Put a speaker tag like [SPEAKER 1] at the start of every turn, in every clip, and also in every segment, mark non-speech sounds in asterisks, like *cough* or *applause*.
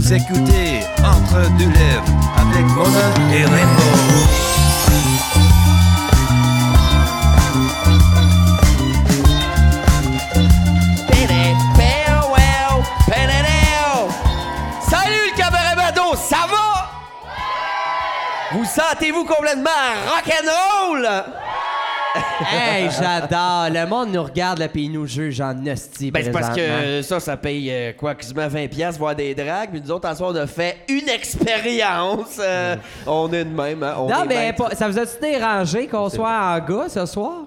[SPEAKER 1] s'écouter entre deux lèvres avec Mona et Rainbow.
[SPEAKER 2] Salut le cabaret Bado, ça va? Vous sentez-vous complètement rock'n'roll?
[SPEAKER 3] *laughs* Hey, j'adore. Le monde nous regarde, là, puis il nous juge en hostie.
[SPEAKER 2] Ben c'est parce que
[SPEAKER 3] présentement.
[SPEAKER 2] euh, ça, ça paye euh, quoi, quasiment 20 pièces voir des dragues, mais nous autres, en soi, on a fait une expérience. euh, On est de même, hein, on
[SPEAKER 3] Non,
[SPEAKER 2] est
[SPEAKER 3] mais
[SPEAKER 2] maître.
[SPEAKER 3] Eh ben, pas- ça vous a-tu dérangé qu'on soit en gars ce soir?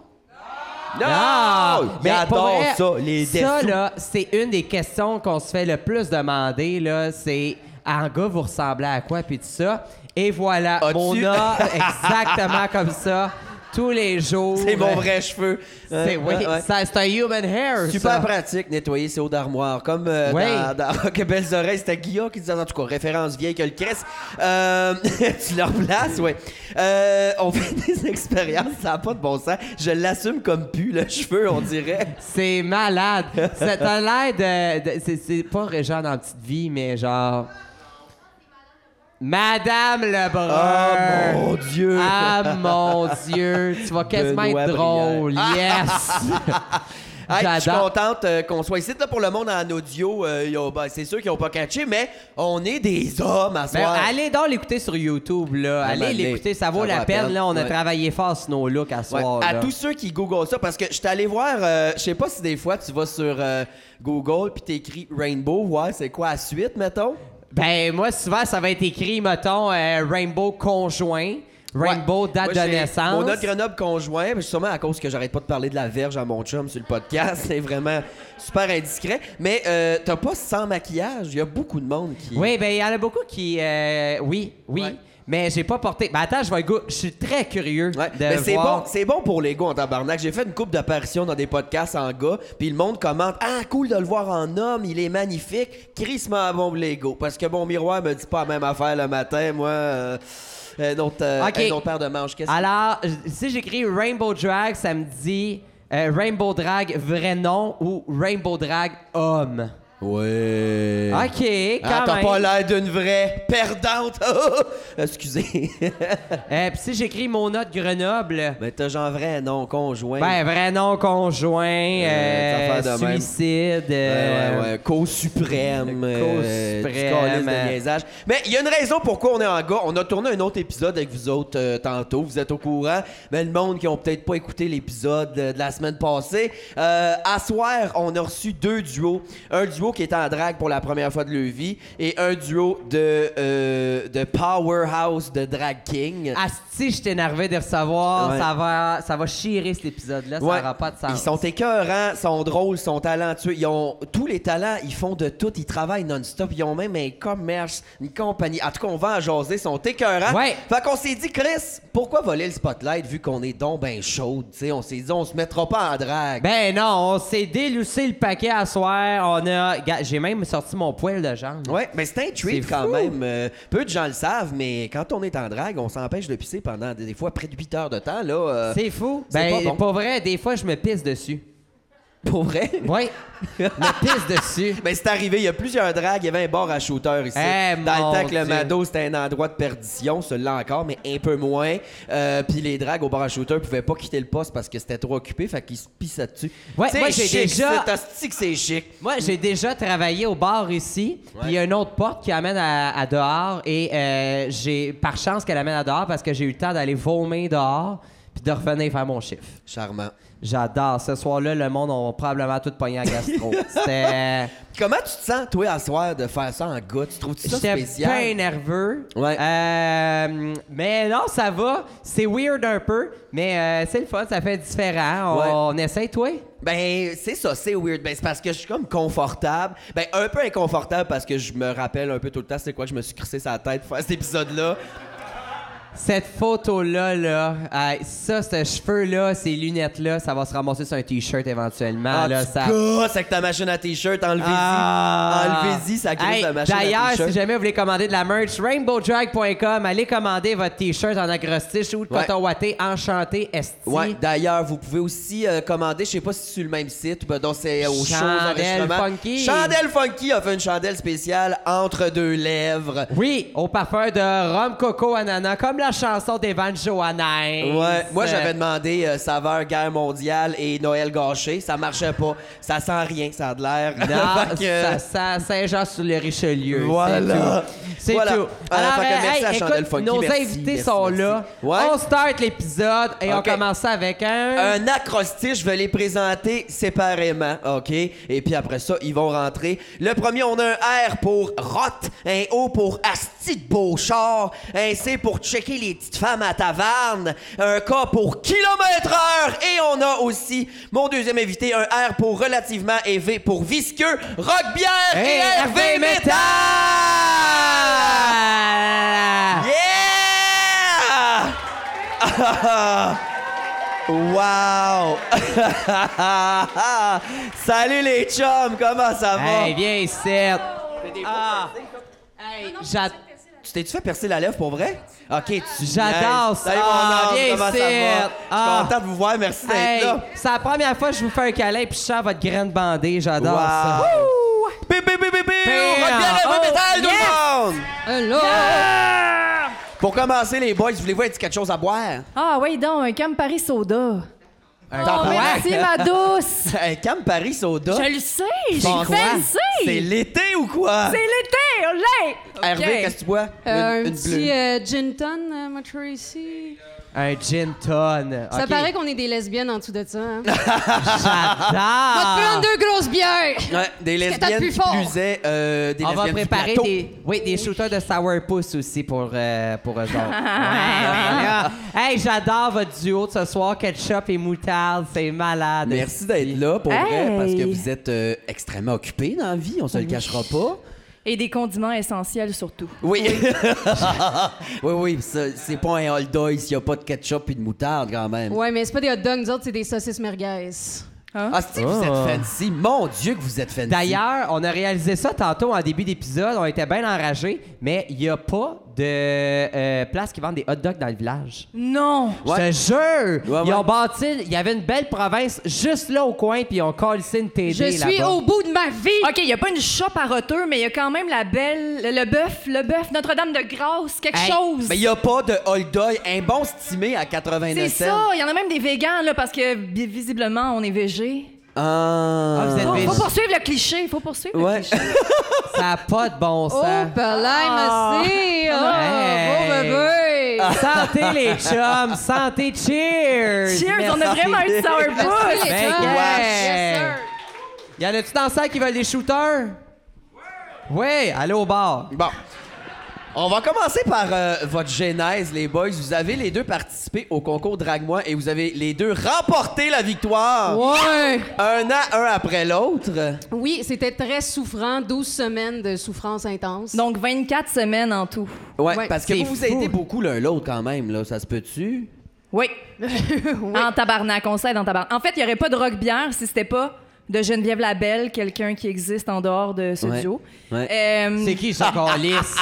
[SPEAKER 2] Non!
[SPEAKER 3] mais pour
[SPEAKER 2] J'adore
[SPEAKER 3] vrai,
[SPEAKER 2] ça, les
[SPEAKER 3] Ça,
[SPEAKER 2] dessous.
[SPEAKER 3] là, c'est une des questions qu'on se fait le plus demander, là. C'est en gars, vous ressemblez à quoi, puis tout ça. Et voilà,
[SPEAKER 2] As-tu- *laughs*
[SPEAKER 3] Mona, exactement comme ça, tous les jours.
[SPEAKER 2] C'est mon vrai cheveu.
[SPEAKER 3] C'est oui,
[SPEAKER 2] Ouais, ouais.
[SPEAKER 3] ça, c'est un human hair.
[SPEAKER 2] Super
[SPEAKER 3] ça.
[SPEAKER 2] pratique, nettoyer ses hauts d'armoire. Comme euh,
[SPEAKER 3] Oui.
[SPEAKER 2] dans, *laughs* dans Que Belles Oreilles, c'était Guillaume qui disait, en tout cas, référence vieille que le cresse. Euh, *laughs* tu le remplaces, ouais. Euh, on fait des expériences, ça n'a pas de bon sens. Je l'assume comme pu, le cheveu, on
[SPEAKER 3] *laughs*
[SPEAKER 2] dirait.
[SPEAKER 3] C'est
[SPEAKER 2] *laughs*
[SPEAKER 3] malade. Ça t'a l'air de. de- c'est- c'est pas genre dans Petite Vie, mais genre. Madame Lebrun!
[SPEAKER 2] Ah, mon Dieu.
[SPEAKER 3] Ah mon Dieu! Tu vas quasiment
[SPEAKER 2] Benoît
[SPEAKER 3] être drôle! Yes!
[SPEAKER 2] *laughs* Hey, je suis
[SPEAKER 3] J'adore!
[SPEAKER 2] contente euh, qu'on soit ici. Là, pour le monde en audio, euh, ils ont- ben, c'est sûr qu'ils n'ont pas catché, mais on est des hommes à
[SPEAKER 3] Ben,
[SPEAKER 2] soir.
[SPEAKER 3] allez donc l'écouter sur YouTube, là.
[SPEAKER 2] Ouais,
[SPEAKER 3] Allez
[SPEAKER 2] ben,
[SPEAKER 3] l'écouter, ça vaut
[SPEAKER 2] ça
[SPEAKER 3] la peine, là. On a
[SPEAKER 2] Ouais.
[SPEAKER 3] travaillé fort sur nos looks à
[SPEAKER 2] Ouais,
[SPEAKER 3] soir.
[SPEAKER 2] à
[SPEAKER 3] là.
[SPEAKER 2] tous ceux qui googlent ça, parce que je suis allé voir, euh, je sais pas si des fois tu vas sur euh, Google puis t'écris Rainbow, ouais, c'est quoi la suite, mettons?
[SPEAKER 3] Ben, moi, souvent, ça va être écrit, mettons, euh, Rainbow conjoint, Rainbow
[SPEAKER 2] Ouais. Moi,
[SPEAKER 3] date de
[SPEAKER 2] j'ai
[SPEAKER 3] naissance.
[SPEAKER 2] Mon autre Grenoble conjoint, mais sûrement à cause que j'arrête pas de parler de la verge à mon chum sur le podcast, *laughs* c'est vraiment super indiscret. Mais euh, t'as pas sans maquillage, il y a beaucoup de monde qui.
[SPEAKER 3] Oui, ben il y en a beaucoup qui. euh, oui, oui.
[SPEAKER 2] Ouais.
[SPEAKER 3] Mais j'ai pas porté. Ben attends, je vais go- Je suis très curieux
[SPEAKER 2] Ouais,
[SPEAKER 3] de
[SPEAKER 2] mais c'est bon,
[SPEAKER 3] voir.
[SPEAKER 2] c'est bon pour les gars en tabarnak. J'ai fait une coupe d'apparitions dans des podcasts en gars, puis le monde commente "Ah, cool de le voir en homme, il est magnifique." Chris m'a bon pour les gars parce que mon miroir me dit pas la même affaire le matin, moi euh, un autre euh,
[SPEAKER 3] Ok. Ah.
[SPEAKER 2] un autre paire de manches. Qu'est-ce
[SPEAKER 3] Alors, j- si j'écris Rainbow Drag, ça me dit euh, Rainbow Drag vrai nom ou Rainbow Drag homme.
[SPEAKER 2] Ouais.
[SPEAKER 3] Ok, quand
[SPEAKER 2] Ah, t'as
[SPEAKER 3] même.
[SPEAKER 2] pas l'air d'une vraie perdante. *laughs* Excusez.
[SPEAKER 3] Euh, Puis si j'écris mon note Grenoble,
[SPEAKER 2] mais t'as genre vrai non conjoint.
[SPEAKER 3] ben vrai nom conjoint, euh,
[SPEAKER 2] des affaires de même.
[SPEAKER 3] suicide.
[SPEAKER 2] Ouais,
[SPEAKER 3] euh,
[SPEAKER 2] ouais, ouais. Cause suprême. euh,
[SPEAKER 3] suprême.
[SPEAKER 2] du calice de niaisage. Mais il y a une raison pourquoi on est en gars. On a tourné un autre épisode avec vous autres euh, tantôt. Vous êtes au courant. Mais le monde qui ont peut-être pas écouté l'épisode euh, de la semaine passée. Euh, à soir, on a reçu deux duos. Un duo qui est en drague pour la première fois de leur vie et un duo de, euh, de powerhouse de drag king.
[SPEAKER 3] Asti, je t'ai énervé de recevoir.
[SPEAKER 2] Ouais.
[SPEAKER 3] Ça, va, ça va chier cet épisode-là.
[SPEAKER 2] Ouais.
[SPEAKER 3] Ça n'aura pas de sens.
[SPEAKER 2] Ils sont écœurants, sont drôles, sont talentueux. Ils ont tous les talents, ils font de tout, ils travaillent non-stop. Ils ont même un commerce, une compagnie. En tout cas, on va en jaser, ils sont écœurants.
[SPEAKER 3] Ouais.
[SPEAKER 2] Fait qu'on s'est dit, Chris, pourquoi voler le spotlight vu qu'on est donc ben chaude? T'sais, on s'est dit, on se mettra pas en drague.
[SPEAKER 3] Ben non, on s'est déloussé le paquet à soir. On a. Ga- J'ai même sorti mon poil de jambe.
[SPEAKER 2] Ouais, mais c'est un treat
[SPEAKER 3] C'est
[SPEAKER 2] quand
[SPEAKER 3] fou.
[SPEAKER 2] même. Euh, peu de gens le savent, mais quand on est en drague, on s'empêche de pisser pendant des, des fois près de 8 heures de temps. Là, euh,
[SPEAKER 3] C'est fou.
[SPEAKER 2] c'est
[SPEAKER 3] Ben,
[SPEAKER 2] pas bon.
[SPEAKER 3] pour vrai, des fois, je me pisse dessus.
[SPEAKER 2] pour
[SPEAKER 3] *laughs*
[SPEAKER 2] vrai.
[SPEAKER 3] Oui. je me pisse dessus.
[SPEAKER 2] Ben, c'est arrivé, il y a plusieurs dragues, il y avait un bar à shooter ici.
[SPEAKER 3] Eh,
[SPEAKER 2] dans
[SPEAKER 3] mon
[SPEAKER 2] le temps que le
[SPEAKER 3] Dieu.
[SPEAKER 2] Mado, c'était un endroit de perdition, celui-là encore, mais un peu moins. Euh, Puis les dragues au bar à shooter pouvaient pas quitter le poste parce que c'était trop occupé, fait qu'ils se pissaient dessus.
[SPEAKER 3] Ouais,
[SPEAKER 2] C'est
[SPEAKER 3] moi, j'ai
[SPEAKER 2] chic,
[SPEAKER 3] déjà-
[SPEAKER 2] C'est hostie que c'est chic.
[SPEAKER 3] Moi, j'ai déjà travaillé au bar ici, puis il y a une autre porte qui amène à, à dehors, et euh, j'ai, par chance qu'elle amène à dehors, parce que j'ai eu le temps d'aller vomir dehors, puis de revenir faire mon chiffre.
[SPEAKER 2] Charmant.
[SPEAKER 3] J'adore. Ce soir-là, le monde a probablement tout pogné en *laughs* gastro. C'était...
[SPEAKER 2] Puis Comment tu te sens, toi, à soir, de faire ça en gars? Tu trouves-tu ça
[SPEAKER 3] J'étais
[SPEAKER 2] spécial?
[SPEAKER 3] bien nerveux.
[SPEAKER 2] Ouais.
[SPEAKER 3] Euh, mais non, ça va. C'est weird un peu, mais euh, c'est le fun, ça fait différent. On, on essaie, toi?
[SPEAKER 2] Ben, c'est ça, c'est weird. Ben, c'est parce que je suis comme confortable. Ben, un peu inconfortable parce que je me rappelle un peu tout le temps c'est quoi que je me suis crissé sa tête pour faire cet épisode-là.
[SPEAKER 3] Cette photo-là, là, hey, ça, ce cheveu-là, ces lunettes-là, ça va se ramasser sur un t-shirt éventuellement.
[SPEAKER 2] Ah,
[SPEAKER 3] là,
[SPEAKER 2] tu
[SPEAKER 3] ça...
[SPEAKER 2] gosses avec ta machine à t-shirt, enlevez-y.
[SPEAKER 3] Ah.
[SPEAKER 2] Enlevez-y, ça grosse
[SPEAKER 3] Hey,
[SPEAKER 2] la machine à
[SPEAKER 3] D'ailleurs,
[SPEAKER 2] t-shirt.
[SPEAKER 3] si jamais vous voulez commander de la merch, rainbowdrag.com, allez commander votre t-shirt en acrostiche ou de
[SPEAKER 2] Ouais.
[SPEAKER 3] coton watté enchanté esti.
[SPEAKER 2] Ouais, d'ailleurs, vous pouvez aussi euh, commander, je sais pas si c'est sur le même site, ben, donc c'est au show
[SPEAKER 3] Chandelle
[SPEAKER 2] d'enregistrement.
[SPEAKER 3] Funky.
[SPEAKER 2] Chandelle Funky a fait une chandelle spéciale entre deux lèvres.
[SPEAKER 3] Oui, au parfum de rhum coco ananas, comme la chanson d'Evan Johannes.
[SPEAKER 2] Ouais, moi
[SPEAKER 3] Euh,
[SPEAKER 2] j'avais demandé euh, saveur guerre mondiale et Noël gâché, ça marchait pas, ça sent rien, ça a de l'air.
[SPEAKER 3] Non,
[SPEAKER 2] *laughs* Fait que-
[SPEAKER 3] ça, ça- Saint-Jean sur le Richelieu.
[SPEAKER 2] Voilà.
[SPEAKER 3] C'est tout. C'est
[SPEAKER 2] Voilà.
[SPEAKER 3] tout.
[SPEAKER 2] Alors,
[SPEAKER 3] Alors,
[SPEAKER 2] fait que
[SPEAKER 3] euh,
[SPEAKER 2] merci
[SPEAKER 3] hey,
[SPEAKER 2] à Chandelle
[SPEAKER 3] écoute,
[SPEAKER 2] Funky,
[SPEAKER 3] nos
[SPEAKER 2] merci,
[SPEAKER 3] invités
[SPEAKER 2] merci,
[SPEAKER 3] sont
[SPEAKER 2] merci.
[SPEAKER 3] là.
[SPEAKER 2] Ouais.
[SPEAKER 3] On start l'épisode et on
[SPEAKER 2] Ok.
[SPEAKER 3] commence ça avec un...
[SPEAKER 2] Un acrostiche, je vais les présenter séparément, OK? Et puis après ça, ils vont rentrer. Le premier, on a un R pour rot, un O pour asti de beau char, un C pour checker les petites femmes à taverne, un K pour kilomètre heure, et on a aussi mon deuxième invité, un R pour relativement et V pour visqueux, rock bière et,
[SPEAKER 3] Hervé
[SPEAKER 2] Hervé *laughs* Métal!
[SPEAKER 3] Ah!
[SPEAKER 2] Yeah! wow! Ah, Salut les chums, comment ça va?
[SPEAKER 3] Hey, viens ici. Ah. Hey, j'a-
[SPEAKER 2] Tu t'es-tu fait percer la lèvre pour vrai? Ok, tu
[SPEAKER 3] J'adore
[SPEAKER 2] niaises.
[SPEAKER 3] ça.
[SPEAKER 2] Salut mon
[SPEAKER 3] Ah,
[SPEAKER 2] homme,
[SPEAKER 3] viens
[SPEAKER 2] comment ça
[SPEAKER 3] ici.
[SPEAKER 2] va?
[SPEAKER 3] Ah.
[SPEAKER 2] Je suis content de vous voir, merci d'être
[SPEAKER 3] Hey,
[SPEAKER 2] là.
[SPEAKER 3] c'est la première fois que je vous fais un câlin puis je sens votre graine bandée. J'adore ça.
[SPEAKER 2] Wow! Bip, bip, bip, bip, bip! On revient à la
[SPEAKER 3] Oh,
[SPEAKER 2] vraie métal, tout le monde!
[SPEAKER 4] Hello!
[SPEAKER 2] Pour commencer, les boys, voulez-vous être quelque chose à boire? *laughs*
[SPEAKER 4] Ah oui, donc, un Cam Paris Soda.
[SPEAKER 2] Un
[SPEAKER 4] Oh, merci, ma douce!
[SPEAKER 2] Un Cam Paris Soda.
[SPEAKER 4] *laughs* Je le sais, j'ai
[SPEAKER 2] Bon, quoi?
[SPEAKER 4] fait le
[SPEAKER 2] C'est
[SPEAKER 4] sais!
[SPEAKER 2] l'été ou quoi?
[SPEAKER 4] C'est l'été, on l'est!
[SPEAKER 2] Hervé, qu'est-ce que tu bois?
[SPEAKER 5] Euh,
[SPEAKER 2] Une-
[SPEAKER 5] un
[SPEAKER 2] une bleue.
[SPEAKER 5] petit euh, gin ton, euh, moi, Tracy.
[SPEAKER 3] Un gin ton.
[SPEAKER 5] Ça
[SPEAKER 3] Ok.
[SPEAKER 5] paraît qu'on est des lesbiennes en dessous de ça. Hein?
[SPEAKER 3] J'adore.
[SPEAKER 5] Prendre deux grosses bières.
[SPEAKER 2] Ouais, des
[SPEAKER 5] Parce que t'as
[SPEAKER 2] lesbiennes
[SPEAKER 5] plus
[SPEAKER 2] qui
[SPEAKER 5] fort.
[SPEAKER 2] plusaient, euh, des
[SPEAKER 3] On va
[SPEAKER 2] lesbiennes qui
[SPEAKER 3] préparer
[SPEAKER 2] plateau.
[SPEAKER 3] des, oui, des shooters de sourpuss aussi pour, euh, pour eux autres. Ouais, voilà. Hey, j'adore votre duo de ce soir, ketchup et moutarde, c'est malade.
[SPEAKER 2] Merci d'être là, pour vrai,
[SPEAKER 4] Hey!
[SPEAKER 2] parce que vous êtes euh, extrêmement occupés dans la vie, on se le cachera pas.
[SPEAKER 4] Et des condiments essentiels surtout.
[SPEAKER 2] Oui. *laughs* oui, oui, ça, c'est pas un hold doy s'il y a pas de ketchup et de moutarde quand même.
[SPEAKER 5] Ouais, mais c'est pas des hot dogs, nous autres, c'est des saucisses merguez.
[SPEAKER 2] Ah, si vous
[SPEAKER 3] Oh.
[SPEAKER 2] êtes fancy, mon Dieu que vous êtes fancy.
[SPEAKER 3] D'ailleurs, on a réalisé ça tantôt en début d'épisode, on était bien enragés, mais il n'y a pas de euh, place qui vend des hot dogs dans le village.
[SPEAKER 4] Non!
[SPEAKER 2] Ouais.
[SPEAKER 3] Je te jure!
[SPEAKER 2] Ouais,
[SPEAKER 3] Ils ont
[SPEAKER 2] ouais.
[SPEAKER 3] bâti, il y avait une belle province juste là au coin, puis ils ont collé une TD
[SPEAKER 5] Je suis
[SPEAKER 3] là-bas.
[SPEAKER 5] au bout de ma vie.
[SPEAKER 4] OK, il n'y a pas une shop à roteux, mais il y a quand même la belle, le bœuf, le bœuf, Notre-Dame de Grâce, quelque
[SPEAKER 3] Hey,
[SPEAKER 4] chose.
[SPEAKER 2] Mais ben, il y a pas de hold doy, un bon stimé à 89
[SPEAKER 4] C'est
[SPEAKER 2] cents.
[SPEAKER 4] ça, il y en a même des végans, là, parce que vi- visiblement, on est végé.
[SPEAKER 2] Ah.
[SPEAKER 3] Ah, vous êtes
[SPEAKER 4] Faut,
[SPEAKER 3] végé.
[SPEAKER 4] faut poursuivre le cliché, faut poursuivre le
[SPEAKER 2] Ouais.
[SPEAKER 4] cliché.
[SPEAKER 3] Ça n'a pas de bon
[SPEAKER 5] Oh,
[SPEAKER 3] sens.
[SPEAKER 5] par là,
[SPEAKER 4] Ah!
[SPEAKER 5] merci. Oh,
[SPEAKER 3] Hey.
[SPEAKER 5] bon bébé.
[SPEAKER 3] Santé les chums, santé, cheers!
[SPEAKER 4] Cheers, on a vraiment eu de
[SPEAKER 5] Merci,
[SPEAKER 4] sourpuss!
[SPEAKER 5] les
[SPEAKER 3] Ben,
[SPEAKER 5] gars.
[SPEAKER 3] ouais.
[SPEAKER 5] Yes, sir.
[SPEAKER 3] Y en a-tu dans la salle qui veulent des shooters? Oui, allez au bar.
[SPEAKER 2] Bon. On va commencer par euh, votre genèse, les boys. Vous avez les deux participé au concours Drague-moi et vous avez les deux remporté la victoire.
[SPEAKER 5] Ouais.
[SPEAKER 2] Un an, un après l'autre.
[SPEAKER 5] Oui, c'était très souffrant, 12 semaines de souffrance intense.
[SPEAKER 4] Donc, 24 semaines en tout.
[SPEAKER 2] Ouais,
[SPEAKER 5] Ouais,
[SPEAKER 2] parce que
[SPEAKER 5] c'est
[SPEAKER 2] vous vous aidez beaucoup l'un l'autre quand même, là. Ça se peut-tu?
[SPEAKER 4] *laughs* Oui.
[SPEAKER 5] Oui.
[SPEAKER 4] En tabarnak, on s'aide en tabarnak. En fait, il n'y aurait pas de rock bière si c'était pas de Geneviève Labelle, quelqu'un qui existe en dehors de ce
[SPEAKER 2] Ouais.
[SPEAKER 4] duo.
[SPEAKER 2] Ouais.
[SPEAKER 4] Euh,
[SPEAKER 3] C'est qui ce calice?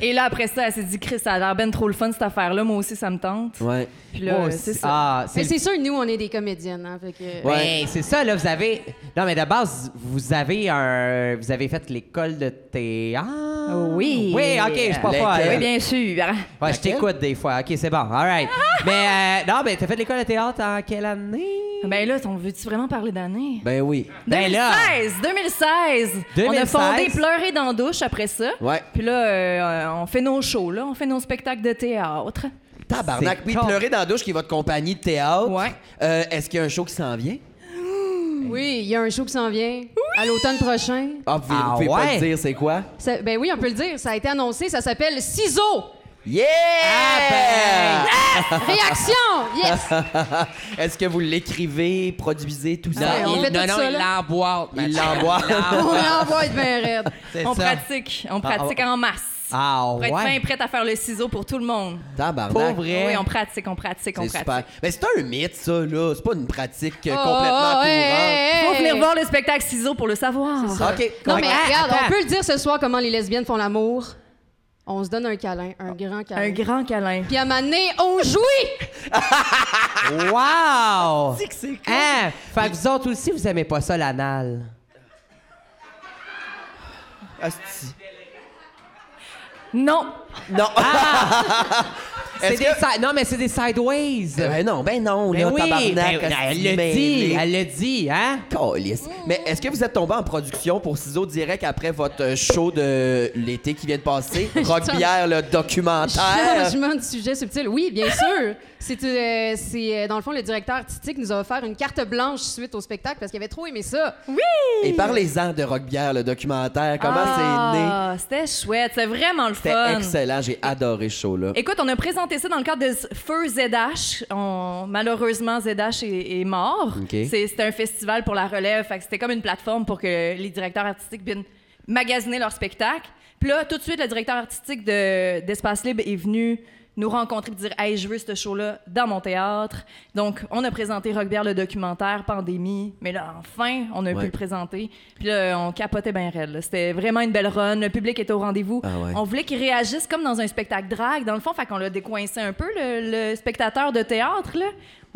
[SPEAKER 4] et là, après ça, elle s'est dit, Chris, ça a l'air ben trop le fun cette affaire-là. Moi aussi, ça me tente.
[SPEAKER 2] Ouais.
[SPEAKER 4] Puis là, euh,
[SPEAKER 3] Moi aussi.
[SPEAKER 4] c'est ça.
[SPEAKER 3] Ah,
[SPEAKER 5] Mais
[SPEAKER 3] c'est
[SPEAKER 5] c'est sûr, nous, on est des comédiennes. Hein, fait que-
[SPEAKER 2] Ouais.
[SPEAKER 3] Ben, c'est ça, là, vous avez... Non, mais de base, vous avez un... Vous avez fait l'école de théâtre?
[SPEAKER 4] Ah Oui.
[SPEAKER 3] Oui, OK, je suis pas
[SPEAKER 2] L'école.
[SPEAKER 3] folle.
[SPEAKER 4] Oui, bien sûr.
[SPEAKER 3] Ouais, je t'écoute des fois. OK, c'est bon, all right. mais, euh, non, mais t'as fait l'école de théâtre en quelle année?
[SPEAKER 4] Ben là, on veut-tu vraiment parler d'année?
[SPEAKER 2] Ben oui.
[SPEAKER 3] Ben là.
[SPEAKER 4] 2016, 2016. On a
[SPEAKER 3] 2016.
[SPEAKER 4] fondé Pleurer dans la douche après ça.
[SPEAKER 2] Ouais.
[SPEAKER 4] Puis là, euh, on fait nos shows, là. On fait nos spectacles de théâtre.
[SPEAKER 2] Tabarnak.
[SPEAKER 3] C'est
[SPEAKER 2] Oui,
[SPEAKER 3] con.
[SPEAKER 2] pleurer dans la douche qui est votre compagnie de théâtre.
[SPEAKER 4] Ouais.
[SPEAKER 2] Euh, Est-ce qu'il y a un show qui s'en vient?
[SPEAKER 5] ben Oui, il y a un show qui s'en vient à l'automne prochain.
[SPEAKER 2] Ah, vous,
[SPEAKER 3] Ah
[SPEAKER 2] vous pouvez pas
[SPEAKER 3] ouais?
[SPEAKER 2] le dire, c'est quoi?
[SPEAKER 5] Ça- ben oui, on peut le dire, ça a été annoncé, ça s'appelle Ciseaux!
[SPEAKER 2] Yeah!
[SPEAKER 5] Réaction! Yes!
[SPEAKER 2] *laughs* Est-ce que vous l'écrivez, produisez, tout ça?
[SPEAKER 3] Ah,
[SPEAKER 5] Ouais, on fait tout ça, là.
[SPEAKER 3] l'emboîte.
[SPEAKER 2] Il l'envoie.
[SPEAKER 5] On l'envoie de bien ben, raide.
[SPEAKER 3] C'est
[SPEAKER 4] On
[SPEAKER 3] ça.
[SPEAKER 4] pratique. On pratique en masse.
[SPEAKER 3] Ah,
[SPEAKER 4] Pour
[SPEAKER 3] ouais.
[SPEAKER 4] être fin et prête à faire le ciseau pour tout le monde. Ah
[SPEAKER 3] Pour
[SPEAKER 2] Tabarnak.
[SPEAKER 3] vrai.
[SPEAKER 4] Oui, on pratique, on pratique, on
[SPEAKER 2] C'est super.
[SPEAKER 4] pratique.
[SPEAKER 2] Mais c'est un mythe, ça, là. C'est pas une pratique euh,
[SPEAKER 5] Oh,
[SPEAKER 2] complètement
[SPEAKER 5] oh,
[SPEAKER 2] courante.
[SPEAKER 5] hey, hey,
[SPEAKER 4] Faut
[SPEAKER 5] hey.
[SPEAKER 4] venir voir le spectacle ciseau pour le savoir.
[SPEAKER 2] OK.
[SPEAKER 5] Non,
[SPEAKER 2] Donc,
[SPEAKER 5] mais
[SPEAKER 3] Ah,
[SPEAKER 5] regarde,
[SPEAKER 3] attends.
[SPEAKER 5] on peut le dire ce soir comment les lesbiennes font l'amour. On se donne un câlin, un grand câlin.
[SPEAKER 4] Oh, Un grand câlin.
[SPEAKER 5] Puis à un moment donné,
[SPEAKER 4] *laughs*
[SPEAKER 5] on jouit!
[SPEAKER 3] Wow! Hein? Fait que vous autres aussi, vous aimez pas ça, l'anal.
[SPEAKER 2] Asti.
[SPEAKER 4] Non.
[SPEAKER 2] Non.
[SPEAKER 3] C'est
[SPEAKER 2] Est-ce
[SPEAKER 3] des
[SPEAKER 2] que-
[SPEAKER 3] si- Non, mais c'est des sideways.
[SPEAKER 2] Ben non, ben non,
[SPEAKER 3] Ben
[SPEAKER 2] Léa
[SPEAKER 3] oui,
[SPEAKER 2] Tabarnak.
[SPEAKER 3] ben,
[SPEAKER 2] asti,
[SPEAKER 3] elle le dit,
[SPEAKER 2] mêlée.
[SPEAKER 3] elle le dit, hein?
[SPEAKER 2] Câlisse. Mais est-ce que vous êtes tombé en production pour Ciseaux Direct après votre euh, show de l'été qui vient de
[SPEAKER 3] *laughs*
[SPEAKER 2] passer? Rockbière, le
[SPEAKER 4] Ah.
[SPEAKER 2] documentaire.
[SPEAKER 5] Changement de sujet subtil. Oui, bien sûr. C'est, euh, c'est, euh, dans le fond, le directeur artistique nous a offert une carte blanche suite au spectacle parce qu'il avait trop aimé ça.
[SPEAKER 2] Et parlez-en de Rockbière, le documentaire. Comment
[SPEAKER 4] Ah, C'était chouette. C'est vraiment le
[SPEAKER 2] c'est né? C'était
[SPEAKER 4] fun.
[SPEAKER 2] excellent. J'ai adoré ce show-là.
[SPEAKER 4] Écoute, on a présenté ça dans le cadre de Z- Feu ZH. On- Malheureusement, ZH est, est mort.
[SPEAKER 2] OK.
[SPEAKER 4] C'est- C'était un festival pour la relève. Fait que c'était comme une plateforme pour que les directeurs artistiques viennent magasiner leur spectacle. Puis là, tout de suite, le directeur artistique de- d'Espace Libre est venu nous rencontrer et dire Hey, je veux ce show-là dans mon théâtre. Donc, on a présenté Rockbière, le documentaire, Pandémie. Mais là, enfin, on a
[SPEAKER 2] Ouais.
[SPEAKER 4] pu le présenter. Puis là, on capotait bien raide. là. C'était vraiment une belle run. Le public était au rendez-vous.
[SPEAKER 2] Ah ouais.
[SPEAKER 4] On on voulait qu'il réagisse comme dans un spectacle drague, dans le fond, fait qu'on l'a décoincé un peu, le, le spectateur de théâtre, là.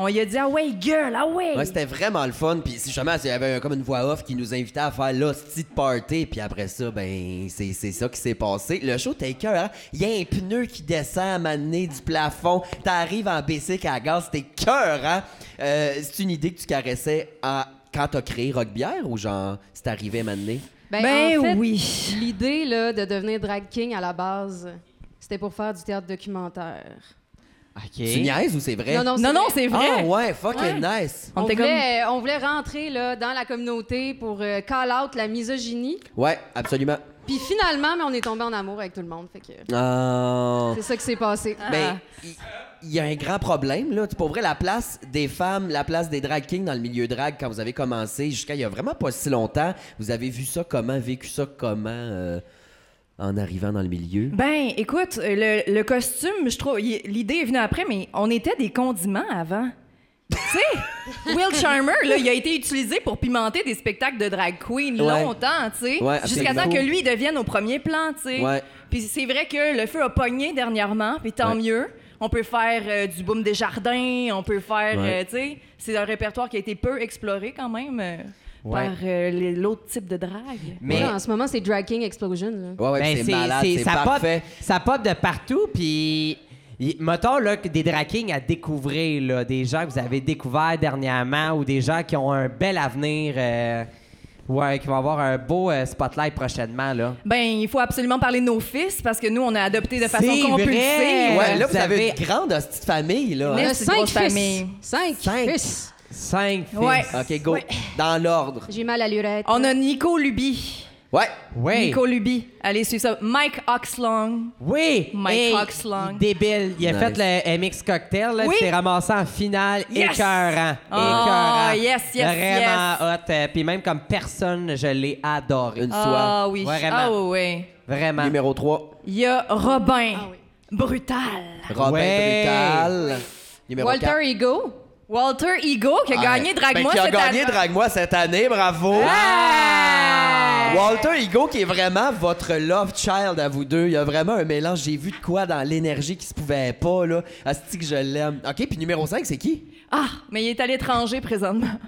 [SPEAKER 4] On lui a dit « Ah ouais, gueule, ah ouais!
[SPEAKER 2] Ouais, c'était vraiment le fun. Puis si jamais il y avait un- comme une voix off qui nous invitait à faire l'hostie de party. Puis après ça, ben c'est c'est ça qui s'est passé. Le show t'es cœur, hein? Il y a un pneu qui descend à m'amener du plafond. T'arrives en bicycle à la gaz, t'es cœur, hein? Euh, c'est une idée que tu caressais à- quand t'as créé Rockbière ou genre c'est arrivé à m'amener?
[SPEAKER 4] Ben
[SPEAKER 5] en fait,
[SPEAKER 4] oui.
[SPEAKER 5] L'idée là, de devenir drag king à la base, c'était pour faire du théâtre documentaire.
[SPEAKER 3] OK.
[SPEAKER 2] Tu niaises ou c'est vrai?
[SPEAKER 4] Eh. Non, non,
[SPEAKER 5] vrai.
[SPEAKER 4] c'est vrai!
[SPEAKER 2] Ah ouais, fucking nice.
[SPEAKER 4] On
[SPEAKER 5] On
[SPEAKER 4] était
[SPEAKER 5] voulait, euh, on voulait rentrer là, dans la communauté pour euh, call out la misogynie.
[SPEAKER 2] Ouais, absolument.
[SPEAKER 5] Puis finalement, mais on est tombé en amour avec tout le monde. Fait que
[SPEAKER 2] Ah.
[SPEAKER 5] c'est ça qui s'est passé.
[SPEAKER 2] Ben, il il y a un grand problème, là. Tu- Pour vrai, la place des femmes, la place des drag kings dans le milieu drag, quand vous avez commencé, jusqu'à il y a vraiment pas si longtemps, vous avez vu ça comment, vécu ça comment euh, en arrivant dans le milieu?
[SPEAKER 4] Ben, écoute, euh, le, le costume, je trouve, il- l'idée est venue après, mais on était des condiments avant. tu
[SPEAKER 2] *laughs*
[SPEAKER 4] sais, Will Charmer, là, il a été utilisé pour pimenter des spectacles de drag queen
[SPEAKER 2] Ouais.
[SPEAKER 4] longtemps, tu sais,
[SPEAKER 2] Ouais,
[SPEAKER 4] jusqu'à
[SPEAKER 2] absolument.
[SPEAKER 4] temps que lui devienne au premier plan, tu sais.
[SPEAKER 2] Ouais.
[SPEAKER 4] Puis c'est vrai que le feu a pogné dernièrement, puis tant
[SPEAKER 2] Ouais.
[SPEAKER 4] mieux. On peut faire euh, du boom des jardins, on peut faire,
[SPEAKER 2] Ouais.
[SPEAKER 4] euh, tu sais, c'est un répertoire qui a été peu exploré quand même euh,
[SPEAKER 3] Ouais.
[SPEAKER 4] par euh, les- l'autre type de drague.
[SPEAKER 3] Mais
[SPEAKER 5] Là, en ce moment, c'est drag king explosion. là.
[SPEAKER 2] Ouais, ouais,
[SPEAKER 3] Ben,
[SPEAKER 2] c'est malade, c'est
[SPEAKER 3] ça
[SPEAKER 2] parfait.
[SPEAKER 3] Pop, ça pop de partout, puis... y- Mettons là, que des drag kings à découvrir, là, des gens que vous avez découverts dernièrement ou des gens qui ont un bel avenir euh, ouais, qui vont avoir un beau euh, spotlight prochainement. Là.
[SPEAKER 4] Ben, il faut absolument parler de nos fils parce que nous, on a adopté de façon
[SPEAKER 3] C'est
[SPEAKER 4] compulsive.
[SPEAKER 3] vrai!
[SPEAKER 2] Ouais, là,
[SPEAKER 3] Vous
[SPEAKER 2] vous avez
[SPEAKER 3] avez-
[SPEAKER 2] une grande hostie de famille, là.
[SPEAKER 4] Mais-
[SPEAKER 5] On
[SPEAKER 2] hein?
[SPEAKER 5] a
[SPEAKER 4] c'est une
[SPEAKER 5] cinq
[SPEAKER 4] grosse
[SPEAKER 5] fils.
[SPEAKER 4] famille.
[SPEAKER 5] Cinq,
[SPEAKER 2] Cinq.
[SPEAKER 5] fils.
[SPEAKER 3] Cinq fils.
[SPEAKER 4] Ouais.
[SPEAKER 2] OK, go.
[SPEAKER 4] Ouais.
[SPEAKER 2] Dans l'ordre.
[SPEAKER 5] J'ai mal à l'urette.
[SPEAKER 4] On a Nico Luby.
[SPEAKER 2] Ouais.
[SPEAKER 3] Ouais.
[SPEAKER 4] Nico Luby. Allez, suivre ça. Mike Oxlong.
[SPEAKER 3] Oui!
[SPEAKER 4] Mike
[SPEAKER 3] Hey,
[SPEAKER 4] Oxlong.
[SPEAKER 3] Débile. Il a
[SPEAKER 2] Nice.
[SPEAKER 3] fait le MX Cocktail, là,
[SPEAKER 4] Oui.
[SPEAKER 3] puis s'est ramassé en finale.
[SPEAKER 4] Yes.
[SPEAKER 3] Écœurant.
[SPEAKER 4] Oh,
[SPEAKER 3] Écœurant.
[SPEAKER 4] yes, yes,
[SPEAKER 3] Vraiment hot. euh, Puis même comme personne, je l'ai adoré.
[SPEAKER 2] Une-
[SPEAKER 4] Ah
[SPEAKER 2] Soir.
[SPEAKER 4] oui.
[SPEAKER 3] Vraiment.
[SPEAKER 4] Ah oui.
[SPEAKER 3] Vraiment.
[SPEAKER 2] Numéro 3,
[SPEAKER 4] Il y a Robin.
[SPEAKER 5] Ah oui.
[SPEAKER 4] Brutal.
[SPEAKER 2] Robin
[SPEAKER 3] Ouais.
[SPEAKER 2] Brutal. Numéro
[SPEAKER 5] Walter
[SPEAKER 2] quatre.
[SPEAKER 5] Ego.
[SPEAKER 4] Walter Ego qui a
[SPEAKER 2] Ouais.
[SPEAKER 4] gagné
[SPEAKER 2] Ben,
[SPEAKER 4] Drag Moi
[SPEAKER 2] qui a
[SPEAKER 4] cette
[SPEAKER 2] gagné
[SPEAKER 4] année.
[SPEAKER 2] Drag Moi cette année, bravo.
[SPEAKER 4] Ah!
[SPEAKER 2] Walter Higo, qui est vraiment votre love child à vous deux. Il y a vraiment un mélange. J'ai vu de quoi dans l'énergie qui se pouvait pas, là. Asti que je l'aime. OK, puis numéro 5, c'est qui?
[SPEAKER 4] Ah, mais il est à l'étranger présentement. *laughs*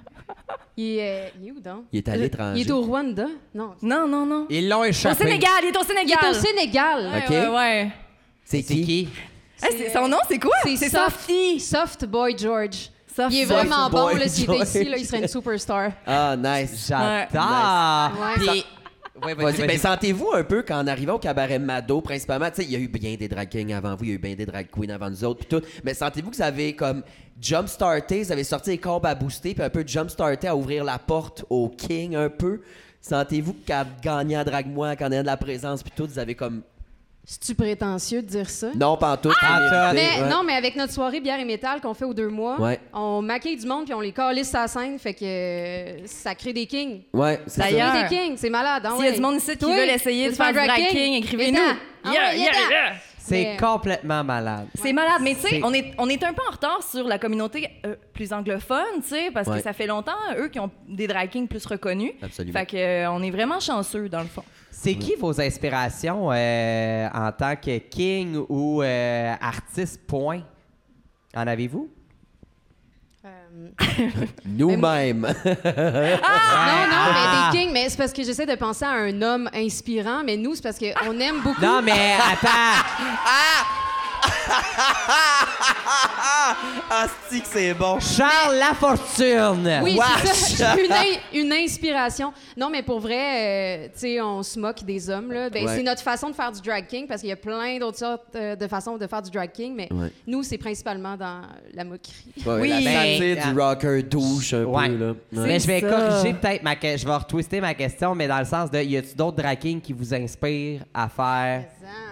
[SPEAKER 5] Il est, il est où donc?
[SPEAKER 2] Il est à l'étranger.
[SPEAKER 5] Il est au Rwanda? Non.
[SPEAKER 4] Non, non, non.
[SPEAKER 3] Ils l'ont
[SPEAKER 4] Au
[SPEAKER 3] échappé.
[SPEAKER 4] Sénégal, il est au
[SPEAKER 5] Il
[SPEAKER 4] Sénégal.
[SPEAKER 5] est au Sénégal.
[SPEAKER 4] Ouais,
[SPEAKER 2] Ok.
[SPEAKER 4] ouais, ouais.
[SPEAKER 2] C'est
[SPEAKER 3] C'est
[SPEAKER 2] qui?
[SPEAKER 3] qui?
[SPEAKER 4] Ah, c'est- son nom, c'est quoi?
[SPEAKER 5] C'est Soft, Soft Boy George.
[SPEAKER 4] Soft
[SPEAKER 5] il est
[SPEAKER 4] Boy
[SPEAKER 5] vraiment
[SPEAKER 2] Boy
[SPEAKER 5] bon, là, s'il
[SPEAKER 2] George.
[SPEAKER 5] est ici, là, il serait une superstar.
[SPEAKER 2] Ah, nice.
[SPEAKER 3] J'adore.
[SPEAKER 5] Ouais. Nice.
[SPEAKER 3] Ah! Puis- Ouais, vas-y,
[SPEAKER 2] Vas-y,
[SPEAKER 3] vas-y.
[SPEAKER 2] ben, sentez-vous un peu qu'en arrivant au cabaret Mado, principalement, tu sais, il y a eu bien des drag kings avant vous, il y a eu bien des drag queens avant nous autres, puis tout. Mais sentez-vous que vous avez comme jump-starté, vous avez sorti les corbes à booster, puis un peu jump-starté à ouvrir la porte au king un peu. Sentez-vous qu'à gagner à drag moi, qu'en ayant de la présence, puis tout, vous avez comme
[SPEAKER 5] C'est-tu prétentieux de dire ça?
[SPEAKER 2] non pantoute. tout
[SPEAKER 3] Ah!
[SPEAKER 5] Mais non, mais avec notre soirée bière et métal qu'on fait aux deux mois,
[SPEAKER 2] Ouais.
[SPEAKER 5] on maquille du monde puis on les calisse à la scène, fait que euh, ça crée des kings.
[SPEAKER 2] Ouais, c'est ça.
[SPEAKER 4] D'ailleurs,
[SPEAKER 5] Crée des kings, c'est malade. hein,
[SPEAKER 4] S'il y a
[SPEAKER 5] ouais.
[SPEAKER 4] du monde ici qui
[SPEAKER 5] Toi,
[SPEAKER 4] veut l'essayer de
[SPEAKER 5] veux-tu
[SPEAKER 4] faire du drag king,
[SPEAKER 5] Viens-t'en.
[SPEAKER 4] écrivez-nous.
[SPEAKER 5] Ah
[SPEAKER 4] Yeah,
[SPEAKER 5] ouais,
[SPEAKER 4] yeah,
[SPEAKER 5] yeah.
[SPEAKER 4] yeah.
[SPEAKER 3] C'est
[SPEAKER 5] Mais-
[SPEAKER 3] complètement malade.
[SPEAKER 4] C'est malade, mais tu sais,
[SPEAKER 3] C'est-
[SPEAKER 4] on est, on est un peu en retard sur la communauté euh, plus anglophone, tu sais, parce
[SPEAKER 2] Ouais.
[SPEAKER 4] que ça fait longtemps, euh, eux, qui ont des drag kings plus reconnus.
[SPEAKER 2] Absolument.
[SPEAKER 4] Fait que, euh, on est vraiment chanceux, dans le fond.
[SPEAKER 3] C'est qui vos inspirations euh, en tant que king ou euh, artiste point? En avez-vous?
[SPEAKER 5] Euh,
[SPEAKER 2] Nous-mêmes.
[SPEAKER 3] *laughs*
[SPEAKER 5] Ah. Non,
[SPEAKER 2] Ah.
[SPEAKER 5] non, mais des kings, mais c'est parce que j'essaie de penser à un homme inspirant, mais nous, c'est parce qu'on aime beaucoup.
[SPEAKER 3] Non, mais attends!
[SPEAKER 2] Ah! *laughs* Asti Ah, que c'est bon.
[SPEAKER 3] Charles Lafortune!
[SPEAKER 5] Oui,
[SPEAKER 2] Wesh!
[SPEAKER 5] c'est ça. *laughs* Une, in- une inspiration. Non, mais pour vrai, euh, tu sais, on se moque des hommes, là. Ben,
[SPEAKER 2] Ouais.
[SPEAKER 5] C'est notre façon de faire du drag king, parce qu'il y a plein d'autres sortes euh, de façons de faire du drag king, mais
[SPEAKER 2] Ouais. Euh.
[SPEAKER 5] nous, c'est principalement dans la moquerie.
[SPEAKER 2] Ouais,
[SPEAKER 3] Oui,
[SPEAKER 2] la
[SPEAKER 3] mais-
[SPEAKER 2] satire du rocker douche un
[SPEAKER 3] Ouais.
[SPEAKER 2] peu là. Ouais.
[SPEAKER 3] Mais je vais
[SPEAKER 4] ça.
[SPEAKER 3] corriger peut-être ma que- Je vais retwister ma question, mais dans le sens de y a-tu d'autres drag kings qui vous inspirent à faire?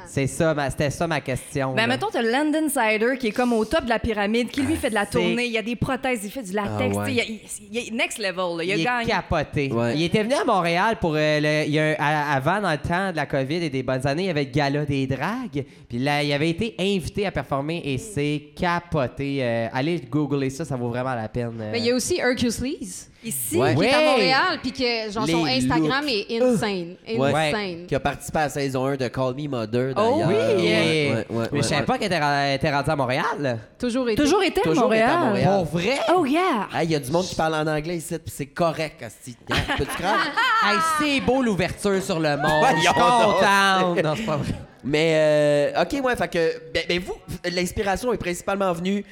[SPEAKER 3] C'est ça, ma- c'était ça ma question.
[SPEAKER 4] Ben,
[SPEAKER 3] là.
[SPEAKER 4] mettons, t'as Landon Sider qui est comme au top de la pyramide, qui lui fait de la
[SPEAKER 3] C'est-
[SPEAKER 4] tournée, il y a des prothèses, il fait du latex,
[SPEAKER 2] Ah ouais.
[SPEAKER 4] tu sais, il, il- il est next level, là, il, a
[SPEAKER 3] Il est
[SPEAKER 4] gagné.
[SPEAKER 3] capoté.
[SPEAKER 2] Ouais.
[SPEAKER 3] Il était venu à Montréal pour euh, le- il y a un- à- avant dans le temps de la COVID et des bonnes années, il y avait le gala des dragues. Puis là, il avait été invité à performer et c'est capoté. Euh, allez googler ça, ça vaut vraiment la peine. euh.
[SPEAKER 5] Mais il y a aussi Hercules Lees,
[SPEAKER 4] Ici,
[SPEAKER 2] Ouais.
[SPEAKER 5] qui est à
[SPEAKER 3] Ouais.
[SPEAKER 5] Montréal, puis que, genre, son
[SPEAKER 2] Les
[SPEAKER 5] Instagram est insane.
[SPEAKER 2] Ouais.
[SPEAKER 5] Insane.
[SPEAKER 2] Qui a participé à la saison 1 de Call Me Mother
[SPEAKER 3] Oh
[SPEAKER 2] d'ailleurs.
[SPEAKER 3] oui!
[SPEAKER 2] Ouais, ouais, ouais,
[SPEAKER 3] mais je savais
[SPEAKER 2] ouais.
[SPEAKER 3] pas qu'elle était, ra- était rendue à Montréal.
[SPEAKER 5] Toujours été.
[SPEAKER 4] toujours été à
[SPEAKER 2] Toujours été à
[SPEAKER 4] Montréal.
[SPEAKER 2] Montréal.
[SPEAKER 3] Pour vrai?
[SPEAKER 4] Oh yeah!
[SPEAKER 2] Ah, il y a du monde qui parle en anglais ici, puis c'est correct,
[SPEAKER 3] *laughs*
[SPEAKER 2] Asti. Hein, Peux-tu craindre?
[SPEAKER 5] Ah!
[SPEAKER 3] Hey, c'est beau l'ouverture sur le monde. Je suis
[SPEAKER 2] Voyons donc.
[SPEAKER 3] contente. Non, c'est pas vrai.
[SPEAKER 2] Mais, euh, OK, ouais, fait que, ben, ben vous, l'inspiration est principalement venue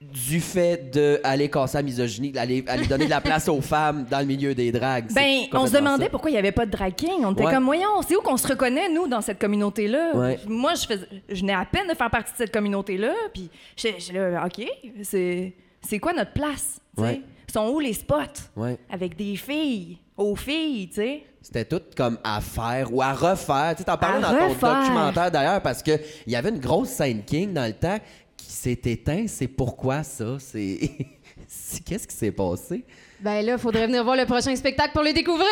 [SPEAKER 2] du fait d'aller casser la misogynie, d'aller aller donner de la place aux femmes dans le milieu des dragues.
[SPEAKER 4] Ben,
[SPEAKER 2] C'est
[SPEAKER 4] on se
[SPEAKER 2] complètement
[SPEAKER 4] demandait
[SPEAKER 2] ça.
[SPEAKER 4] pourquoi il n'y avait pas de drag king. On était
[SPEAKER 2] Ouais.
[SPEAKER 4] comme, voyons, c'est où qu'on se reconnaît, nous, dans cette communauté-là?
[SPEAKER 2] Ouais.
[SPEAKER 4] Moi, je, fais, je n'ai à peine de faire partie de cette communauté-là. Puis, j'étais j'étais là, OK, c'est c'est quoi notre place? tu sais?
[SPEAKER 2] Ouais.
[SPEAKER 4] Sont où les spots?
[SPEAKER 2] Ouais.
[SPEAKER 4] Avec des filles, aux filles, tu sais.
[SPEAKER 2] C'était tout comme à faire ou à refaire. Tu sais, t'en parlais
[SPEAKER 4] À
[SPEAKER 2] dans ton
[SPEAKER 4] refaire.
[SPEAKER 2] documentaire d'ailleurs parce que il y avait une grosse scène King dans le temps qui s'est éteinte. C'est pourquoi ça? C'est. *laughs* c'est- Qu'est-ce qui s'est passé?
[SPEAKER 5] Ben là, faudrait venir voir le prochain spectacle pour le découvrir!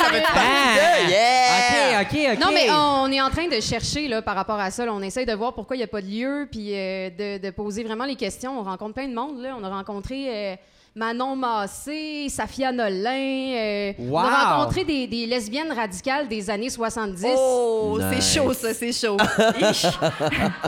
[SPEAKER 3] Ah!
[SPEAKER 2] Yeah!
[SPEAKER 3] OK, Ah, OK, OK.
[SPEAKER 5] Non, mais on, on est en train de chercher là, par rapport à ça. là. On essaye de voir pourquoi il n'y a pas de lieu, puis euh, de, de poser vraiment les questions. On rencontre plein de monde. Là. On a rencontré euh, Manon Massé, Safia Nolin. euh,
[SPEAKER 3] Wow!
[SPEAKER 5] On a rencontré des, des lesbiennes radicales des années 70.
[SPEAKER 4] Oh,
[SPEAKER 2] Nice.
[SPEAKER 4] c'est chaud, ça, c'est *laughs* chaud. Ich.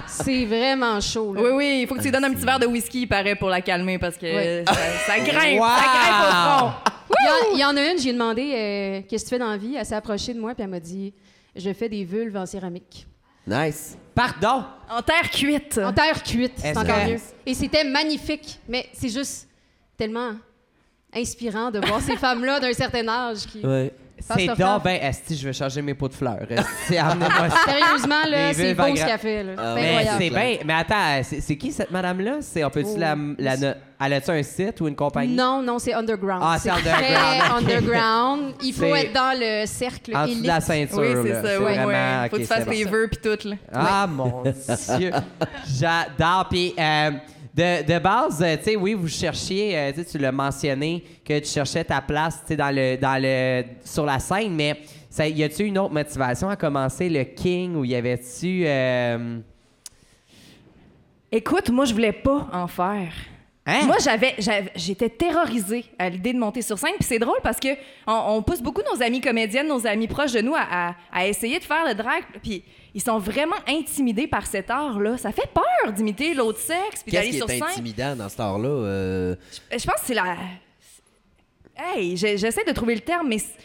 [SPEAKER 5] C'est vraiment chaud. là.
[SPEAKER 4] oui, oui, il faut que tu lui donnes un petit verre de whisky, il paraît, pour la calmer, parce que
[SPEAKER 5] Ouais.
[SPEAKER 4] ça, ça grimpe,
[SPEAKER 3] Wow!
[SPEAKER 4] ça grimpe au fond.
[SPEAKER 5] Il y en- Il y, en a une, j'ai demandé euh, qu'est-ce que tu fais dans la vie. Elle s'est approchée de moi, puis elle m'a dit Je fais des vulves en céramique.
[SPEAKER 2] Nice!
[SPEAKER 3] Pardon.
[SPEAKER 4] En terre cuite.
[SPEAKER 3] Hein?
[SPEAKER 5] En terre cuite, c'est
[SPEAKER 3] Est-ce
[SPEAKER 5] encore
[SPEAKER 3] que-
[SPEAKER 5] mieux. Et c'était magnifique, mais c'est juste tellement inspirant de voir ces femmes-là d'un certain âge qui.
[SPEAKER 2] Ouais.
[SPEAKER 5] Passe
[SPEAKER 3] C'est
[SPEAKER 5] leur
[SPEAKER 3] donc,
[SPEAKER 5] taf.
[SPEAKER 3] ben, Esti, je vais changer mes pots de fleurs. Esti, amenez-moi
[SPEAKER 4] *laughs*
[SPEAKER 3] ça.
[SPEAKER 5] Sérieusement, là,
[SPEAKER 3] Les
[SPEAKER 5] c'est
[SPEAKER 3] vulves
[SPEAKER 5] beau
[SPEAKER 3] en
[SPEAKER 5] ce
[SPEAKER 3] gra-
[SPEAKER 5] qu'elle fait. là.
[SPEAKER 2] Ah
[SPEAKER 4] Ben
[SPEAKER 5] C'est
[SPEAKER 2] ouais.
[SPEAKER 3] Mais
[SPEAKER 5] incroyable.
[SPEAKER 3] c'est bien. Mais attends, c'est c'est qui cette madame-là? C'est- On peut-tu la,
[SPEAKER 4] Oh.
[SPEAKER 3] la no- Elle a-tu un site ou une compagnie?
[SPEAKER 5] Non, non, c'est underground.
[SPEAKER 3] Ah, c'est
[SPEAKER 5] Très
[SPEAKER 3] underground, ok.
[SPEAKER 5] underground. Il faut
[SPEAKER 3] C'est-
[SPEAKER 5] être dans le cercle
[SPEAKER 3] En dessous de la
[SPEAKER 5] élite.
[SPEAKER 3] ceinture.
[SPEAKER 4] Oui,
[SPEAKER 3] là.
[SPEAKER 4] c'est ça, oui,
[SPEAKER 3] vraiment-
[SPEAKER 4] ouais. Faut
[SPEAKER 3] ok,
[SPEAKER 4] que tu fasses
[SPEAKER 3] c'est
[SPEAKER 4] les
[SPEAKER 3] bon.
[SPEAKER 4] vœux puis tout, là.
[SPEAKER 3] Ah
[SPEAKER 4] *laughs*
[SPEAKER 3] mon Dieu! J'adore. Puis euh, de, de base, euh, tu sais, oui, vous cherchiez, euh, tu sais, tu l'as mentionné, que tu cherchais ta place tu sais, dans le, dans le, sur la scène, mais ça, y a-tu une autre motivation à commencer le King ou y avait-tu. euh,
[SPEAKER 4] Écoute, moi, je voulais pas en faire.
[SPEAKER 3] Hein?
[SPEAKER 4] Moi, j'avais, j'avais- j'étais terrorisée à l'idée de monter sur scène. Puis c'est drôle parce que on, on pousse beaucoup nos amis comédiennes, nos amis proches de nous à, à- à essayer de faire le drag. Puis ils sont vraiment intimidés par cet art-là. Ça fait peur d'imiter l'autre sexe puis
[SPEAKER 2] Qu'est-ce
[SPEAKER 4] d'aller
[SPEAKER 2] qui
[SPEAKER 4] sur
[SPEAKER 2] est
[SPEAKER 4] scène.
[SPEAKER 2] intimidant dans ce temps-là? euh,
[SPEAKER 4] Je pense que c'est la. Hey, j'ai- j'essaie de trouver le terme, mais c'est-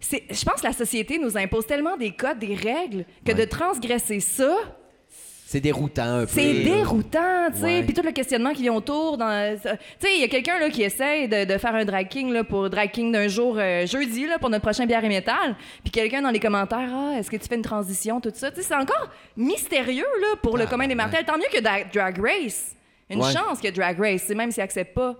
[SPEAKER 4] c'est, je pense que la société nous impose tellement des codes, des règles que de transgresser ça.
[SPEAKER 2] C'est déroutant un peu.
[SPEAKER 4] C'est
[SPEAKER 2] là.
[SPEAKER 4] déroutant, tu
[SPEAKER 2] Ouais.
[SPEAKER 4] sais. Puis tout le questionnement qui vient autour. Dans... euh, Tu sais, il y a quelqu'un là, qui essaye de, de faire un drag king là, pour drag king d'un jour euh, jeudi là, pour notre prochain bière et métal. Puis quelqu'un dans les commentaires, ah, est-ce que tu fais une transition, tout ça. Tu sais, c'est encore mystérieux là, pour le commun des mortels. Tant mieux que da- Drag Race. Une
[SPEAKER 2] Ah, Ouais.
[SPEAKER 4] chance que Drag Race, c'est même s'ils acceptent pas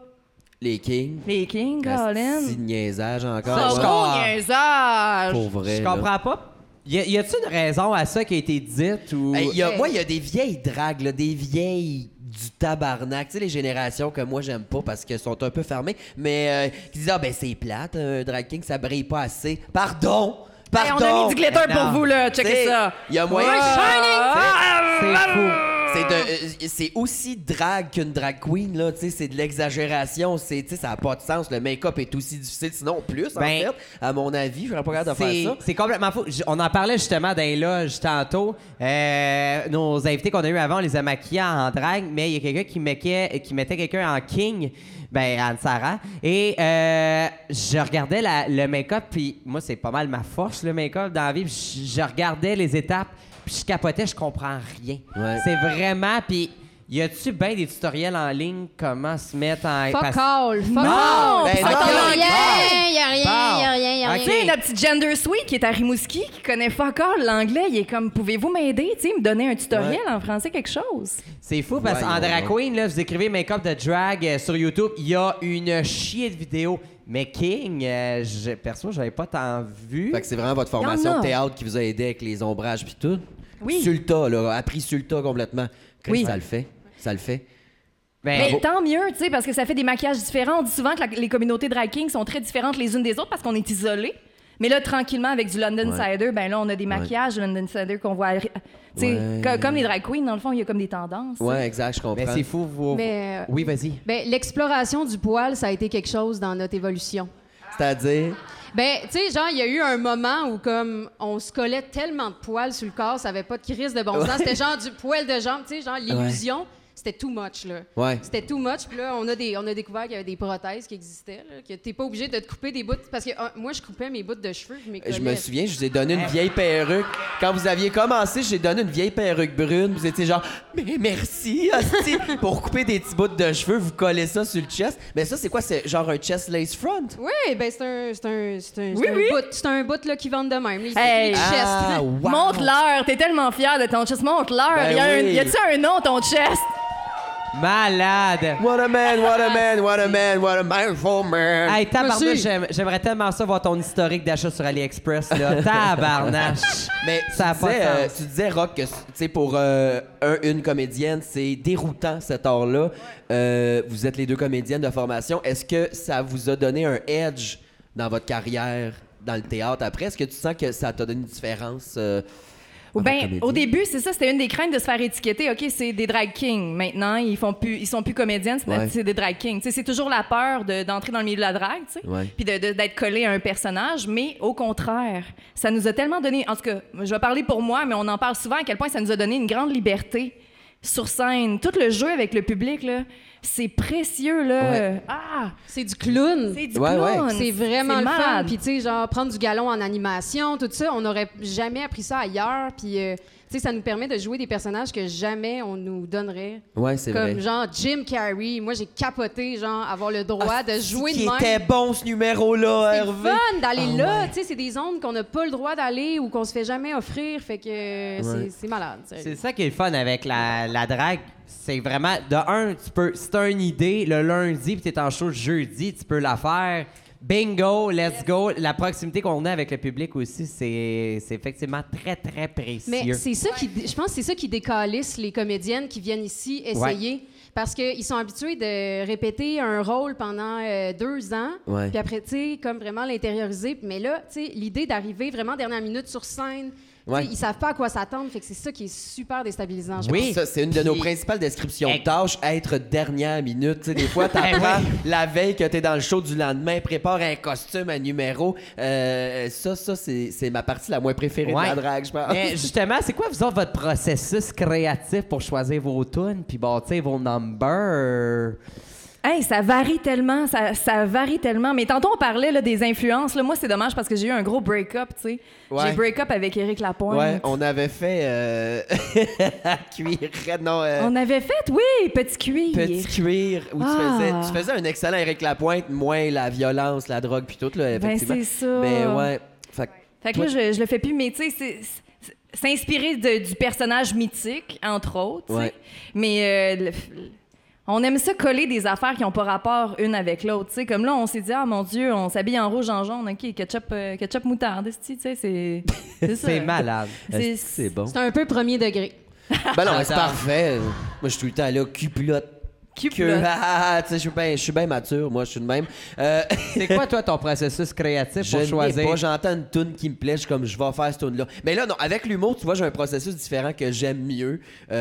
[SPEAKER 2] Les Kings.
[SPEAKER 4] les kings, Colin.
[SPEAKER 2] C'est niaisage encore.
[SPEAKER 3] Ça,
[SPEAKER 4] Oh,
[SPEAKER 3] je
[SPEAKER 2] ouais.
[SPEAKER 3] comprends.
[SPEAKER 4] gros niaisage!
[SPEAKER 2] Pour vrai.
[SPEAKER 3] Je
[SPEAKER 2] là.
[SPEAKER 3] comprends pas. Y, a- y a-tu une raison à ça qui a été dite ou.
[SPEAKER 2] Hey, Ben, y a-
[SPEAKER 4] Eh
[SPEAKER 2] moi, il y a des vieilles dragues, là, des vieilles du tabarnak. Tu sais, les générations que moi, j'aime pas parce qu'elles sont un peu fermées, mais euh, qui disent Ah, ben, c'est plate, un drag king, ça brille pas assez. Pardon!
[SPEAKER 4] Hey, on a mis du glitter
[SPEAKER 3] Mais
[SPEAKER 4] pour
[SPEAKER 3] Ben, non.
[SPEAKER 4] vous, là. Checkez
[SPEAKER 2] T'sais,
[SPEAKER 4] ça.
[SPEAKER 2] il y a moyen-
[SPEAKER 4] Ouais,
[SPEAKER 3] C'est
[SPEAKER 4] shining!
[SPEAKER 3] fou.
[SPEAKER 2] C'est de- euh, c'est aussi drague qu'une drag queen là, tu sais, c'est de l'exagération, c'est tu sais, ça a pas de sens, le make-up est aussi difficile sinon plus en
[SPEAKER 3] Ben,
[SPEAKER 2] fait. À mon avis, j'aurais pas l'air de
[SPEAKER 3] C'est-
[SPEAKER 2] faire ça.
[SPEAKER 3] C'est complètement fou. J- On en parlait justement dans les loges tantôt. Euh, nos invités qu'on a eu avant, on les a maquillés en drague, mais il y a quelqu'un qui maquillait- qui mettait quelqu'un en king, ben Anne-Sara. Et euh, je regardais la- le make-up, puis moi, c'est pas mal ma force, le make-up dans la vie. puis Je, je regardais les étapes, puis je capotais, je comprends rien.
[SPEAKER 2] Ouais.
[SPEAKER 3] C'est vraiment... Puis y a-tu bien des tutoriels en ligne comment se mettre en...
[SPEAKER 5] Fuck
[SPEAKER 3] parce-
[SPEAKER 5] all, fuck
[SPEAKER 3] Non,
[SPEAKER 5] all.
[SPEAKER 2] ben
[SPEAKER 5] fuck
[SPEAKER 2] non.
[SPEAKER 5] all.
[SPEAKER 4] Parle.
[SPEAKER 5] Y'a rien, y'a rien,
[SPEAKER 3] Parle.
[SPEAKER 5] y'a rien, y'a
[SPEAKER 3] Ok.
[SPEAKER 5] rien.
[SPEAKER 4] Tu sais, notre petit Gender Sweet qui est à Rimouski, qui connaît pas encore l'anglais, il est comme, pouvez-vous m'aider, tu sais, me donner un tutoriel en français, quelque chose?
[SPEAKER 3] C'est fou parce qu'en
[SPEAKER 2] Voyons
[SPEAKER 3] drag queen, là, vous écrivez make-up de drag euh, sur YouTube, il y a une chier de vidéos. Mais King, euh, je- perso, j'avais pas tant vu.
[SPEAKER 2] Fait que c'est vraiment votre
[SPEAKER 4] en
[SPEAKER 2] formation
[SPEAKER 4] a.
[SPEAKER 2] de théâtre qui vous a aidé avec les ombrages puis tout.
[SPEAKER 4] Oui.
[SPEAKER 2] Sur le tas, là, appris sur le tas complètement. Chris,
[SPEAKER 4] Oui.
[SPEAKER 2] ça le fait. Ça le fait.
[SPEAKER 3] Ben,
[SPEAKER 4] Mais tant mieux, tu sais, parce que ça fait des maquillages différents. On dit souvent que la- les communautés drag kings sont très différentes les unes des autres parce qu'on est isolés. Mais là, tranquillement, avec du London Cider, ben là, on a des maquillages London Cider qu'on voit. à- Tu sais,
[SPEAKER 2] Ouais.
[SPEAKER 4] co- comme les drag queens, dans le fond, il y a comme des tendances.
[SPEAKER 2] Ouais, exact, je comprends.
[SPEAKER 3] mais Ben, c'est fou. Vous...
[SPEAKER 5] Mais, euh,
[SPEAKER 3] Oui, vas-y.
[SPEAKER 5] Ben, l'exploration du poil, ça a été quelque chose dans notre évolution.
[SPEAKER 2] C'est-à-dire,
[SPEAKER 5] Ben, tu sais, genre, il y a eu un moment où, comme, on se collait tellement de poils sur le corps, ça avait pas de crise de bon sens.
[SPEAKER 2] Ouais.
[SPEAKER 5] C'était genre du poil de jambe, tu sais, genre, l'illusion, c'était too much, là.
[SPEAKER 2] Ouais.
[SPEAKER 5] C'était too much. Puis là, on a, des, on a découvert qu'il y avait des prothèses qui existaient, là, que t'es pas obligé de te couper des bouts. Parce que euh, moi, je coupais mes bouts de cheveux, puis mes
[SPEAKER 2] je me
[SPEAKER 5] collets.
[SPEAKER 2] souviens, je vous ai donné une vieille perruque. Quand vous aviez commencé, j'ai donné une vieille perruque brune. Vous étiez genre, mais merci, *laughs* hostie. Pour couper des petits bouts de cheveux, vous collez ça sur le chest. Mais ça, c'est quoi? C'est genre un chest lace front?
[SPEAKER 5] Oui, ben, c'est un, c'est un, c'est un, c'est
[SPEAKER 4] Oui,
[SPEAKER 5] un
[SPEAKER 4] oui.
[SPEAKER 5] bout, c'est un bout, là, qui vendent de même. Les,
[SPEAKER 4] Hey.
[SPEAKER 5] les chests. *laughs*
[SPEAKER 2] Ah, wow.
[SPEAKER 4] Montre-leur, t'es tellement fière de ton chest. Montre-leur.
[SPEAKER 2] Ben
[SPEAKER 4] il y a un-
[SPEAKER 2] oui.
[SPEAKER 4] y a-tu un nom, ton chest?
[SPEAKER 5] euh,
[SPEAKER 3] Malade!
[SPEAKER 2] What a man, what a man, what a man, what a man for man.
[SPEAKER 3] Hey, tabarnache,
[SPEAKER 5] Monsieur.
[SPEAKER 3] j'aime- j'aimerais tellement ça voir ton historique d'achat sur AliExpress,
[SPEAKER 2] *laughs*
[SPEAKER 3] là. tabarnache!
[SPEAKER 2] Mais
[SPEAKER 3] Ça a
[SPEAKER 2] tu,
[SPEAKER 3] pas de
[SPEAKER 2] disais, euh,
[SPEAKER 3] sens.
[SPEAKER 2] tu disais, Rock, que tu sais, pour euh, un- une comédienne, c'est déroutant cet art-là. Euh, vous êtes les deux comédiennes de formation. Est-ce que ça vous a donné un edge dans votre carrière dans le théâtre après? Est-ce que tu sens que ça t'a donné une différence? euh,
[SPEAKER 4] Ou
[SPEAKER 2] en
[SPEAKER 4] ben,
[SPEAKER 2] tant que
[SPEAKER 4] au
[SPEAKER 2] comédienne?
[SPEAKER 4] début, c'est ça, c'était une des craintes de se faire étiqueter. OK, c'est des drag kings. Maintenant, ils font plus, ils sont plus comédiennes, c'est
[SPEAKER 2] Ouais.
[SPEAKER 4] c'est des drag kings. Tu sais, c'est toujours la peur de- d'entrer dans le milieu de la drague, tu sais,
[SPEAKER 2] Ouais.
[SPEAKER 4] puis de- de- d'être collé à un personnage. Mais au contraire, ça nous a tellement donné. En tout cas, je vais parler pour moi, mais on en parle souvent à quel point ça nous a donné une grande liberté sur scène. Tout le jeu avec le public, là, c'est précieux, là.
[SPEAKER 2] Ouais.
[SPEAKER 4] Ah,
[SPEAKER 5] C'est du clown.
[SPEAKER 4] c'est du
[SPEAKER 2] Ouais, ouais.
[SPEAKER 4] clown.
[SPEAKER 5] C'est vraiment le fun.
[SPEAKER 4] malade.
[SPEAKER 5] Puis, tu sais, genre, prendre du galon en animation, tout ça, on n'aurait jamais appris ça ailleurs. Puis, euh, tu sais, ça nous permet de jouer des personnages que jamais on nous donnerait.
[SPEAKER 2] Ouais, c'est
[SPEAKER 5] Comme,
[SPEAKER 2] vrai.
[SPEAKER 5] genre, Jim Carrey. Moi, j'ai capoté, genre, avoir le droit
[SPEAKER 2] Ah,
[SPEAKER 5] de
[SPEAKER 2] c'est
[SPEAKER 5] jouer de
[SPEAKER 2] qui
[SPEAKER 5] même.
[SPEAKER 2] était Oh bon ce numéro-là,
[SPEAKER 5] C'est le
[SPEAKER 2] Hervé.
[SPEAKER 5] fun d'aller là, tu sais, c'est des zones qu'on n'a pas le droit d'aller ou qu'on se fait jamais offrir, fait que euh, c'est- c'est malade. sérieux.
[SPEAKER 3] C'est ça qui est le fun avec la, la drague. C'est vraiment, de un, tu peux, si t'as une idée, le lundi, puis t'es en show le jeudi, tu peux la faire. Bingo, let's go. La proximité qu'on a avec le public aussi, c'est c'est effectivement très, très précieux.
[SPEAKER 5] Mais c'est ça qui, je pense, que c'est ça qui décalisse les comédiennes qui viennent ici essayer. Parce qu'ils sont habitués de répéter un rôle pendant euh, deux ans,
[SPEAKER 2] Ouais.
[SPEAKER 5] puis après, tu sais, comme vraiment l'intérioriser. Mais là, tu sais, l'idée d'arriver vraiment dernière minute sur scène, tu sais,
[SPEAKER 2] Ouais.
[SPEAKER 5] ils savent pas à quoi s'attendre, fait que c'est ça qui est super déstabilisant. je
[SPEAKER 3] Oui.
[SPEAKER 2] Ça, c'est une de nos
[SPEAKER 3] Puis-
[SPEAKER 2] principales descriptions de
[SPEAKER 3] Ex-
[SPEAKER 2] tâches, être dernière minute. Tu sais, des fois, t'apprends
[SPEAKER 3] *laughs* Ben
[SPEAKER 2] la veille que t'es dans le show du lendemain, prépare un costume, un numéro. Euh, ça, ça, c'est c'est ma partie la moins préférée
[SPEAKER 3] Ouais.
[SPEAKER 2] de la drague, je pense. *laughs*
[SPEAKER 3] Mais justement, c'est quoi, vous autres, votre processus créatif pour choisir vos tunes puis bâtir vos numbers?
[SPEAKER 4] Hey, ça varie tellement, ça, ça varie tellement. Mais tantôt, on parlait là, des influences. Là. Moi, c'est dommage parce que j'ai eu un gros break-up, tu sais.
[SPEAKER 2] Ouais.
[SPEAKER 4] J'ai break-up avec Éric Lapointe.
[SPEAKER 2] Ouais, on avait fait euh... *laughs* cuir, non, euh,
[SPEAKER 4] On avait fait, oui, petit cuir.
[SPEAKER 2] petit cuir où
[SPEAKER 4] Ah.
[SPEAKER 2] tu, faisais, tu faisais un excellent Eric Lapointe, moins la violence, la drogue puis tout là, effectivement.
[SPEAKER 4] Ben, c'est ça.
[SPEAKER 2] Mais ouais, fait que-
[SPEAKER 4] Fait que là, je, je le fais plus, mais tu sais, c'est- c'est- s'inspirer de- du personnage mythique, entre autres. tu sais.
[SPEAKER 2] Ouais.
[SPEAKER 4] Mais euh, le- le- on aime ça coller des affaires qui n'ont pas rapport une avec l'autre. tu sais. Comme là, on s'est dit, ah mon Dieu, on s'habille en rouge, en jaune, OK, ketchup, euh, ketchup moutarde, esti, tu sais,
[SPEAKER 2] *laughs*
[SPEAKER 4] c'est ça.
[SPEAKER 3] C'est malade.
[SPEAKER 4] C'est-
[SPEAKER 2] c'est bon.
[SPEAKER 5] C'est un peu premier degré.
[SPEAKER 2] *laughs* Ben non, mais
[SPEAKER 3] Attends.
[SPEAKER 2] c'est parfait. Moi, je suis tout le temps là, culotte, que *laughs*
[SPEAKER 4] Culotte.
[SPEAKER 2] ah, tu sais, je suis bien je suis bien mature, moi, je suis de même. Euh,
[SPEAKER 3] C'est
[SPEAKER 2] *laughs*
[SPEAKER 3] quoi, toi, ton processus créatif
[SPEAKER 2] Je
[SPEAKER 3] pour
[SPEAKER 2] n'ai
[SPEAKER 3] choisir?
[SPEAKER 2] pas, j'entends une tune qui me plaît, je suis comme je vais faire cette tune là. Mais là non, avec l'humour, tu vois, j'ai un processus différent que j'aime mieux.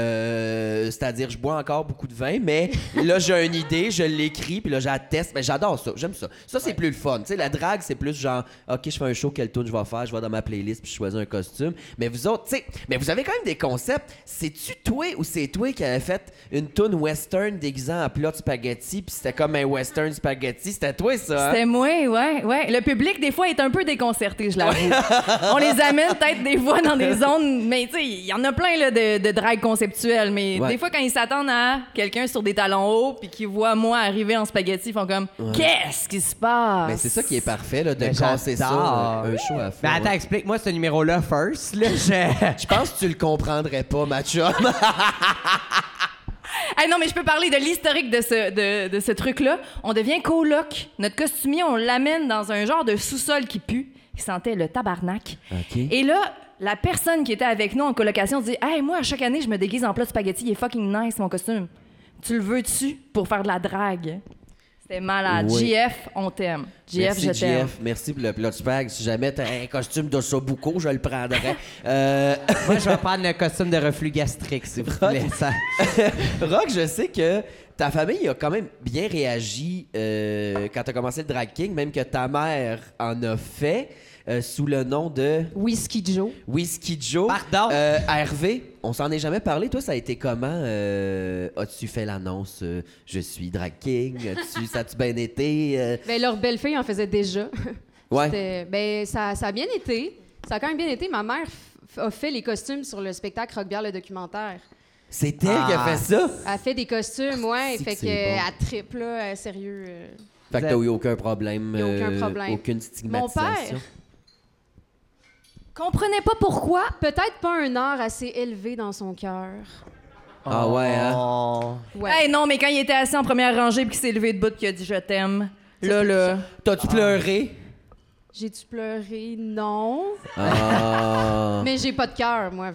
[SPEAKER 2] Euh, c'est-à-dire je bois encore beaucoup de vin, mais là j'ai une idée, je l'écris, puis là j'atteste, mais j'adore ça, j'aime ça. Ça c'est plus le fun, tu sais la drague c'est plus genre OK, je fais un show, quelle tune je vais faire, je vais dans ma playlist puis je choisis un costume. Mais vous autres, tu sais, mais vous avez quand même des concepts, c'est-tu toi ou c'est toi qui avait fait une tune western déguisant en plat de spaghetti, puis c'était comme un western spaghetti, c'était toi ça. hein?
[SPEAKER 4] C'était moi, ouais, ouais. Le public, des fois, est un peu déconcerté, je l'avoue. On les amène peut-être des fois
[SPEAKER 2] *laughs*
[SPEAKER 4] dans des zones, mais tu sais, il y en a plein là, de, de drague conceptuelle, mais
[SPEAKER 2] Ouais.
[SPEAKER 4] des fois, quand ils s'attendent à quelqu'un sur des talons hauts puis qu'ils voient moi arriver en spaghetti, ils font comme Qu'est-ce qui se passe?
[SPEAKER 2] Mais Ben, c'est ça qui est parfait, là, de
[SPEAKER 3] Ah, Mais
[SPEAKER 2] casser ça,
[SPEAKER 3] j'adore.
[SPEAKER 2] euh, un show à fond.
[SPEAKER 3] Mais attends,
[SPEAKER 2] ouais.
[SPEAKER 3] explique-moi ce numéro-là first. Là, je... *laughs*
[SPEAKER 2] Je pense que tu le comprendrais pas, Mathieu.
[SPEAKER 4] Ah non, mais je peux parler de l'historique de ce, de, de ce truc-là. On devient coloc. Notre costumier, on l'amène dans un genre de sous-sol qui pue, qui sentait le tabarnak.
[SPEAKER 2] OK.
[SPEAKER 4] Et là, la personne qui était avec nous en colocation dit Hey, moi, à chaque année, je me déguise en plat de spaghetti. Il est fucking nice, mon costume. Tu le veux-tu pour faire de la drague? C'était malade.
[SPEAKER 2] Oui.
[SPEAKER 4] JF, on t'aime. JF,
[SPEAKER 2] *laughs* Merci,
[SPEAKER 4] je t'aime.
[SPEAKER 2] JF. Merci pour le plot spag. Si jamais t'as un costume de Sobuco, je le
[SPEAKER 3] *laughs*
[SPEAKER 2] prendrais. Euh,
[SPEAKER 3] Moi, je vais prendre le costume de reflux gastrique, s'il vous plaît. Ça-
[SPEAKER 2] *laughs* Rock, je sais que ta famille a quand même bien réagi euh, quand t'as commencé le drag king, même que ta mère en a fait euh, sous le nom de
[SPEAKER 5] Whisky Joe.
[SPEAKER 2] Whiskey Joe.
[SPEAKER 3] Pardon?
[SPEAKER 2] Euh, Hervé, on s'en est jamais parlé. Toi, ça a été comment? euh, As-tu fait l'annonce euh, Je suis drag king? As-tu- ça a-tu bien été? Euh,
[SPEAKER 5] Ben, leur belle-fille en faisait déjà. *laughs*
[SPEAKER 2] Ouais.
[SPEAKER 5] C'était- Ben, ça, ça a bien été. Ça a quand même bien été. Ma mère f- a fait les costumes sur le spectacle Rockbière, le documentaire.
[SPEAKER 2] C'est elle qui a
[SPEAKER 3] Ah.
[SPEAKER 2] fait ça?
[SPEAKER 5] Elle a fait des costumes, ouais.
[SPEAKER 2] Ah, c'est
[SPEAKER 5] Fait
[SPEAKER 2] que
[SPEAKER 5] que,
[SPEAKER 2] c'est
[SPEAKER 5] euh,
[SPEAKER 2] bon.
[SPEAKER 5] elle triple, là, euh, sérieux. euh.
[SPEAKER 2] Fait que t'as eu aucun problème.
[SPEAKER 5] Y a aucun
[SPEAKER 2] euh,
[SPEAKER 5] problème.
[SPEAKER 2] aucune
[SPEAKER 5] Mon
[SPEAKER 2] stigmatisation.
[SPEAKER 5] père,
[SPEAKER 4] Comprenez pas pourquoi.
[SPEAKER 5] peut-être pas un art assez élevé dans son cœur.
[SPEAKER 2] Ah ouais, hein?
[SPEAKER 3] Oh.
[SPEAKER 5] Ouais.
[SPEAKER 4] Hey, non, mais quand il était assis en première rangée puis qu'il s'est levé de bout qu'il a dit Je t'aime. Là, là.
[SPEAKER 2] T'as-tu pleuré?
[SPEAKER 5] J'ai-tu pleuré? Non.
[SPEAKER 2] Ah.
[SPEAKER 5] Mais j'ai pas de cœur, moi.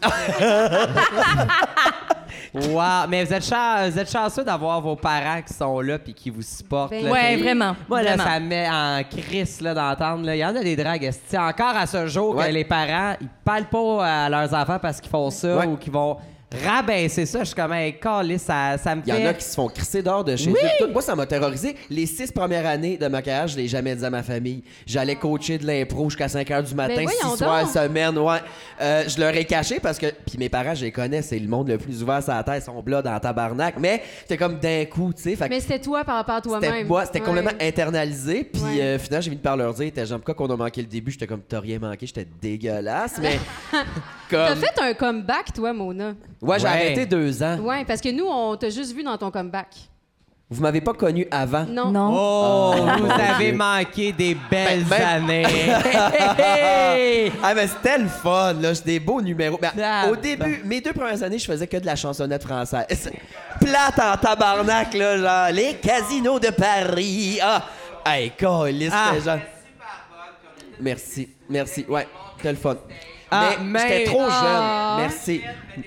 [SPEAKER 3] Wow. Mais vous êtes, chan- vous êtes chanceux d'avoir vos parents qui sont là puis qui vous supportent.
[SPEAKER 5] Ben
[SPEAKER 3] là,
[SPEAKER 4] Ouais,
[SPEAKER 3] t'sais.
[SPEAKER 4] vraiment,
[SPEAKER 3] Moi, là,
[SPEAKER 4] vraiment.
[SPEAKER 3] ça me met en crise là, d'entendre. là. Il y en a des dragues. esti. Encore à ce jour,
[SPEAKER 2] Ouais.
[SPEAKER 3] que les parents, ils parlent pas à leurs enfants parce qu'ils font ça
[SPEAKER 2] Ouais.
[SPEAKER 3] ou qu'ils vont rabaisser ça. Je suis comme, hey, calé, ça, ça me
[SPEAKER 2] Il y en
[SPEAKER 3] fait-
[SPEAKER 2] a qui se font crisser dehors de chez eux. Tout- Moi, ça m'a terrorisé. Les six premières années de ma carrière, je l'ai jamais dit à ma famille. J'allais coacher de l'impro jusqu'à 5 heures du matin,
[SPEAKER 5] Ben voyons
[SPEAKER 2] 6 soirs,
[SPEAKER 5] donc.
[SPEAKER 2] semaine, ouais. Euh, je leur ai caché parce que. Puis mes parents, je les connais, c'est le monde le plus ouvert sur la terre, ils sont blood en tabarnak. Mais c'était comme d'un coup, tu sais. Fait que-
[SPEAKER 5] Mais c'était toi par rapport à toi-même.
[SPEAKER 2] C'était moi, c'était
[SPEAKER 5] Ouais.
[SPEAKER 2] complètement internalisé. Puis
[SPEAKER 5] Ouais.
[SPEAKER 2] euh, finalement, j'ai fini par leur dire, t'es genre, pourquoi qu'on a manqué le début? J'étais comme, t'as rien manqué, j'étais dégueulasse. Mais
[SPEAKER 5] *laughs* T'as
[SPEAKER 2] comme.
[SPEAKER 5] fait un comeback, toi, Mona.
[SPEAKER 2] Ouais, j'ai
[SPEAKER 3] Ouais.
[SPEAKER 2] arrêté deux ans.
[SPEAKER 5] Ouais, parce que nous, on t'a juste vu dans ton comeback.
[SPEAKER 2] Vous m'avez pas connu avant.
[SPEAKER 5] Non.
[SPEAKER 3] Oh,
[SPEAKER 2] Ah,
[SPEAKER 3] vous
[SPEAKER 2] mon
[SPEAKER 3] avez
[SPEAKER 2] Dieu.
[SPEAKER 3] manqué des belles
[SPEAKER 2] Ben, ben- *laughs*
[SPEAKER 3] années. Hey, hey, hey.
[SPEAKER 2] Ah, mais c'était le fun, là. J'ai des beaux numéros. Mais,
[SPEAKER 3] Ah,
[SPEAKER 2] au début, mes deux premières années, je faisais que de la chansonnette française. Plate en tabarnak, là, genre, les casinos de Paris. Ah, hey, câlisse,
[SPEAKER 3] Ah.
[SPEAKER 2] les gens. Merci, merci. Ouais, c'était le fun.
[SPEAKER 3] Ah,
[SPEAKER 2] mais
[SPEAKER 3] mais-
[SPEAKER 2] j'étais trop
[SPEAKER 5] Ah.
[SPEAKER 2] jeune. Merci,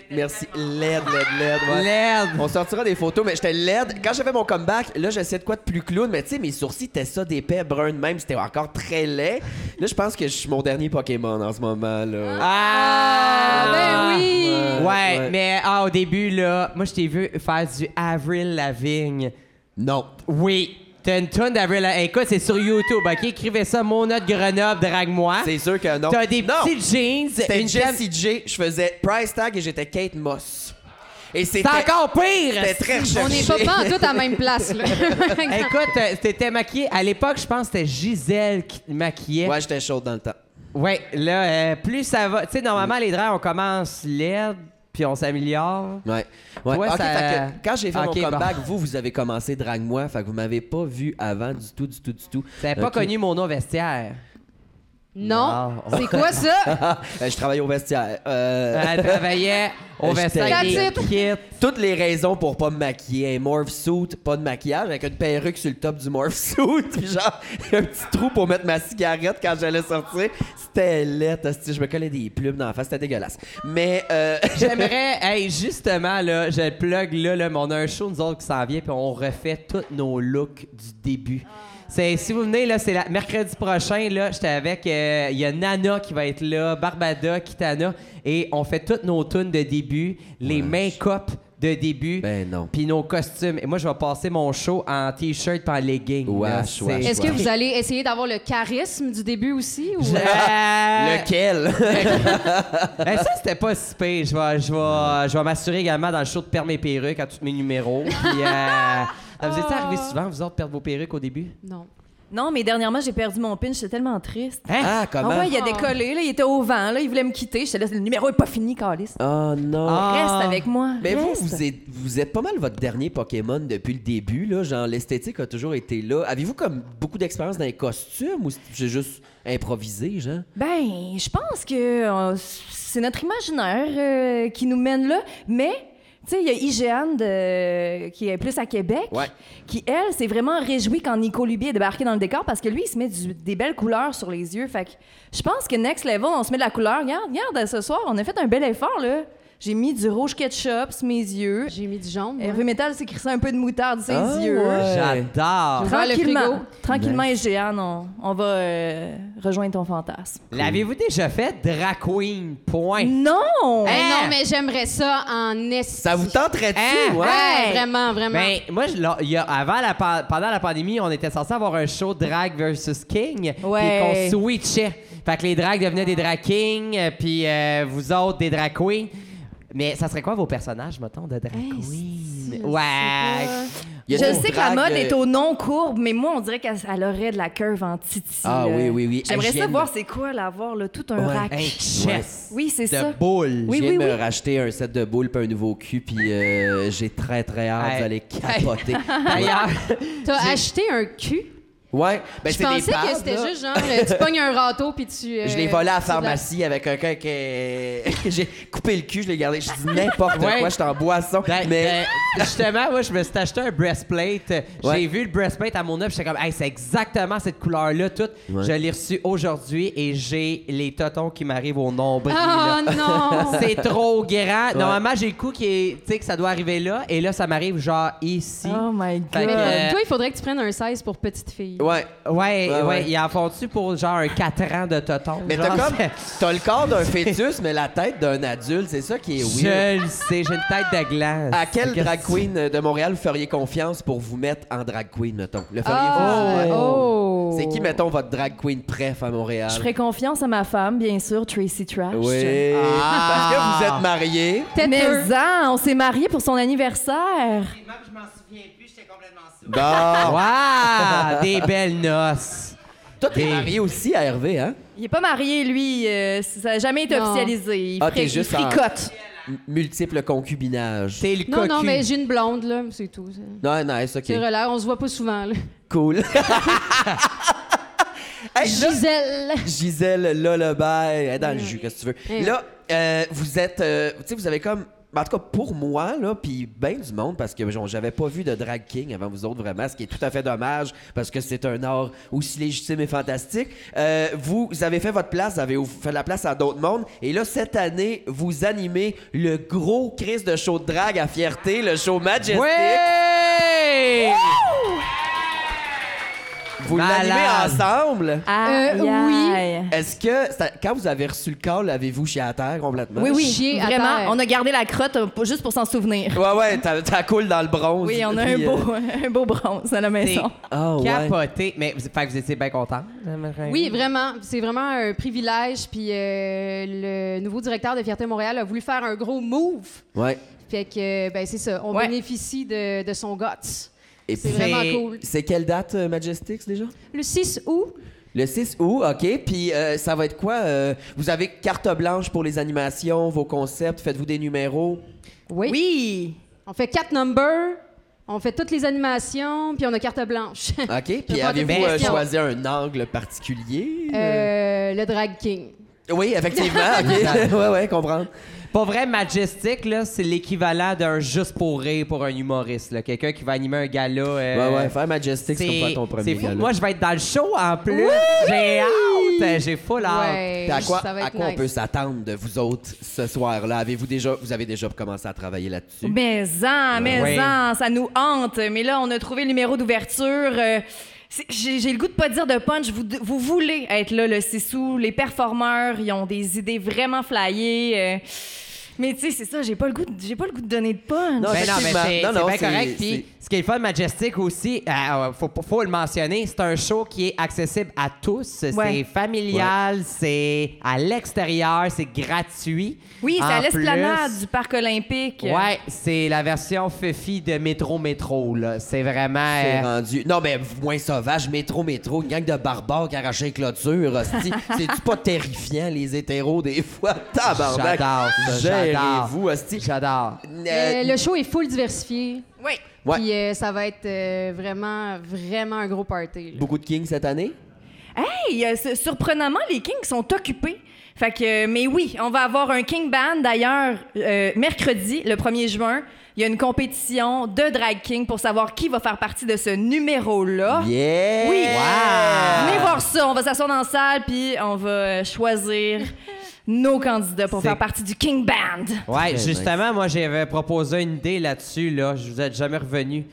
[SPEAKER 2] merci. Laide, laide, laide. ouais.
[SPEAKER 3] Laide.
[SPEAKER 2] On sortira des photos, mais j'étais laide. Quand j'avais mon comeback, là, j'essayais de quoi de plus clown, mais tu sais, mes sourcils étaient ça d'épais, bruns de même, c'était encore très laid. Là, je pense que je suis mon dernier Pokémon en ce moment, là.
[SPEAKER 3] Ah,
[SPEAKER 5] ben oui!
[SPEAKER 3] Ouais,
[SPEAKER 2] Ouais, ouais.
[SPEAKER 3] mais ah, au début, là, moi, je t'ai vu faire du Avril Lavigne.
[SPEAKER 2] Non.
[SPEAKER 3] Oui, t'as une tonne d'Avril Lavigne. Écoute, c'est sur YouTube, OK? Écrivez ça, mon note Grenoble, drague-moi.
[SPEAKER 2] C'est sûr que non.
[SPEAKER 3] T'as des
[SPEAKER 2] non.
[SPEAKER 3] petits jeans.
[SPEAKER 2] C'était
[SPEAKER 3] une cam-
[SPEAKER 2] Jessie J. Je faisais Price Tag et j'étais Kate Moss. Et c'était.
[SPEAKER 3] C'est encore pire!
[SPEAKER 2] C'était très recherché.
[SPEAKER 5] On n'est pas pas en tout à la même place,
[SPEAKER 2] *laughs*
[SPEAKER 5] là.
[SPEAKER 3] Écoute, euh, t'étais maquillée. À l'époque, je pense que c'était Gisèle qui te maquillait.
[SPEAKER 2] Ouais, j'étais chaude dans le temps.
[SPEAKER 3] Ouais, là, euh, plus ça va. Tu sais,
[SPEAKER 2] Mm.
[SPEAKER 3] normalement, les drags, on commence laide, puis on s'améliore.
[SPEAKER 2] Ouais. ouais.
[SPEAKER 3] Toi,
[SPEAKER 2] Ok,
[SPEAKER 3] ça-
[SPEAKER 2] fait que quand j'ai fait
[SPEAKER 3] Ok,
[SPEAKER 2] mon
[SPEAKER 3] bon.
[SPEAKER 2] comeback, vous, vous avez commencé Drague-moi. Fait que vous m'avez pas vu avant du tout, du tout, du tout.
[SPEAKER 3] T'avais pas
[SPEAKER 2] Ok.
[SPEAKER 3] connu mon nom vestiaire.
[SPEAKER 5] *laughs* Non.
[SPEAKER 3] Wow.
[SPEAKER 5] C'est quoi ça?
[SPEAKER 2] *laughs* Ah, euh, je travaille au vestiaire. Euh,
[SPEAKER 3] Elle travaillait au
[SPEAKER 2] J'étais-
[SPEAKER 3] vestiaire des
[SPEAKER 5] That's it.
[SPEAKER 3] kits.
[SPEAKER 2] Toutes les raisons pour pas me maquiller. Un morph suit, pas de maquillage, avec une perruque sur le top du morph *laughs* suit, puis genre un petit trou pour mettre ma cigarette quand j'allais sortir. C'était laid, hostie, je me collais des plumes dans la face, c'était dégueulasse. Mais euh, *laughs*
[SPEAKER 3] J'aimerais, hey, justement, là, je le plug là, là, mais on a un show, nous autres, qui s'en vient, puis on refait tous nos looks du début. C'est, si vous venez, là, c'est la- mercredi prochain, là, j'étais avec, euh, il y a Nana qui va être là, Barbada, Kitana, et on fait toutes nos tunes de début, les make-up de début,
[SPEAKER 2] Ben non.
[SPEAKER 3] puis nos costumes. Et moi, je vais passer mon show en T-shirt puis en legging.
[SPEAKER 2] Wesh,
[SPEAKER 3] là.
[SPEAKER 2] wesh,
[SPEAKER 3] C'est-
[SPEAKER 5] Est-ce que vous allez essayer d'avoir le charisme du début aussi? Ou...
[SPEAKER 3] Je-
[SPEAKER 2] lequel?
[SPEAKER 3] Euh, Ben, ça, c'était pas si pire. Je vais, je vais, je vais m'assurer également dans le show de perdre mes perruques à tous mes numéros. Puis, euh, ça vous est
[SPEAKER 2] Ah.
[SPEAKER 3] arrivé souvent, vous autres, perdre vos perruques au début?
[SPEAKER 5] Non.
[SPEAKER 4] Non, mais dernièrement, j'ai perdu mon pin. J'étais tellement triste.
[SPEAKER 3] Hein?
[SPEAKER 2] ah,
[SPEAKER 4] Ah
[SPEAKER 2] comment?
[SPEAKER 4] ouais, il a décollé, là, il était au vent, là, il voulait me quitter. J'étais là, le numéro est pas fini, Calis.
[SPEAKER 2] Oh non.
[SPEAKER 3] Ah.
[SPEAKER 4] Reste avec moi.
[SPEAKER 2] Mais Ben, vous,
[SPEAKER 4] reste.
[SPEAKER 2] vous êtes, vous êtes pas mal votre dernier Pokémon depuis le début, là. Genre, l'esthétique a toujours été là. Avez-vous comme beaucoup d'expérience dans les costumes ou c'est- j'ai juste improvisé, genre?
[SPEAKER 4] Ben, je pense que euh, c'est notre imaginaire euh, qui nous mène là, mais tu sais, il y a IGN de- qui est plus à Québec,
[SPEAKER 2] Ouais.
[SPEAKER 4] qui, elle, s'est vraiment réjouie quand Nico Lubier est débarqué dans le décor parce que lui, il se met du- des belles couleurs sur les yeux. Fait que je pense que Next Level, on se met de la couleur. Regarde, regarde, ce soir, on a fait un bel effort, là. J'ai mis du rouge ketchup sur mes yeux.
[SPEAKER 5] J'ai mis du jaune. moi.
[SPEAKER 4] Hervé Metal s'est crissé un peu de moutarde sur ses
[SPEAKER 2] Ah,
[SPEAKER 4] yeux.
[SPEAKER 2] ouais.
[SPEAKER 3] J'adore!
[SPEAKER 5] Ouvert le
[SPEAKER 4] Tranquillement,
[SPEAKER 5] frigo.
[SPEAKER 4] tranquillement, IGN, on, on va euh, rejoindre ton fantasme.
[SPEAKER 3] L'avez-vous déjà fait? Drag queen, point.
[SPEAKER 4] Non!
[SPEAKER 5] Eh,
[SPEAKER 3] Hein?
[SPEAKER 5] Non, mais j'aimerais ça en esti.
[SPEAKER 2] Ça vous tenterait-tu,
[SPEAKER 3] Hein?
[SPEAKER 2] ouais?
[SPEAKER 5] Ouais,
[SPEAKER 4] Hey!
[SPEAKER 5] Vraiment, vraiment.
[SPEAKER 3] Ben, moi, je l'ai- il y a- avant la pa- pendant la pandémie, on était censé avoir un show drag versus king.
[SPEAKER 4] Ouais.
[SPEAKER 3] Puis qu'on switchait. Fait que les drags devenaient des drag kings, euh, puis euh, vous autres des drag queens. Mais ça serait quoi vos personnages, mettons, de drag queen? ouais.
[SPEAKER 2] Il y a
[SPEAKER 4] Je
[SPEAKER 2] des
[SPEAKER 4] sais que la
[SPEAKER 2] dragues,
[SPEAKER 4] mode
[SPEAKER 2] euh,
[SPEAKER 4] est au non-courbe, mais moi, on dirait qu'elle elle aurait de la curve en titi.
[SPEAKER 2] Ah
[SPEAKER 4] là.
[SPEAKER 2] oui, oui, oui.
[SPEAKER 4] J'aimerais
[SPEAKER 2] Hey, je
[SPEAKER 4] ça
[SPEAKER 2] viens
[SPEAKER 4] voir
[SPEAKER 2] de-
[SPEAKER 4] c'est quoi, l'avoir, là, tout un
[SPEAKER 2] Ouais.
[SPEAKER 4] rack.
[SPEAKER 3] Un chess.
[SPEAKER 4] Oui, c'est
[SPEAKER 3] de
[SPEAKER 4] ça.
[SPEAKER 3] boule.
[SPEAKER 4] Oui,
[SPEAKER 2] je viens
[SPEAKER 4] oui,
[SPEAKER 2] de me
[SPEAKER 4] oui.
[SPEAKER 2] racheter un set de boules puis un nouveau cul, puis euh, j'ai très, très hâte
[SPEAKER 3] Hey.
[SPEAKER 2] d'aller capoter.
[SPEAKER 3] D'ailleurs,
[SPEAKER 5] T'as acheté un cul?
[SPEAKER 2] ouais, ben c'est
[SPEAKER 5] je
[SPEAKER 2] des
[SPEAKER 5] pensais que
[SPEAKER 2] pads,
[SPEAKER 5] c'était
[SPEAKER 2] là.
[SPEAKER 5] juste genre, euh, tu pognes un râteau puis tu. euh,
[SPEAKER 2] Je l'ai volé à la
[SPEAKER 5] tu te la-
[SPEAKER 2] pharmacie avec quelqu'un qui... *laughs* j'ai coupé le cul, je l'ai gardé. Je dis n'importe
[SPEAKER 3] Ouais.
[SPEAKER 2] quoi, je t'en boisson.
[SPEAKER 3] ben,
[SPEAKER 2] Mais...
[SPEAKER 3] ben, justement, moi, je me suis acheté un breastplate. J'ai
[SPEAKER 2] Ouais.
[SPEAKER 3] vu le breastplate à mon œuvre, j'étais comme, hey, c'est exactement cette couleur-là, toute.
[SPEAKER 2] Ouais.
[SPEAKER 3] Je l'ai reçu aujourd'hui et j'ai les totons qui m'arrivent au nombril. là.
[SPEAKER 5] Ah
[SPEAKER 2] *laughs*
[SPEAKER 5] non!
[SPEAKER 3] C'est trop grand. Normalement, j'ai le cou qui est, tu sais, que ça doit arriver là, et là, ça m'arrive genre ici.
[SPEAKER 4] Oh my
[SPEAKER 3] Fait
[SPEAKER 4] God.
[SPEAKER 3] que,
[SPEAKER 5] Mais
[SPEAKER 3] euh,
[SPEAKER 5] toi, il faudrait que tu prennes un 16 pour petite fille.
[SPEAKER 2] Ouais.
[SPEAKER 3] Ouais, ouais,
[SPEAKER 2] Ouais, ouais.
[SPEAKER 3] ils en font-tu pour genre un 4 ans de toton?
[SPEAKER 2] Mais t'as
[SPEAKER 3] genre?
[SPEAKER 2] comme... T'as le corps d'un fœtus, mais la tête d'un adulte. *laughs* C'est ça qui est weird.
[SPEAKER 3] Je le sais, j'ai une tête de glace.
[SPEAKER 2] À quel
[SPEAKER 3] Qu'est-ce
[SPEAKER 2] drag
[SPEAKER 3] que-
[SPEAKER 2] queen de Montréal vous feriez confiance pour vous mettre en drag queen, mettons? Le
[SPEAKER 5] Ah,
[SPEAKER 2] feriez-vous? Ouais.
[SPEAKER 5] oh.
[SPEAKER 2] C'est qui, mettons, votre drag queen préf à Montréal?
[SPEAKER 4] Je ferais confiance à ma femme, bien sûr, Tracy Trash.
[SPEAKER 2] Oui.
[SPEAKER 3] Ah.
[SPEAKER 2] Parce que vous êtes mariés.
[SPEAKER 4] Mais
[SPEAKER 5] Têteux.
[SPEAKER 4] en, on s'est mariés pour son anniversaire.
[SPEAKER 2] Bon. *laughs*
[SPEAKER 3] Wow! des belles noces.
[SPEAKER 2] Toi, t'es marié aussi à Hervé, hein?
[SPEAKER 4] Il est pas marié, lui. euh, ça n'a jamais été
[SPEAKER 5] Non.
[SPEAKER 4] officialisé. Il,
[SPEAKER 2] Ah,
[SPEAKER 4] fri-
[SPEAKER 2] t'es
[SPEAKER 4] il
[SPEAKER 2] juste en-
[SPEAKER 4] fricote.
[SPEAKER 2] M- multiple concubinage.
[SPEAKER 3] C'est le
[SPEAKER 5] Non,
[SPEAKER 3] cocu.
[SPEAKER 5] non, mais j'ai une blonde, là, c'est tout.
[SPEAKER 2] Non, nice, ok.
[SPEAKER 5] C'est relais, on se voit pas
[SPEAKER 2] *laughs*
[SPEAKER 5] souvent, là.
[SPEAKER 2] Cool. Hey, là,
[SPEAKER 5] Gisèle!
[SPEAKER 2] Gisèle Lullaby, elle est dans le jus, qu'est-ce que tu veux.
[SPEAKER 5] Mm.
[SPEAKER 2] Là, euh, vous êtes, euh, tu sais, vous avez comme, ben, en tout cas pour moi, là, puis ben du monde, parce que genre, j'avais pas vu de drag king avant vous autres, vraiment, ce qui est tout à fait dommage, parce que c'est un art aussi légitime et fantastique. Euh, vous avez fait votre place, vous avez ouf- fait la place à d'autres mondes, et là, cette année, vous animez le gros crise de show de drag à fierté, le show Majestic.
[SPEAKER 3] Ouais!
[SPEAKER 2] Vous l'animez
[SPEAKER 3] Malade.
[SPEAKER 2] ensemble.
[SPEAKER 4] Aïe,
[SPEAKER 5] Euh, oui.
[SPEAKER 4] aïe.
[SPEAKER 2] Est-ce que, ça- quand vous avez reçu le call, l'avez-vous chez à terre complètement?
[SPEAKER 4] Oui, oui.
[SPEAKER 5] Chier à
[SPEAKER 4] Vraiment,
[SPEAKER 5] terre.
[SPEAKER 4] on a gardé la crotte euh, pour- juste pour s'en souvenir.
[SPEAKER 2] *laughs* Ouais, ouais, t'as, t'as coule dans le bronze.
[SPEAKER 4] Oui, on a un
[SPEAKER 2] Puis, euh,
[SPEAKER 4] beau, *laughs* un beau bronze à la maison.
[SPEAKER 2] Ah, ouais.
[SPEAKER 3] Capoté. Mais vous, fait que vous étiez bien content.
[SPEAKER 5] Oui, vraiment. C'est vraiment un privilège. Puis euh, le nouveau directeur de Fierté Montréal a voulu faire un gros move.
[SPEAKER 2] Ouais.
[SPEAKER 5] Fait que, ben, c'est ça. On
[SPEAKER 4] Ouais.
[SPEAKER 5] bénéficie de, de son guts.
[SPEAKER 2] Et
[SPEAKER 5] C'est
[SPEAKER 2] puis,
[SPEAKER 5] vraiment
[SPEAKER 3] c'est-
[SPEAKER 5] cool.
[SPEAKER 2] c'est quelle date, euh, Majestix, déjà?
[SPEAKER 5] Le 6 août,
[SPEAKER 2] Le 6 août, OK. Puis, euh, ça va être quoi? euh, vous avez carte blanche pour les animations, vos concepts, faites-vous des numéros?
[SPEAKER 5] oui.
[SPEAKER 4] Oui.
[SPEAKER 5] On fait quatre numbers. On fait toutes les animations, puis on a carte blanche.
[SPEAKER 2] OK.
[SPEAKER 5] vais
[SPEAKER 2] Puis
[SPEAKER 5] faire
[SPEAKER 2] avez-vous
[SPEAKER 5] des
[SPEAKER 2] euh,
[SPEAKER 5] questions.
[SPEAKER 2] choisi un angle particulier?
[SPEAKER 5] *laughs*
[SPEAKER 2] Euh,
[SPEAKER 5] Euh, le drag king.
[SPEAKER 2] Oui, effectivement.
[SPEAKER 5] *laughs*
[SPEAKER 2] OK. ouais, ouais, comprendre.
[SPEAKER 3] Pas vrai, Majestic, là, c'est l'équivalent d'un juste pour rire pour un humoriste. là. Quelqu'un qui va animer un gala. euh,
[SPEAKER 2] ouais, ouais, faire Majestic, c'est comme faire ton premier
[SPEAKER 3] c'est fou.
[SPEAKER 2] gala.
[SPEAKER 3] Moi, je vais être dans le show en plus. J'ai hâte. J'ai full hâte.
[SPEAKER 5] Ouais,
[SPEAKER 2] Puis à quoi,
[SPEAKER 5] ça va
[SPEAKER 2] à
[SPEAKER 5] être
[SPEAKER 2] quoi on
[SPEAKER 5] nice.
[SPEAKER 2] peut s'attendre de vous autres ce soir-là? Avez-vous déjà, vous avez déjà commencé à travailler là-dessus?
[SPEAKER 4] Mais en, mais
[SPEAKER 3] Ouais.
[SPEAKER 4] en, ça nous hante. Mais là, on a trouvé le numéro d'ouverture. Euh, c'est- J'ai j'ai le goût de pas dire de punch. Vous, vous voulez être là, le Sissou. Les performeurs, ils ont des idées vraiment flyées. euh. mais tu sais, c'est ça, j'ai pas, le goût de- j'ai pas le goût de donner de
[SPEAKER 2] Non,
[SPEAKER 3] Ben
[SPEAKER 4] punch.
[SPEAKER 3] non, mais
[SPEAKER 2] Effectivement.
[SPEAKER 3] c'est
[SPEAKER 2] Non,
[SPEAKER 3] c'est
[SPEAKER 2] non,
[SPEAKER 3] bien
[SPEAKER 2] c'est-
[SPEAKER 3] correct. Puis ce qui est le fun de Majestic aussi, euh, faut, faut le mentionner, c'est un show qui est accessible à tous. C'est
[SPEAKER 4] Ouais.
[SPEAKER 3] familial, c'est à l'extérieur, c'est gratuit.
[SPEAKER 4] oui, c'est à
[SPEAKER 3] En
[SPEAKER 4] l'esplanade
[SPEAKER 3] plus-
[SPEAKER 4] du Parc olympique.
[SPEAKER 3] Ouais, c'est la version Fifi de Métro Métro, là. C'est vraiment.
[SPEAKER 2] C'est
[SPEAKER 3] euh,
[SPEAKER 2] rendu. Non, mais moins sauvage, métro, métro, une gang de barbares qui arrachait les clôtures. hostie. *laughs* C'est-tu pas terrifiant, les hétéros, des fois? Tabarnak!
[SPEAKER 3] J'adore ça, j'adore.
[SPEAKER 2] Gérez-vous, hostie.
[SPEAKER 3] J'adore.
[SPEAKER 2] Euh,
[SPEAKER 5] Euh, le show est full diversifié.
[SPEAKER 4] Oui.
[SPEAKER 2] Ouais.
[SPEAKER 5] Puis euh, ça va être euh, vraiment, vraiment un gros party. là.
[SPEAKER 2] Beaucoup de kings cette année?
[SPEAKER 4] Hey, euh, c'est- surprenamment, les Kings sont occupés. Fait que, euh, mais oui, on va avoir un King Band d'ailleurs euh, mercredi, le 1er juin. Il y a une compétition de Drag King pour savoir qui va faire partie de ce numéro-là.
[SPEAKER 2] Yeah!
[SPEAKER 4] Oui!
[SPEAKER 3] Wow!
[SPEAKER 4] Venez voir ça, on va s'asseoir dans la salle puis on va euh, choisir nos candidats pour
[SPEAKER 3] C'est-
[SPEAKER 4] faire partie du King Band.
[SPEAKER 3] Ouais,
[SPEAKER 2] nice.
[SPEAKER 3] justement, moi, j'avais proposé une idée là-dessus, là. Je vous ai jamais revenu.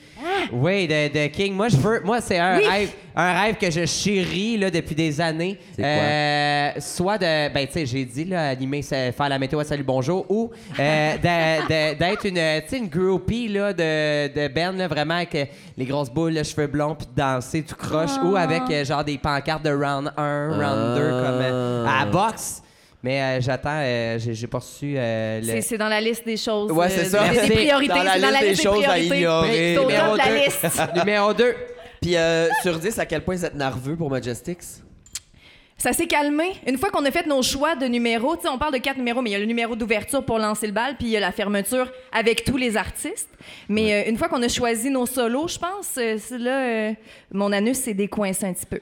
[SPEAKER 3] Oui, de, de King. Moi, je veux. Moi, c'est un
[SPEAKER 4] Ah! Oui.
[SPEAKER 3] rêve. Un rêve que je chéris, là, depuis des années.
[SPEAKER 2] C'est quoi?
[SPEAKER 3] Euh, soit de. Ben, tu sais, j'ai dit, là, animer, c'est- faire la météo à Salut Bonjour, ou euh, de- de- d'être une. Tu sais, une groupie, là, de, de Ben, là, vraiment, avec euh, les grosses boules, les cheveux blonds, puis de danser tout croche, ou
[SPEAKER 4] Ah.
[SPEAKER 3] avec, euh, genre, des pancartes de round 1, round 2,
[SPEAKER 2] Ah.
[SPEAKER 3] comme euh, à la boxe. Mais euh, j'attends, euh, j'ai j'ai pas reçu euh, le.
[SPEAKER 4] C'est- C'est dans la liste des choses.
[SPEAKER 2] Ouais,
[SPEAKER 4] euh,
[SPEAKER 2] c'est ça.
[SPEAKER 4] des- Des,
[SPEAKER 3] C'est
[SPEAKER 4] priorités.
[SPEAKER 2] dans la
[SPEAKER 4] c'est dans la
[SPEAKER 2] liste des
[SPEAKER 4] liste des,
[SPEAKER 2] choses à
[SPEAKER 4] priorités.
[SPEAKER 2] ignorer.
[SPEAKER 4] C'est au top
[SPEAKER 3] Numéro
[SPEAKER 4] de la
[SPEAKER 3] deux.
[SPEAKER 4] liste.
[SPEAKER 3] *laughs* Numéro 2.
[SPEAKER 2] Puis euh, sur 10, à quel point vous êtes nerveux pour Majestics?
[SPEAKER 4] Ça s'est calmé. Une fois qu'on a fait nos choix de numéros, tu sais, on parle de quatre numéros, mais il y a le numéro d'ouverture pour lancer le bal, puis il y a la fermeture avec tous les artistes. Mais euh, une fois qu'on a choisi nos solos, je pense, euh, c'est là, euh, mon anus s'est décoincé un
[SPEAKER 2] *laughs*
[SPEAKER 4] petit peu.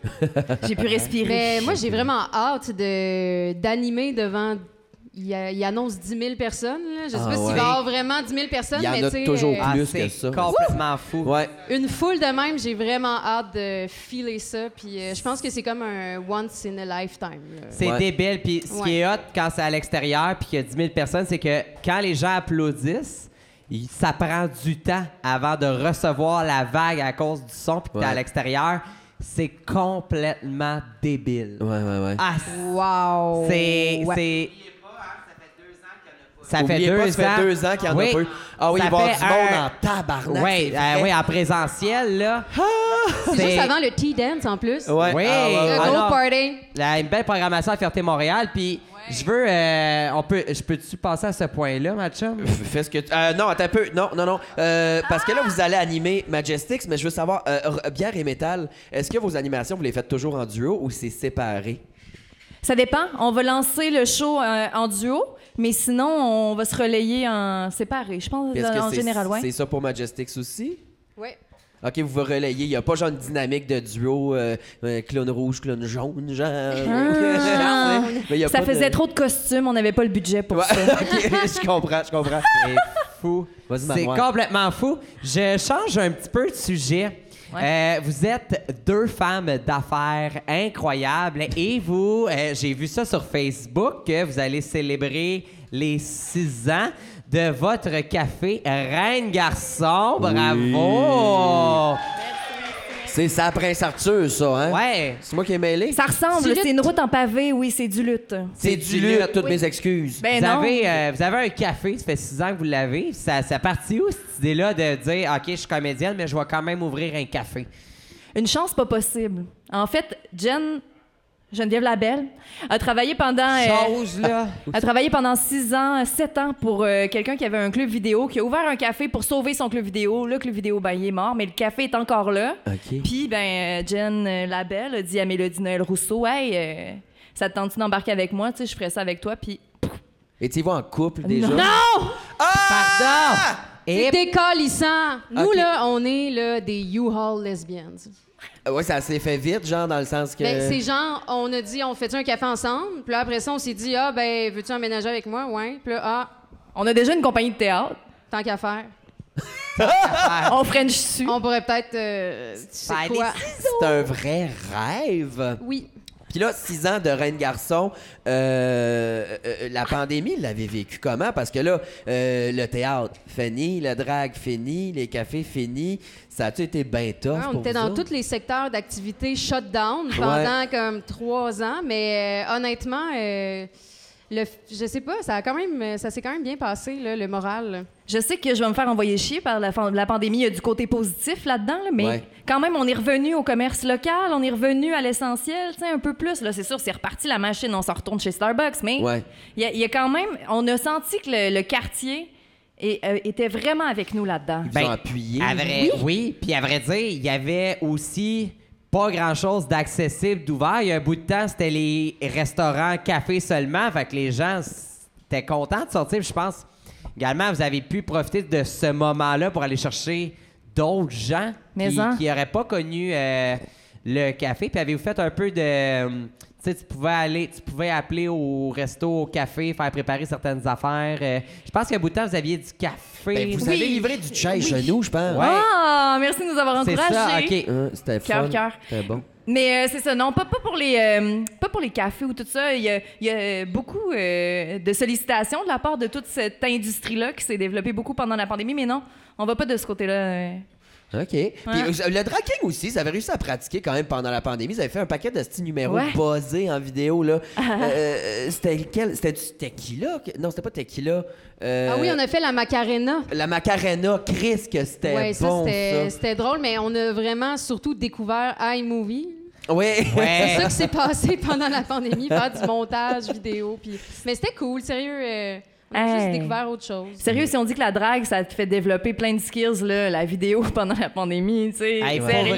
[SPEAKER 4] J'ai pu respirer.
[SPEAKER 5] Mais moi, j'ai vraiment hâte de- d'animer devant. Il, a- il annonce 10 000 personnes. Là. Je sais
[SPEAKER 2] Ah
[SPEAKER 5] pas s'il va
[SPEAKER 2] ouais.
[SPEAKER 5] y avoir vraiment 10 000 personnes,
[SPEAKER 2] Il y en
[SPEAKER 5] mais
[SPEAKER 2] a
[SPEAKER 5] tu sais,
[SPEAKER 2] toujours
[SPEAKER 5] euh,
[SPEAKER 2] Ah, plus
[SPEAKER 3] c'est
[SPEAKER 2] que ça.
[SPEAKER 3] complètement fou.
[SPEAKER 2] Ouais.
[SPEAKER 5] une foule de même, j'ai vraiment hâte de filer ça. Puis euh, je pense que c'est comme un once in a lifetime. là.
[SPEAKER 3] C'est
[SPEAKER 2] Ouais.
[SPEAKER 3] débile. Puis ce qui est hot quand c'est à l'extérieur puis qu'il y a 10 000 personnes, c'est que quand les gens applaudissent, il- ça prend du temps avant de recevoir la vague à cause du son puis que t'es
[SPEAKER 2] Ouais.
[SPEAKER 3] à l'extérieur. C'est complètement débile.
[SPEAKER 2] Ouais, ouais, ouais.
[SPEAKER 3] Ah,
[SPEAKER 5] Wow!
[SPEAKER 3] c'est... c'est- Ça fait
[SPEAKER 2] Oubliez
[SPEAKER 3] deux
[SPEAKER 2] pas,
[SPEAKER 3] ans.
[SPEAKER 2] ça fait deux ans qu'il y en a
[SPEAKER 3] Oui.
[SPEAKER 2] pas eu. Ah oui,
[SPEAKER 3] Ça
[SPEAKER 2] il va y
[SPEAKER 3] fait
[SPEAKER 2] avoir du
[SPEAKER 3] un-
[SPEAKER 2] monde en tabarnak.
[SPEAKER 3] Oui,
[SPEAKER 2] c'est
[SPEAKER 3] euh,
[SPEAKER 2] vrai.
[SPEAKER 3] oui, en présentiel, là.
[SPEAKER 5] C'est juste avant le tea dance en plus.
[SPEAKER 2] Ouais.
[SPEAKER 3] Oui.
[SPEAKER 2] Ah, ouais,
[SPEAKER 5] Le
[SPEAKER 2] ouais.
[SPEAKER 5] gros
[SPEAKER 3] Alors-
[SPEAKER 5] party.
[SPEAKER 3] Là, une belle programmation à Fierté Montréal. Puis je veux, euh, on peut, je peux-tu passer à ce point-là,
[SPEAKER 2] *laughs*
[SPEAKER 3] ma chum?
[SPEAKER 2] F- Fais ce que tu... euh, non, attends un peu. Non, non, non. Euh, Parce que là, vous allez animer Majestics, mais je veux savoir, euh, r- bière et métal, est-ce que vos animations, vous les faites toujours en duo ou c'est séparé?
[SPEAKER 4] Euh, Ça dépend. On va lancer le show euh, en duo, mais sinon, on va se relayer en séparé, je pense, euh,
[SPEAKER 2] Puis Est-ce que
[SPEAKER 4] en
[SPEAKER 2] c'est-
[SPEAKER 4] général. Ouais.
[SPEAKER 2] C'est ça pour Majestics aussi?
[SPEAKER 5] Ouais.
[SPEAKER 2] OK, vous vous relayez. Il n'y a pas genre une dynamique de duo euh, euh, clone rouge, clone jaune, genre. *laughs*
[SPEAKER 4] Ah.
[SPEAKER 2] Mais il y a
[SPEAKER 4] Ça
[SPEAKER 2] pas
[SPEAKER 4] faisait
[SPEAKER 2] de... *laughs*
[SPEAKER 4] trop de costumes, on n'avait pas le budget pour
[SPEAKER 2] Ouais,
[SPEAKER 4] ça.
[SPEAKER 2] ok, je comprends, je comprends.
[SPEAKER 3] C'est fou.
[SPEAKER 2] Vas-y,
[SPEAKER 3] C'est
[SPEAKER 2] Marois.
[SPEAKER 3] complètement fou. Je change un petit peu de sujet. Euh, vous êtes deux femmes d'affaires incroyables et vous, euh, j'ai vu ça sur Facebook, que vous allez célébrer les six ans de votre café Reine Garçon. Bravo!
[SPEAKER 2] C'est ça, Prince Arthur, ça, hein?
[SPEAKER 3] Ouais!
[SPEAKER 2] C'est moi qui ai mêlé?
[SPEAKER 4] Ça ressemble,
[SPEAKER 5] Du lutte.
[SPEAKER 4] c'est une route en pavé, oui, c'est du lutte.
[SPEAKER 2] C'est du lutte, toutes mes excuses.
[SPEAKER 4] Ben
[SPEAKER 3] vous,
[SPEAKER 4] non.
[SPEAKER 3] avez, euh, vous avez un café, ça fait six ans que vous l'avez. Ça, ça partit où cette idée-là de dire OK, je suis comédienne, mais je vais quand même ouvrir un café?
[SPEAKER 4] Une chance pas possible. En fait, Jen, Geneviève Labelle, a travaillé pendant... euh,
[SPEAKER 3] Chose, là.
[SPEAKER 4] a travaillé pendant six ans, sept ans pour euh, quelqu'un qui avait un club vidéo, qui a ouvert un café pour sauver son club vidéo. Le club vidéo, ben, il est mort, mais le café est encore là.
[SPEAKER 2] OK.
[SPEAKER 4] Puis, ben, euh, Jen euh, Labelle a dit à Mélodie Noël Rousseau, « Hey, euh, ça te tente-tu d'embarquer avec moi? Tu sais, je ferais ça avec toi. » Puis,
[SPEAKER 2] Et tu y vas en couple déjà?
[SPEAKER 4] non!
[SPEAKER 2] Ah!
[SPEAKER 3] Pardon!
[SPEAKER 5] C'est
[SPEAKER 3] Et
[SPEAKER 5] décalissant. Nous,
[SPEAKER 2] Ok.
[SPEAKER 5] là, on est là, des U-Haul lesbiennes.
[SPEAKER 2] Euh, Ouais, ça s'est fait vite, genre, dans le sens que.
[SPEAKER 5] Ben, c'est genre, on a dit, on fait un café ensemble? Puis là, après ça, on s'est dit, ah, ben, veux-tu emménager avec moi? Ouais. Puis là, ah,
[SPEAKER 4] On a déjà une compagnie de théâtre.
[SPEAKER 5] tant qu'à faire.
[SPEAKER 4] On French dessus.
[SPEAKER 5] On pourrait peut-être. euh, tu sais
[SPEAKER 2] *laughs*
[SPEAKER 3] Faire
[SPEAKER 5] quoi?
[SPEAKER 2] C'est un vrai rêve.
[SPEAKER 5] Oui.
[SPEAKER 2] Puis là, six ans de reine garçon, euh, euh, la pandémie, l'avait vécu comment? Parce que là, euh, le théâtre fini, le drag fini, les cafés finis. Ça a-tu été bien tough?
[SPEAKER 5] Ouais, Ah, on
[SPEAKER 2] pour
[SPEAKER 5] était
[SPEAKER 2] vous
[SPEAKER 5] dans
[SPEAKER 2] autres?
[SPEAKER 5] tous les secteurs d'activité shut down pendant comme trois ans, mais euh, honnêtement, euh, le, f- je sais pas, ça a quand même, ça s'est quand même bien passé là, le moral.
[SPEAKER 4] Je sais que je vais me faire envoyer chier par la, fan- la pandémie. Il y a du côté positif là-dedans, là, mais
[SPEAKER 2] Ouais.
[SPEAKER 4] quand même, on est revenu au commerce local, on est revenu à l'essentiel, tu sais, un peu plus. Là, c'est sûr, c'est reparti la machine, on s'en retourne chez Starbucks, mais il
[SPEAKER 2] Ouais.
[SPEAKER 4] y, a- il y a quand même, on a senti que le, le quartier est- euh, était vraiment avec nous là-dedans.
[SPEAKER 2] Ils ont appuyé.
[SPEAKER 3] Ben, à vrai- oui. puis à vrai dire, il y avait aussi pas grand-chose d'accessible, d'ouvert. Il y a un bout de temps, c'était les restaurants, cafés seulement. Fait que les gens étaient contents de sortir. Puis je pense également, vous avez pu profiter de ce moment-là pour aller chercher d'autres gens
[SPEAKER 4] Mais
[SPEAKER 3] qui
[SPEAKER 4] en.
[SPEAKER 3] n'auraient pas connu euh, le café. Puis avez-vous fait un peu de... euh, Tu sais, tu pouvais aller, tu pouvais appeler au resto, au café, faire préparer certaines affaires. Euh, je pense qu'un bout de temps, vous aviez du café.
[SPEAKER 2] Ben, vous
[SPEAKER 3] Oui.
[SPEAKER 2] avez livré du chai genou, je pense.
[SPEAKER 3] Ouais.
[SPEAKER 4] Ah, merci de nous avoir
[SPEAKER 3] C'est
[SPEAKER 4] encouragés.
[SPEAKER 3] ça, ok.
[SPEAKER 2] Hein, C'était
[SPEAKER 4] Cœur,
[SPEAKER 2] fun.
[SPEAKER 4] cœur.
[SPEAKER 2] C'était bon.
[SPEAKER 4] Mais euh, c'est ça, non, pas, pas, pour les, euh, pas pour les cafés ou tout ça. Il y a, il y a beaucoup euh, de sollicitations de la part de toute cette industrie-là qui s'est développée beaucoup pendant la pandémie, mais non, on va pas de ce côté-là. euh.
[SPEAKER 2] OK. Puis euh, le tracking aussi, ça avait réussi à pratiquer quand même pendant la pandémie. Vous avez fait un paquet de petits numéros
[SPEAKER 4] Ouais.
[SPEAKER 2] buzzés en vidéo,
[SPEAKER 5] *laughs*
[SPEAKER 2] là.
[SPEAKER 5] Ah,
[SPEAKER 2] Euh, c'était lequel? C'était du tequila? Non, c'était pas tequila. Euh,
[SPEAKER 5] ah oui, on a fait la Macarena.
[SPEAKER 2] La Macarena, Chris, que c'était
[SPEAKER 5] Ouais, ça,
[SPEAKER 2] bon,
[SPEAKER 5] c'était-
[SPEAKER 2] ça.
[SPEAKER 5] c'était drôle, mais on a vraiment surtout découvert iMovie.
[SPEAKER 2] Ouais.
[SPEAKER 3] Ouais.
[SPEAKER 5] C'est ça qui s'est passé *laughs* pendant la pandémie, faire du montage vidéo. Puis... Mais c'était cool, sérieux. euh, on a
[SPEAKER 4] Hey.
[SPEAKER 5] juste découvert autre chose.
[SPEAKER 4] Sérieux,
[SPEAKER 3] Mm.
[SPEAKER 4] si on dit que la drague, ça te fait développer plein de skills, là, la vidéo *laughs* pendant la pandémie, tu sais.
[SPEAKER 3] Hey, pour
[SPEAKER 4] sérieux.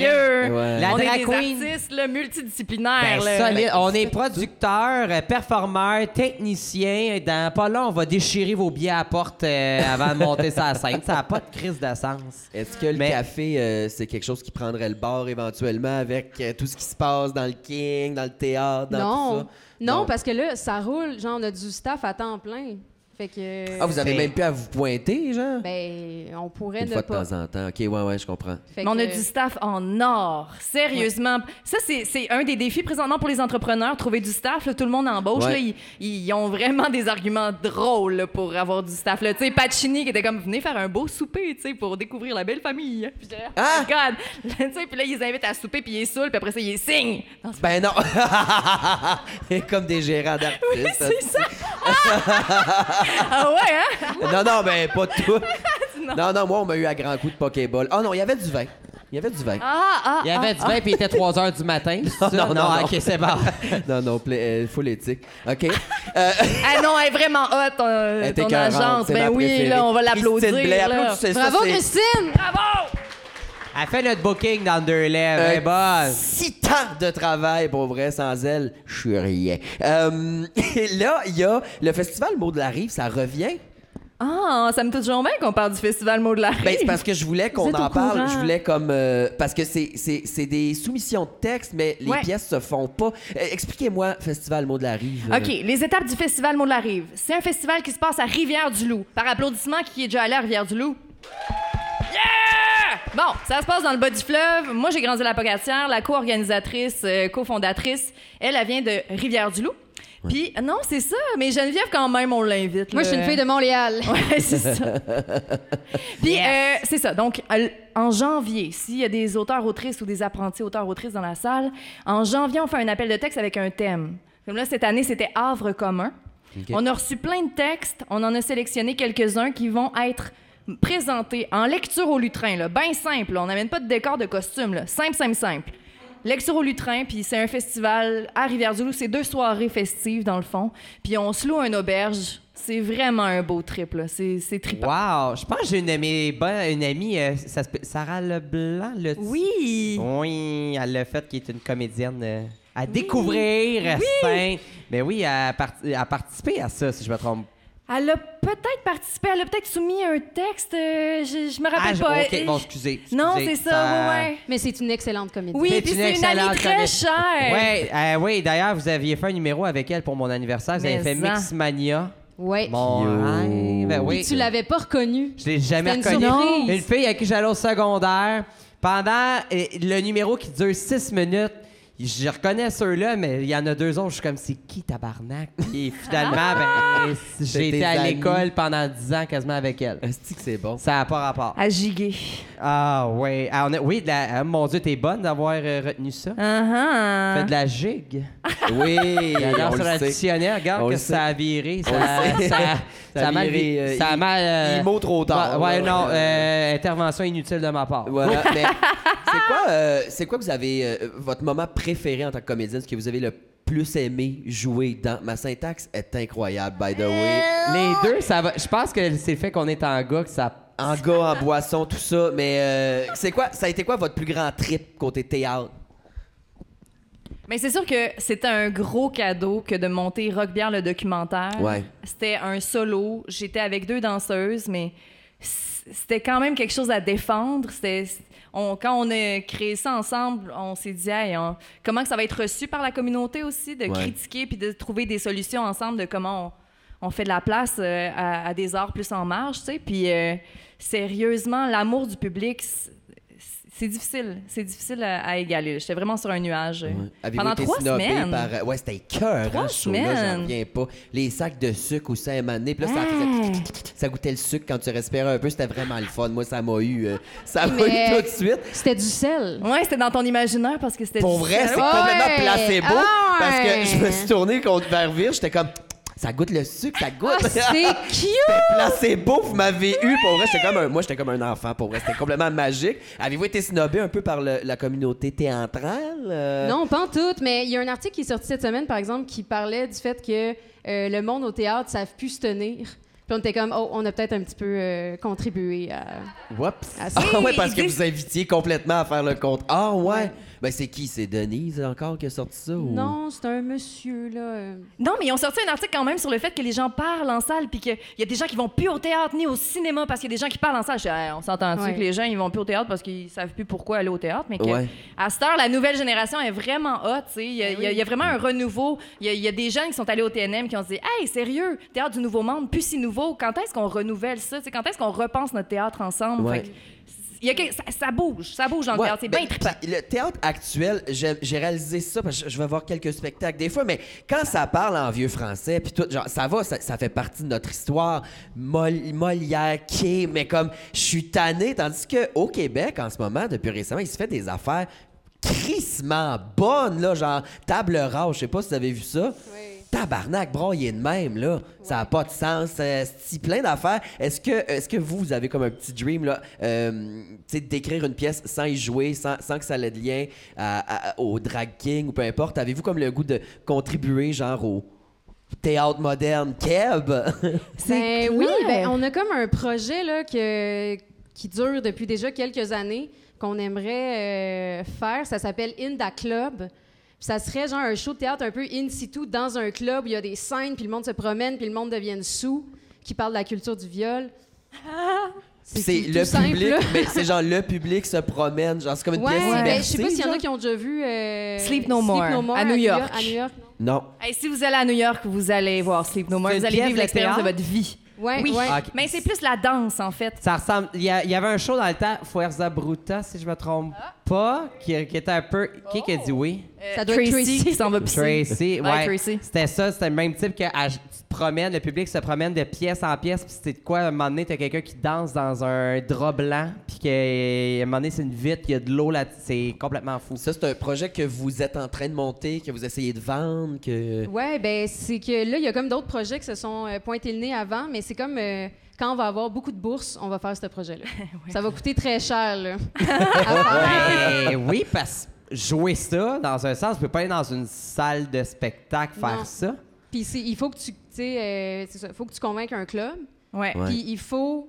[SPEAKER 2] vrai. Ouais.
[SPEAKER 4] La
[SPEAKER 3] La
[SPEAKER 4] on est
[SPEAKER 3] drag
[SPEAKER 4] des
[SPEAKER 3] queen.
[SPEAKER 4] artistes là, multidisciplinaires.
[SPEAKER 3] Ben,
[SPEAKER 4] là.
[SPEAKER 3] solide. On est producteur, euh, performeur, technicien. Dans pas là, on va déchirer vos billets à la porte euh, avant de monter sa scène. Ça n'a pas de crise de sens.
[SPEAKER 2] Est-ce que le
[SPEAKER 3] Mais-
[SPEAKER 2] café, euh, c'est quelque chose qui prendrait le bord éventuellement avec euh, tout ce qui se passe dans le King, dans le théâtre, dans
[SPEAKER 5] non.
[SPEAKER 2] tout ça?
[SPEAKER 5] non, parce que là, ça roule. Genre, on a du staff à temps plein. Fait que.
[SPEAKER 2] Ah, vous avez
[SPEAKER 3] C'est-
[SPEAKER 2] même plus à vous pointer, genre?
[SPEAKER 5] Ben, on pourrait
[SPEAKER 2] Une
[SPEAKER 5] ne
[SPEAKER 2] fois de
[SPEAKER 5] pas.
[SPEAKER 2] temps en temps. OK, ouais, ouais, je comprends.
[SPEAKER 5] Fait
[SPEAKER 4] Mais on a
[SPEAKER 5] que-
[SPEAKER 4] du staff en or. Sérieusement. Ça, c'est- c'est un des défis présentement pour les entrepreneurs, trouver du staff. là. tout le monde embauche.
[SPEAKER 2] Ouais.
[SPEAKER 4] là. ils, ils ont vraiment des arguments drôles là, pour avoir du staff. là. Tu sais, Pacini qui était comme, venez faire un beau souper tu sais, pour découvrir la belle famille. Puis j'étais là, oh
[SPEAKER 2] Ah!
[SPEAKER 4] my God! *laughs* Tu sais, puis là, ils les invitent à souper, puis ils les saoulent, puis après ça, ils les signent. Non, c'est pas-
[SPEAKER 2] Ben non! *laughs* Comme des gérants d'artistes.
[SPEAKER 4] c'est ça! ah *laughs* ouais, hein?
[SPEAKER 2] Non, non, ben pas de tout. non, non, moi, on m'a eu à grand coup de Pokéball. Ah non, il y avait du vin. Il y avait du vin.
[SPEAKER 4] Ah, ah,
[SPEAKER 3] Il y avait du vin, puis il était 3 h du matin. c'est ça?
[SPEAKER 2] *laughs* non, non, non.
[SPEAKER 3] OK, c'est bon.
[SPEAKER 2] *laughs* non, non, pla- euh, full éthique. OK.
[SPEAKER 4] ah non, elle est vraiment hot, ton,
[SPEAKER 2] Elle était
[SPEAKER 4] ton
[SPEAKER 2] écœurante,
[SPEAKER 4] agence.
[SPEAKER 2] c'est
[SPEAKER 4] Ben
[SPEAKER 2] ma
[SPEAKER 4] oui,
[SPEAKER 2] préférée.
[SPEAKER 4] là, on va l'applaudir.
[SPEAKER 2] Christine Blais,
[SPEAKER 4] là.
[SPEAKER 2] applaudissez ça,
[SPEAKER 5] Bravo,
[SPEAKER 2] c'est-
[SPEAKER 5] Christine!
[SPEAKER 4] Bravo!
[SPEAKER 3] Elle fait notre booking dans deux lèvres.
[SPEAKER 2] Euh,
[SPEAKER 3] Elle est bonne.
[SPEAKER 2] Six ans de travail, pour vrai, sans elle, je suis rien. Euh, *laughs* là, il y a le festival Mot de la Rive, ça revient.
[SPEAKER 4] Ah, ça me touche bien qu'on parle du festival Mot de la Rive.
[SPEAKER 2] Ben, c'est parce que je voulais qu'on
[SPEAKER 4] Vous êtes
[SPEAKER 2] en
[SPEAKER 4] au
[SPEAKER 2] parle.
[SPEAKER 4] courant.
[SPEAKER 2] Je voulais comme. euh, parce que c'est- c'est c'est des soumissions de texte, mais les
[SPEAKER 4] Ouais.
[SPEAKER 2] pièces se font pas. Euh, Expliquez-moi, Festival Mot de la Rive. euh,
[SPEAKER 4] OK, les étapes du festival Mont de la Rive. C'est un festival qui se passe à Rivière-du-Loup. Par applaudissement, qui est déjà allé à Rivière-du-Loup? Yeah! Bon, ça se passe dans le bas du fleuve. Moi, j'ai grandi à la Pocatière. La co-organisatrice, euh, cofondatrice, elle, elle vient de Rivière-du-Loup. Puis, non, c'est ça. Mais Geneviève, quand même, on l'invite.
[SPEAKER 5] Moi,
[SPEAKER 4] là.
[SPEAKER 5] je suis une fille de Montréal.
[SPEAKER 4] *laughs* Ouais, c'est ça. Puis, euh, c'est ça. Donc, à l- en janvier, s'il y a des auteurs, autrices ou des apprentis auteurs, autrices dans la salle, en janvier, on fait un appel de texte avec un thème. Comme là, cette année, c'était Havre commun. On a reçu plein de textes. On en a sélectionné quelques-uns qui vont être présentés en lecture au lutrin. Là. Ben simple. là. On n'amène pas de décor, de costume. là. Simple, simple, simple. Lecture au lutrin, puis c'est un festival à Rivière-du-Loup. C'est deux soirées festives, dans le fond. Puis on se loue une auberge. C'est vraiment un beau trip, là. C'est, c'est trippant.
[SPEAKER 3] Wow. Je pense que j'ai une amie, bonne, une amie euh, ça se peut- Sarah Leblanc. Le
[SPEAKER 4] Oui!
[SPEAKER 3] Oui, elle l'a fait, qui est une comédienne euh, Ben à découvrir. Oui. Mais oui, elle a, part- elle a participé à ça, si je me trompe
[SPEAKER 4] Elle a peut-être participé, elle a peut-être soumis un texte, euh, je, je me rappelle
[SPEAKER 3] Ah, je-
[SPEAKER 4] pas.
[SPEAKER 3] ok, bon, excusez.
[SPEAKER 4] Non,
[SPEAKER 3] excusez,
[SPEAKER 4] c'est ça, ouais, ouais.
[SPEAKER 5] *laughs* Mais c'est une excellente comédie.
[SPEAKER 4] Oui, puis c'est une amie
[SPEAKER 3] excellente
[SPEAKER 4] très
[SPEAKER 3] connaissance.
[SPEAKER 4] chère.
[SPEAKER 3] Ouais, euh, oui, d'ailleurs, vous aviez fait un numéro avec elle pour mon anniversaire. Vous avez fait
[SPEAKER 4] Mais ça.
[SPEAKER 3] Mixmania.
[SPEAKER 5] Ouais.
[SPEAKER 3] Mon rêve, ben oui.
[SPEAKER 5] Puis tu l'avais pas reconnue.
[SPEAKER 3] Je l'ai jamais
[SPEAKER 5] C'était une
[SPEAKER 3] reconnue.
[SPEAKER 5] surprise.
[SPEAKER 3] Une fille avec qui j'allais au secondaire. Pendant euh, le numéro qui dure 6 minutes, je reconnais ceux-là, mais il y en a deux autres. Je suis comme, c'est qui tabarnak?
[SPEAKER 5] *laughs*
[SPEAKER 3] Et finalement,
[SPEAKER 5] Ah!
[SPEAKER 3] ben, j'ai été
[SPEAKER 2] tes
[SPEAKER 3] à
[SPEAKER 2] amis.
[SPEAKER 3] l'école pendant 10 ans quasiment avec elle.
[SPEAKER 2] Est-ce que c'est bon?
[SPEAKER 3] Ça n'a pas rapport.
[SPEAKER 4] À giguer.
[SPEAKER 3] Ah, ouais. Ah, on a- oui, de la- ah, mon Dieu, t'es bonne d'avoir euh, retenu
[SPEAKER 5] Hein?
[SPEAKER 3] ça.
[SPEAKER 4] Uh-huh.
[SPEAKER 3] Fait de la gigue.
[SPEAKER 2] *laughs* Oui,
[SPEAKER 3] Regarde
[SPEAKER 2] on
[SPEAKER 3] sur
[SPEAKER 2] le
[SPEAKER 3] le
[SPEAKER 2] sait.
[SPEAKER 3] dictionnaire,
[SPEAKER 2] On
[SPEAKER 3] regarde
[SPEAKER 2] le
[SPEAKER 3] que
[SPEAKER 2] sait.
[SPEAKER 3] ça a viré. Ça,
[SPEAKER 2] le sait.
[SPEAKER 3] ça,
[SPEAKER 2] *laughs* *laughs* Ça
[SPEAKER 3] ça
[SPEAKER 2] a
[SPEAKER 3] a mal.
[SPEAKER 2] viré,
[SPEAKER 3] vi-
[SPEAKER 2] euh,
[SPEAKER 3] ça a
[SPEAKER 2] il-
[SPEAKER 3] mal.
[SPEAKER 2] il mot trop tard,
[SPEAKER 3] Bah, Ouais,
[SPEAKER 2] là.
[SPEAKER 3] non. euh, intervention inutile de ma part.
[SPEAKER 4] *laughs*
[SPEAKER 2] Voilà, mais c'est quoi, euh, c'est quoi que vous avez, euh, votre moment préféré en tant que comédienne, ce que vous avez le plus aimé jouer dans Ma syntaxe est incroyable, by the way.
[SPEAKER 3] Les deux, ça va. Je pense que c'est le fait qu'on est en gars que ça.
[SPEAKER 2] En gars, en boisson, tout ça, mais euh, c'est quoi, ça a été quoi votre plus grand trip côté théâtre?
[SPEAKER 4] Mais c'est sûr que c'était un gros cadeau que de monter Rockbière le documentaire.
[SPEAKER 2] Ouais.
[SPEAKER 4] C'était un solo. J'étais avec deux danseuses, mais c- c'était quand même quelque chose à défendre. C'était- on- quand on a créé ça ensemble, on s'est dit Hey, on- comment que ça va être reçu par la communauté aussi, de
[SPEAKER 2] Ouais.
[SPEAKER 4] critiquer puis de trouver des solutions ensemble de comment on, on fait de la place euh, à, à des arts plus en marge, tu sais. Puis euh, sérieusement, l'amour du public, c- c'est difficile. C'est difficile à, à égaler. J'étais vraiment sur un nuage. euh,
[SPEAKER 2] Avez-vous
[SPEAKER 4] Pendant
[SPEAKER 2] été
[SPEAKER 4] trois
[SPEAKER 2] snobé
[SPEAKER 4] semaines.
[SPEAKER 2] par- euh, Ouais, c'était cœur,
[SPEAKER 4] Trois
[SPEAKER 2] hein, ce show-là, j'en
[SPEAKER 4] semaines.
[SPEAKER 2] reviens pas. Les sacs de sucre aussi à un moment donné, puis là, ça, faisait- ça goûtait le sucre quand tu respirais un peu, c'était vraiment le fun. Moi, ça m'a eu, euh, ça m'a
[SPEAKER 5] Mais-
[SPEAKER 2] eu tout de suite.
[SPEAKER 5] C'était du sel.
[SPEAKER 4] Ouais, c'était dans ton imaginaire parce que c'était
[SPEAKER 2] Pour
[SPEAKER 4] du-
[SPEAKER 2] vrai, c'est
[SPEAKER 5] Ouais.
[SPEAKER 2] complètement placebo.
[SPEAKER 5] Ah ouais.
[SPEAKER 2] Parce que je me suis tourné contre vers Vire, j'étais comme ça goûte le sucre, ça goûte.
[SPEAKER 5] Ah,
[SPEAKER 2] *laughs*
[SPEAKER 5] *laughs* c'est cute!
[SPEAKER 2] placebo, vous m'avez eu. Pour vrai, j'étais comme un, moi, j'étais comme un enfant. Pour vrai, c'était complètement magique. Avez-vous été snobé un peu par le- la communauté théâtrale euh?
[SPEAKER 5] Non, pas en tout, mais il y a un article qui est sorti cette semaine, par exemple, qui parlait du fait que euh, le monde au théâtre ne savent plus se tenir. Puis on était comme, oh, on a peut-être un petit peu euh, contribué à,
[SPEAKER 3] Whoops.
[SPEAKER 2] *laughs*
[SPEAKER 5] à ça.
[SPEAKER 2] Ah ouais, parce
[SPEAKER 4] ils
[SPEAKER 2] que
[SPEAKER 4] disent-
[SPEAKER 2] vous invitiez complètement à faire le compte. Ah ouais. Ben c'est qui C'est Denise encore qui a sorti ça ou-
[SPEAKER 5] Non, c'est un monsieur, là. euh,
[SPEAKER 4] Non, mais ils ont sorti un article quand même sur le fait que les gens parlent en salle puis qu'il y a des gens qui vont plus au théâtre ni au cinéma parce qu'il y a des gens qui parlent en salle. Je dis, Hey, on s'entend-tu
[SPEAKER 5] Ouais.
[SPEAKER 4] que les gens ils vont plus au théâtre parce qu'ils savent plus pourquoi aller au théâtre, mais que
[SPEAKER 2] Ouais.
[SPEAKER 4] à cette heure la nouvelle génération est vraiment hot. tu sais. Il y, a- il y a- il y a vraiment un renouveau. Il y, a- il y a des gens qui sont allés au TNM qui ont dit hey sérieux théâtre du nouveau monde plus si nouveau. Quand est-ce qu'on renouvelle ça Tu sais, Quand est-ce qu'on repense notre théâtre ensemble
[SPEAKER 2] Ouais.
[SPEAKER 4] Fait que il y a quelque- ça, ça bouge, ça bouge dans le
[SPEAKER 2] Ouais,
[SPEAKER 4] théâtre. C'est
[SPEAKER 2] ben,
[SPEAKER 4] bien trippant.
[SPEAKER 2] puis Le théâtre actuel, j'ai j'ai réalisé ça parce que je- je vais voir quelques spectacles des fois, mais quand ça parle en vieux français, puis tout, genre, ça va, ça, ça fait partie de notre histoire. Mol- Molière, Quai, mais comme, je suis tanné. Tandis que au Québec, en ce moment, depuis récemment, il se fait des affaires crissement bonnes, là, genre table rase. Je sais pas si vous avez vu ça. Tabarnak, broyé de même, là. Ça n'a pas de sens. euh, C'est plein d'affaires. Est-ce que, est que vous, vous avez comme un petit dream, là, euh, tu sais, d'écrire une pièce sans y jouer, sans, sans que ça ait de lien à- à- au drag king ou peu importe? Avez-vous comme le goût de contribuer, genre, au théâtre moderne
[SPEAKER 5] *laughs*
[SPEAKER 2] Keb?
[SPEAKER 5] Ben oui, ben, on a comme un projet là, que- qui dure depuis déjà quelques années qu'on aimerait euh, faire. Ça s'appelle Inda Club. Puis Ça serait genre un show de théâtre un peu in situ dans un club. Il y a des scènes, puis le monde se promène, puis le monde devient sous, qui parle de la culture du
[SPEAKER 4] *laughs*
[SPEAKER 5] viol.
[SPEAKER 2] c'est
[SPEAKER 5] tout
[SPEAKER 2] le
[SPEAKER 5] simple,
[SPEAKER 2] public,
[SPEAKER 5] là.
[SPEAKER 2] mais c'est genre le public se promène, genre, c'est comme une
[SPEAKER 5] Ouais,
[SPEAKER 2] pièce
[SPEAKER 5] ben,
[SPEAKER 2] immersive.
[SPEAKER 5] je sais pas s'il y en
[SPEAKER 2] genre.
[SPEAKER 5] a qui ont déjà vu euh,
[SPEAKER 4] Sleep No More, à New York.
[SPEAKER 5] À New York.
[SPEAKER 2] Non.
[SPEAKER 4] Hey, si vous allez à New York, vous allez voir Sleep No More.
[SPEAKER 3] C'est une
[SPEAKER 4] Vous allez
[SPEAKER 3] pièce
[SPEAKER 4] vivre
[SPEAKER 3] de
[SPEAKER 4] l'expérience de
[SPEAKER 3] théâtre?
[SPEAKER 4] votre vie.
[SPEAKER 5] Ouais,
[SPEAKER 4] Oui,
[SPEAKER 5] ouais.
[SPEAKER 3] Ah, ok.
[SPEAKER 4] mais c'est plus la danse, en fait.
[SPEAKER 3] Ça ressemble. Il y, a- il y avait un show dans le temps, Fuerza Bruta, si je me trompe pas, qui, qui était un peu. Qui qui a dit oui?
[SPEAKER 5] Ça doit être Tracy.
[SPEAKER 4] Euh, qui s'en va pisser.
[SPEAKER 3] Tracy,
[SPEAKER 4] Ouais,
[SPEAKER 3] ouais.
[SPEAKER 4] Tracy.
[SPEAKER 3] C'était ça, c'était le même type que ah, je- tu te promènes, le public se promène de pièce en pièce, puis c'était de quoi, à un moment donné, t'as quelqu'un qui danse dans un drap blanc, puis que, à un moment donné, c'est une vitre, il y a de l'eau là, c'est complètement fou.
[SPEAKER 2] Ça, c'est un projet que vous êtes en train de monter, que vous essayez de vendre, que...
[SPEAKER 5] Ouais, ben c'est que là, il y a comme d'autres projets qui se sont euh, pointés le nez avant, mais c'est comme euh, quand on va avoir beaucoup de bourses, on va faire ce projet-là. Ça va coûter très
[SPEAKER 2] *laughs*
[SPEAKER 5] cher, là. à
[SPEAKER 4] *laughs*
[SPEAKER 5] faire.
[SPEAKER 3] Ben oui, parce que jouer ça, dans un sens, tu peux pas aller dans une salle de spectacle faire
[SPEAKER 5] Non.
[SPEAKER 3] ça.
[SPEAKER 5] Puis c'est- il faut que tu, tu sais, euh, c'est ça, faut que tu convainques un club,
[SPEAKER 4] Ouais.
[SPEAKER 2] Ouais.
[SPEAKER 5] puis il faut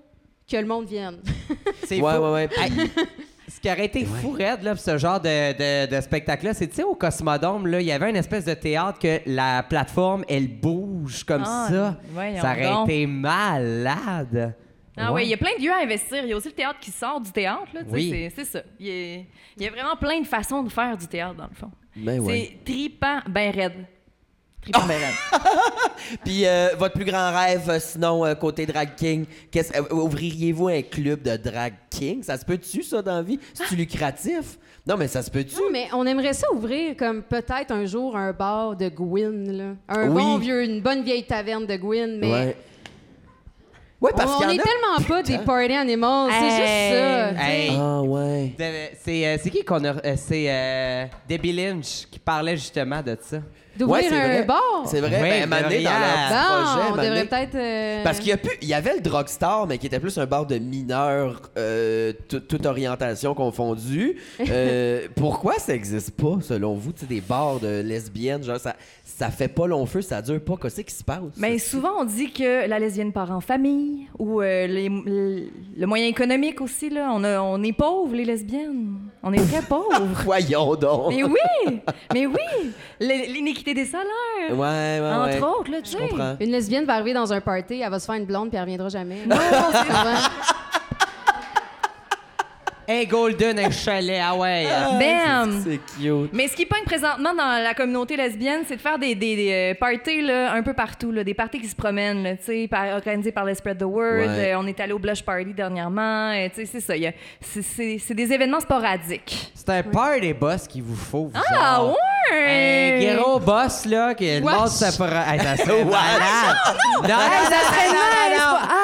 [SPEAKER 5] que le monde vienne. *laughs*
[SPEAKER 3] C'est
[SPEAKER 2] ouais,
[SPEAKER 3] fou.
[SPEAKER 2] ouais, ouais, puis-
[SPEAKER 3] Hey, Ce qui aurait
[SPEAKER 4] *laughs*
[SPEAKER 3] été fou raide, là, pour ce genre de, de- de spectacle-là, c'est, tu sais, au Cosmodome, là, il y avait une espèce de théâtre que la plateforme, elle bouge comme
[SPEAKER 4] Ah,
[SPEAKER 3] ça.
[SPEAKER 4] voyons
[SPEAKER 3] Ça aurait
[SPEAKER 4] donc.
[SPEAKER 3] été malade.
[SPEAKER 4] Ah oui,
[SPEAKER 3] Ouais.
[SPEAKER 4] il y a plein de lieux à investir. Il y a aussi le théâtre qui sort du théâtre. là, tu sais,
[SPEAKER 3] Oui.
[SPEAKER 4] c'est- C'est ça. Il y, a, il y a vraiment plein de façons de faire du théâtre, dans le fond.
[SPEAKER 2] Ben ouais.
[SPEAKER 4] C'est tripant, ben raide. Tripant, ben raide.
[SPEAKER 2] Puis euh, votre plus grand rêve, euh, sinon, euh, côté drag king, qu'est-ce- euh, ouvririez-vous un club de drag king? Ça se peut-tu, ça, dans la vie?
[SPEAKER 5] Ah!
[SPEAKER 2] C'est-tu lucratif? Non, mais ça se peut-tu?
[SPEAKER 5] Non, mais on aimerait ça ouvrir comme peut-être un jour un bar de Gwyn, là. Un
[SPEAKER 2] Oui.
[SPEAKER 5] bon vieux, une bonne vieille taverne de Gwyn, mais
[SPEAKER 2] Ouais. Ouais,
[SPEAKER 5] on,
[SPEAKER 2] parce
[SPEAKER 5] on
[SPEAKER 2] qu'il
[SPEAKER 5] est
[SPEAKER 2] y en a...
[SPEAKER 5] tellement pas des party animals, c'est
[SPEAKER 4] Hey.
[SPEAKER 5] juste ça.
[SPEAKER 3] Hey.
[SPEAKER 2] Ah, ouais.
[SPEAKER 3] De- C'est euh, c'est qui qu'on a. euh, c'est euh, Debbie Lynch qui parlait justement de ça.
[SPEAKER 2] Ouais,
[SPEAKER 5] D'ouvrir
[SPEAKER 2] c'est
[SPEAKER 5] un
[SPEAKER 2] vrai.
[SPEAKER 5] bar.
[SPEAKER 2] C'est
[SPEAKER 3] Oui,
[SPEAKER 2] vrai, ben, à un moment donné, dans leur petit
[SPEAKER 5] Bon,
[SPEAKER 2] projet, à un
[SPEAKER 5] on
[SPEAKER 2] moment
[SPEAKER 5] devrait
[SPEAKER 2] donné-
[SPEAKER 5] peut-être. euh,
[SPEAKER 2] Parce qu'il y a plus, il y avait le Drugstore, mais qui était plus un bar de mineurs, euh, tout- toute orientation confondue.
[SPEAKER 4] *laughs*
[SPEAKER 2] Euh, pourquoi ça existe pas, selon vous, tu sais, des bars de lesbiennes, genre ça, ça fait pas long feu, ça dure pas, qu'est-ce qui se passe
[SPEAKER 4] Mais souvent, on dit que la lesbienne part en famille ou euh, les- le, le moyen économique aussi. Là. On, a- on est pauvres, les lesbiennes. On est très pauvres.
[SPEAKER 2] *laughs* Voyons donc.
[SPEAKER 4] Mais oui! Mais oui! L'é- L'iniquité des salaires,
[SPEAKER 2] Ouais, ouais,
[SPEAKER 4] entre
[SPEAKER 2] ouais.
[SPEAKER 4] autres, là, tu sais. Ben,
[SPEAKER 2] Je comprends.
[SPEAKER 5] Une lesbienne va arriver dans un party, elle va se faire une blonde puis elle reviendra jamais.
[SPEAKER 3] Hey Golden, un chalet, ah
[SPEAKER 4] *laughs*
[SPEAKER 3] ouais.
[SPEAKER 2] Ah,
[SPEAKER 4] Bam!
[SPEAKER 2] c'est- C'est cute.
[SPEAKER 4] Mais ce qui pogne présentement dans la communauté lesbienne, c'est de faire des, des, des, euh, parties là, un peu partout, là, des parties qui se promènent, là, tu sais, par- organisées par les Spread the Word.
[SPEAKER 2] Ouais.
[SPEAKER 4] Euh, on est allé au Blush Party dernièrement. euh, tu sais, c'est ça. il y a- c'est- C'est c'est des événements sporadiques.
[SPEAKER 3] C'est un party boss qu'il vous faut. vous
[SPEAKER 4] Ah
[SPEAKER 3] autres.
[SPEAKER 4] ouais!
[SPEAKER 3] Un gros boss là, que le
[SPEAKER 5] Wesh.
[SPEAKER 3] monde se prend. Hey,
[SPEAKER 2] *laughs*
[SPEAKER 3] ça serait malade. Non, hey, ça serait malade. Ah,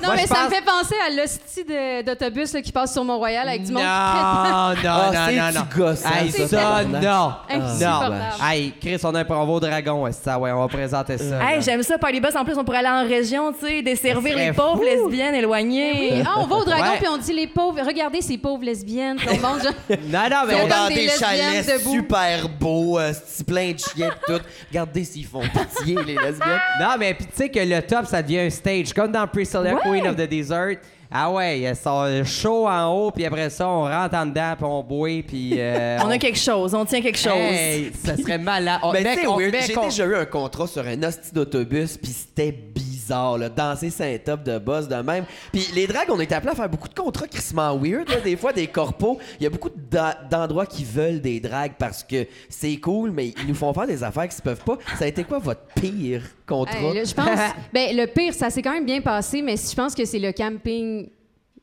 [SPEAKER 5] non,
[SPEAKER 3] Moi,
[SPEAKER 5] mais
[SPEAKER 3] je
[SPEAKER 5] ça me
[SPEAKER 3] pense-
[SPEAKER 5] fait penser à l'hostie de- d'autobus là, qui passe sur Mont-Royal avec du monde.
[SPEAKER 3] Non, non,
[SPEAKER 2] Ah,
[SPEAKER 3] non, non,
[SPEAKER 2] c'est
[SPEAKER 3] non.
[SPEAKER 2] du gossant,
[SPEAKER 3] Hey,
[SPEAKER 2] ça,
[SPEAKER 3] ça,
[SPEAKER 2] tabarnak.
[SPEAKER 3] non.
[SPEAKER 5] Insupportable.
[SPEAKER 3] Non. Hey, Chris, on a un promo dragon, est-ce que ça, ouais, on va présenter ça.
[SPEAKER 4] Hey,
[SPEAKER 3] là.
[SPEAKER 4] j'aime ça, Party Bus. En plus, on pourrait aller en région, tu sais, desservir
[SPEAKER 3] Ça serait
[SPEAKER 4] les pauvres
[SPEAKER 3] fou. Eh
[SPEAKER 4] lesbiennes éloignées.
[SPEAKER 5] Et, ah, on va au dragon
[SPEAKER 3] Ouais.
[SPEAKER 5] puis on dit les pauvres, regardez ces pauvres lesbiennes. Puis on
[SPEAKER 3] *laughs*
[SPEAKER 5] monte, genre-
[SPEAKER 3] Non, non, mais
[SPEAKER 5] Ils
[SPEAKER 3] on
[SPEAKER 5] sont
[SPEAKER 3] a-
[SPEAKER 5] comme des lesbiennes debout.
[SPEAKER 2] super beaux, euh, c'est plein de chiens pis tout. Regardez s'ils font pitié, les lesbiennes.
[SPEAKER 3] Non, mais puis tu sais que le top, ça devient un stage. Comme dans Priscilla
[SPEAKER 4] Ouais.
[SPEAKER 3] Queen of the Desert. Ah ouais, ils sont chauds en haut, puis après ça, on rentre en dedans, puis on boit, puis... *laughs* euh,
[SPEAKER 4] On a quelque chose, on tient quelque chose.
[SPEAKER 3] Hey, ça serait malade. Oh,
[SPEAKER 2] Mais
[SPEAKER 3] mec,
[SPEAKER 2] Ben, tu sais,
[SPEAKER 3] on-
[SPEAKER 2] weird,
[SPEAKER 3] mec,
[SPEAKER 2] j'ai
[SPEAKER 3] on-
[SPEAKER 2] déjà eu un contrat sur un hostie d'autobus, puis c'était bizarre, là, danser sur un top de boss de même. Puis les drags, on était appelés à faire beaucoup de contrats crissement weird, là, des fois, des corpos. Il y a beaucoup d'en- d'endroits qui veulent des drags parce que c'est cool, mais ils nous font faire des affaires qui se peuvent pas. Ça a été quoi votre pire contrat? Ah
[SPEAKER 5] Hey, là, je pense. ben, le pire, ça s'est quand même bien passé, mais je pense que c'est le camping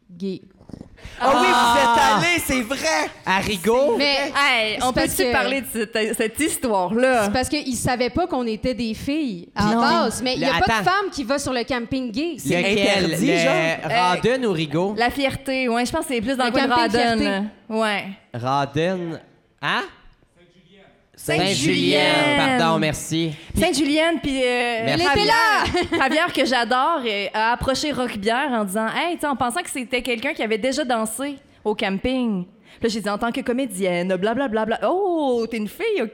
[SPEAKER 5] gay.
[SPEAKER 2] Ah, oui, vous êtes allés, c'est vrai!
[SPEAKER 3] À Rigaud?
[SPEAKER 5] Mais
[SPEAKER 4] Hey, on
[SPEAKER 5] C'est parce
[SPEAKER 4] peut-tu
[SPEAKER 5] que-
[SPEAKER 4] parler de cette, cette histoire-là?
[SPEAKER 5] c'est parce qu'ils savaient pas qu'on était des filles à la
[SPEAKER 4] Non.
[SPEAKER 5] base. Mais il n'y a
[SPEAKER 3] Le-
[SPEAKER 5] pas de
[SPEAKER 3] attends.
[SPEAKER 5] femme qui va sur le camping gay.
[SPEAKER 2] C'est interdit,
[SPEAKER 3] le-
[SPEAKER 2] genre? Euh,
[SPEAKER 3] Radon ou Rigaud?
[SPEAKER 4] La fierté, ouais, je pense que c'est plus dans le,
[SPEAKER 5] Le
[SPEAKER 4] coin de
[SPEAKER 5] camping
[SPEAKER 4] Radon.
[SPEAKER 5] fierté.
[SPEAKER 4] là. Ouais.
[SPEAKER 3] Radon... Hein?
[SPEAKER 4] Sainte-Julienne.
[SPEAKER 3] Pardon, merci.
[SPEAKER 4] Sainte-Julienne, puis. Euh,
[SPEAKER 3] Merci.
[SPEAKER 5] Elle était là!
[SPEAKER 4] Javier- *laughs* Javier, que j'adore, euh, a approché Roquebière en disant Hey, tu sais, en pensant que c'était quelqu'un qui avait déjà dansé au camping. Puis Là, j'ai dit en tant que comédienne, blablabla. Bla, bla, Oh, t'es une fille, OK.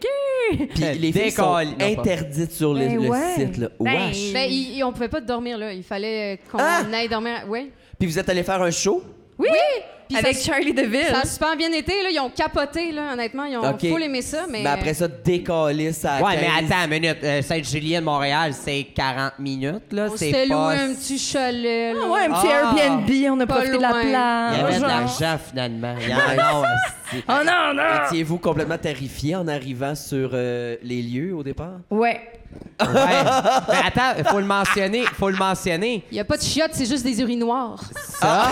[SPEAKER 2] Puis
[SPEAKER 3] Euh,
[SPEAKER 2] les filles sont
[SPEAKER 3] décolle. Non, pas.
[SPEAKER 2] interdites sur le,
[SPEAKER 4] Ben
[SPEAKER 2] le
[SPEAKER 4] ouais.
[SPEAKER 2] site, là.
[SPEAKER 4] Ben,
[SPEAKER 2] Wesh.
[SPEAKER 5] Ben, il- il- on pouvait pas dormir là. Il fallait euh, qu'on
[SPEAKER 2] Ah!
[SPEAKER 5] aille dormir. Oui.
[SPEAKER 2] Puis vous êtes allés faire un show?
[SPEAKER 4] Oui,
[SPEAKER 5] Puis
[SPEAKER 4] avec
[SPEAKER 5] ça-
[SPEAKER 4] Charlie DeVille.
[SPEAKER 5] Ça a super bien été, là. Ils ont capoté, là, honnêtement. Ils ont
[SPEAKER 2] OK.
[SPEAKER 5] full aimé ça, mais...
[SPEAKER 2] Mais après ça, décoller ça.
[SPEAKER 3] Ouais, mais attends une minute. Euh, Sainte-Julienne, Montréal, c'est 40 minutes, là.
[SPEAKER 5] on
[SPEAKER 3] c'est
[SPEAKER 5] s'était
[SPEAKER 3] pas-
[SPEAKER 5] loué un petit chalet, là.
[SPEAKER 4] Ah ouais, un petit
[SPEAKER 3] Ah.
[SPEAKER 4] Airbnb, on a
[SPEAKER 5] Pas
[SPEAKER 4] profité de
[SPEAKER 5] loin.
[SPEAKER 3] Il y
[SPEAKER 4] la
[SPEAKER 3] avait
[SPEAKER 4] plage.
[SPEAKER 3] de
[SPEAKER 4] genre.
[SPEAKER 3] l'argent, finalement. Il y en a, non, esti.
[SPEAKER 4] Oh non, non!
[SPEAKER 2] Ah! Étiez-vous complètement terrifié en arrivant sur euh, les lieux au départ?
[SPEAKER 4] Ouais.
[SPEAKER 3] Ouais. Ben, attends, faut le mentionner, faut le mentionner.
[SPEAKER 5] Il n'y a pas de chiottes, c'est juste des urinoirs.
[SPEAKER 3] Ça.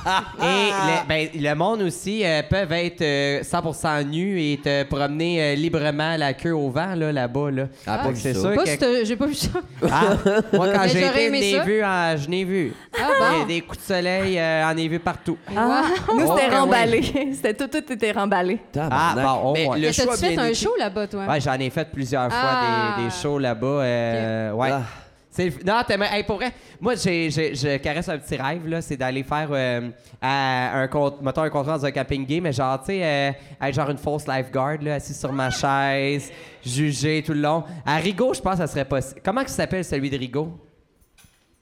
[SPEAKER 2] Ah.
[SPEAKER 3] Et le, ben, le monde aussi euh, peuvent être euh, 100% nus et te promener euh, librement la queue au vent là là-bas là.
[SPEAKER 2] Ah, pas
[SPEAKER 3] Fait que
[SPEAKER 2] vu
[SPEAKER 3] c'est
[SPEAKER 2] ça.
[SPEAKER 3] sûr
[SPEAKER 5] Pas
[SPEAKER 3] que-
[SPEAKER 5] cette- J'ai pas vu ça.
[SPEAKER 2] *laughs*
[SPEAKER 3] Ah, moi quand
[SPEAKER 5] Mais
[SPEAKER 3] j'ai
[SPEAKER 5] j'aurais
[SPEAKER 3] été,
[SPEAKER 5] aimé
[SPEAKER 3] je
[SPEAKER 5] ça.
[SPEAKER 3] n'ai vu, ah, je n'ai vu.
[SPEAKER 5] Ah, bon.
[SPEAKER 3] Et Des coups de soleil, euh, en ai vu partout.
[SPEAKER 4] Ah, nous,
[SPEAKER 3] Oh,
[SPEAKER 4] c'était
[SPEAKER 3] ben oui.
[SPEAKER 4] remballé. *laughs* C'était tout, tout était remballé.
[SPEAKER 2] Tabarnak.
[SPEAKER 3] Ah, bon, au
[SPEAKER 2] mais
[SPEAKER 3] moins.
[SPEAKER 2] le
[SPEAKER 5] Mais
[SPEAKER 2] choix
[SPEAKER 5] t'as-tu fait
[SPEAKER 2] bien
[SPEAKER 5] un
[SPEAKER 2] été.
[SPEAKER 5] show là-bas, toi?
[SPEAKER 3] Ouais, j'en ai fait plusieurs fois
[SPEAKER 5] Ah.
[SPEAKER 3] des, des shows là-bas. euh, Ouais.
[SPEAKER 2] Ah.
[SPEAKER 3] C'est- Non, t'aimes- hey, pour vrai, moi, j'ai- j'ai- je caresse un petit rêve, là, c'est d'aller faire euh, à un, con- mettons, un contrat dans un camping gay, mais genre, tu sais, euh, être genre une fausse lifeguard, là, assise sur
[SPEAKER 5] Ah.
[SPEAKER 3] ma chaise, jugée tout le long. À Rigaud, je pense que ça serait possible. Comment que ça s'appelle celui de Rigaud?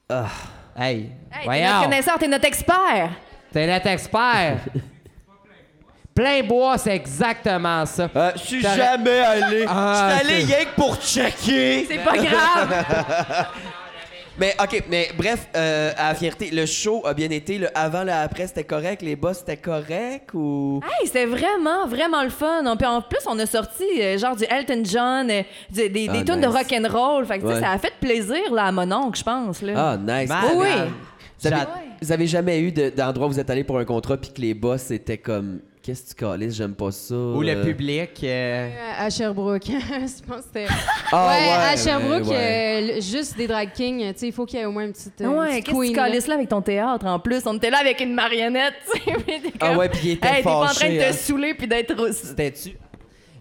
[SPEAKER 2] Ah.
[SPEAKER 3] Hey,
[SPEAKER 4] Hey, t'es notre
[SPEAKER 3] voyons,
[SPEAKER 4] connaisseur, t'es notre expert.
[SPEAKER 3] *laughs* t'es notre expert. Plein bois, c'est exactement ça.
[SPEAKER 2] Euh, je suis
[SPEAKER 3] T'aurais-
[SPEAKER 2] jamais allé.
[SPEAKER 3] Ah,
[SPEAKER 2] je suis allé
[SPEAKER 3] ok.
[SPEAKER 2] rien que pour checker.
[SPEAKER 4] C'est pas grave.
[SPEAKER 2] Mais ok, mais bref, euh, à la fierté, le show a bien été. Le avant, le après, c'était correct. Les boss, c'était correct ou
[SPEAKER 4] Hey, c'était vraiment, vraiment le fun. On- puis en plus, on a sorti euh, genre du Elton John, euh, du- des, des
[SPEAKER 2] Ah,
[SPEAKER 4] tunes de
[SPEAKER 2] nice.
[SPEAKER 4] rock'n'roll. Fait que tu sais,
[SPEAKER 2] Ouais.
[SPEAKER 4] ça a fait plaisir là, à mon oncle, je pense. Là.
[SPEAKER 2] Ah nice.
[SPEAKER 3] Malade.
[SPEAKER 4] Oh oui.
[SPEAKER 2] Vous avez,
[SPEAKER 3] J'ad-
[SPEAKER 2] vous avez jamais eu de- d'endroit où vous êtes allé pour un contrat puis que les boss étaient comme qu'est-ce que tu calisses, j'aime pas ça.
[SPEAKER 3] Ou le
[SPEAKER 2] euh.
[SPEAKER 3] public. euh,
[SPEAKER 5] À à Sherbrooke, *laughs* je pense que c'était.
[SPEAKER 2] Ah,
[SPEAKER 5] ouais,
[SPEAKER 2] ouais,
[SPEAKER 5] à
[SPEAKER 2] mais
[SPEAKER 5] Sherbrooke,
[SPEAKER 2] ouais.
[SPEAKER 5] euh, le- juste des drag kings, euh, tu sais, il faut qu'il y ait au moins une petite. euh, une
[SPEAKER 4] ouais,
[SPEAKER 5] petite
[SPEAKER 4] qu'est-ce que tu
[SPEAKER 5] queen, là.
[SPEAKER 4] calisses là avec ton théâtre en plus? On était là avec une marionnette. tu sais, mais t'es
[SPEAKER 2] Ah
[SPEAKER 4] comme,
[SPEAKER 2] ouais, puis il était
[SPEAKER 4] Hey, t'es pas en train
[SPEAKER 2] fâché,
[SPEAKER 4] de te
[SPEAKER 2] hein.
[SPEAKER 4] saouler puis d'être rousse.
[SPEAKER 3] C'était-tu?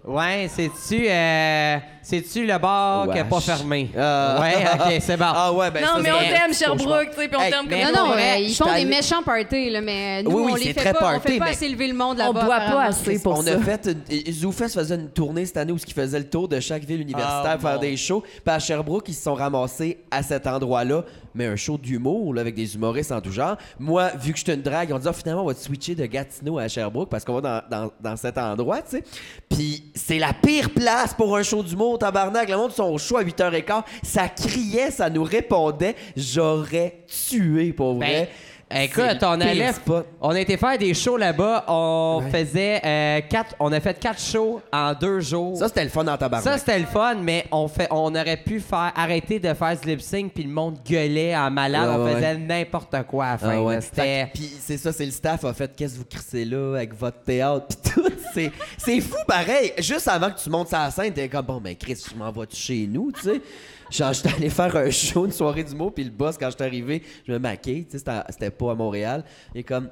[SPEAKER 3] Ouais, c'est-tu euh, c'est-tu le bar qui est euh, pas
[SPEAKER 2] Wesh.
[SPEAKER 3] fermé?
[SPEAKER 2] Ah.
[SPEAKER 3] Ouais, ok, c'est bon.
[SPEAKER 2] *laughs* Ah ouais, ben
[SPEAKER 4] non,
[SPEAKER 2] ça,
[SPEAKER 4] mais on
[SPEAKER 2] c'est-
[SPEAKER 4] t'aime,
[SPEAKER 2] c'est ton choix.
[SPEAKER 4] Sherbrooke, tu sais, puis on
[SPEAKER 2] Hey,
[SPEAKER 4] t'aime
[SPEAKER 3] mais
[SPEAKER 4] comme
[SPEAKER 5] Non, non,
[SPEAKER 4] nous.
[SPEAKER 5] euh,
[SPEAKER 2] je
[SPEAKER 5] ils
[SPEAKER 2] suis
[SPEAKER 5] font
[SPEAKER 2] allé-
[SPEAKER 5] des méchants parties, là, mais nous,
[SPEAKER 2] Oui, oui,
[SPEAKER 5] on
[SPEAKER 2] c'est
[SPEAKER 5] les
[SPEAKER 2] très
[SPEAKER 5] fait pas, on
[SPEAKER 2] party,
[SPEAKER 5] fait pas
[SPEAKER 2] mais-
[SPEAKER 5] assez lever le monde
[SPEAKER 4] On
[SPEAKER 5] là-bas.
[SPEAKER 4] boit pas
[SPEAKER 5] apparemment.
[SPEAKER 4] assez pour
[SPEAKER 2] on
[SPEAKER 4] ça.
[SPEAKER 2] a fait une, Zoufest faisait une tournée cette année où ils faisaient le tour de chaque ville universitaire
[SPEAKER 3] Ah,
[SPEAKER 2] pour faire
[SPEAKER 3] mon-
[SPEAKER 2] des shows. Puis à Sherbrooke, ils se sont ramassés à cet endroit-là, mais un show d'humour là, avec des humoristes en tout genre. Moi, vu que j'étais une drague, on dit Ah, finalement on va te switcher de Gatineau à Sherbrooke parce qu'on va dans, dans- dans cet endroit, tu sais. Puis c'est la pire place pour un show d'humour, tabarnak. Le monde ils sont au show à 8h15, ça criait, ça nous répondait. J'aurais tué pour
[SPEAKER 3] Ben,
[SPEAKER 2] vrai.
[SPEAKER 3] Écoute,
[SPEAKER 2] C'est
[SPEAKER 3] on
[SPEAKER 2] le pire
[SPEAKER 3] allait.
[SPEAKER 2] spot.
[SPEAKER 3] On a été faire des shows là-bas. On faisait euh, quatre. On a fait quatre shows en deux jours.
[SPEAKER 2] Ça c'était le fun en tabarnak.
[SPEAKER 3] Ça, c'était le fun, mais on, fait, on aurait pu faire arrêter de faire du lip sync, puis le monde gueulait en malade.
[SPEAKER 2] Ouais,
[SPEAKER 3] on
[SPEAKER 2] ouais,
[SPEAKER 3] faisait n'importe quoi à la fin.
[SPEAKER 2] Ah
[SPEAKER 3] là.
[SPEAKER 2] ouais,
[SPEAKER 3] C'était.
[SPEAKER 2] fait que- Puis c'est ça, c'est le staff a fait qu'est-ce que vous crissez là avec votre théâtre puis tout. *laughs* C'est, c'est fou pareil. Juste avant que tu montes sur la scène, t'es comme bon ben Chris, je m'en vais chez nous, tu sais. Genre j'étais allé faire un show, une soirée du mot, puis le boss quand je suis arrivé, je me maquillais, tu sais, c'était, c'était pas à Montréal. Il est comme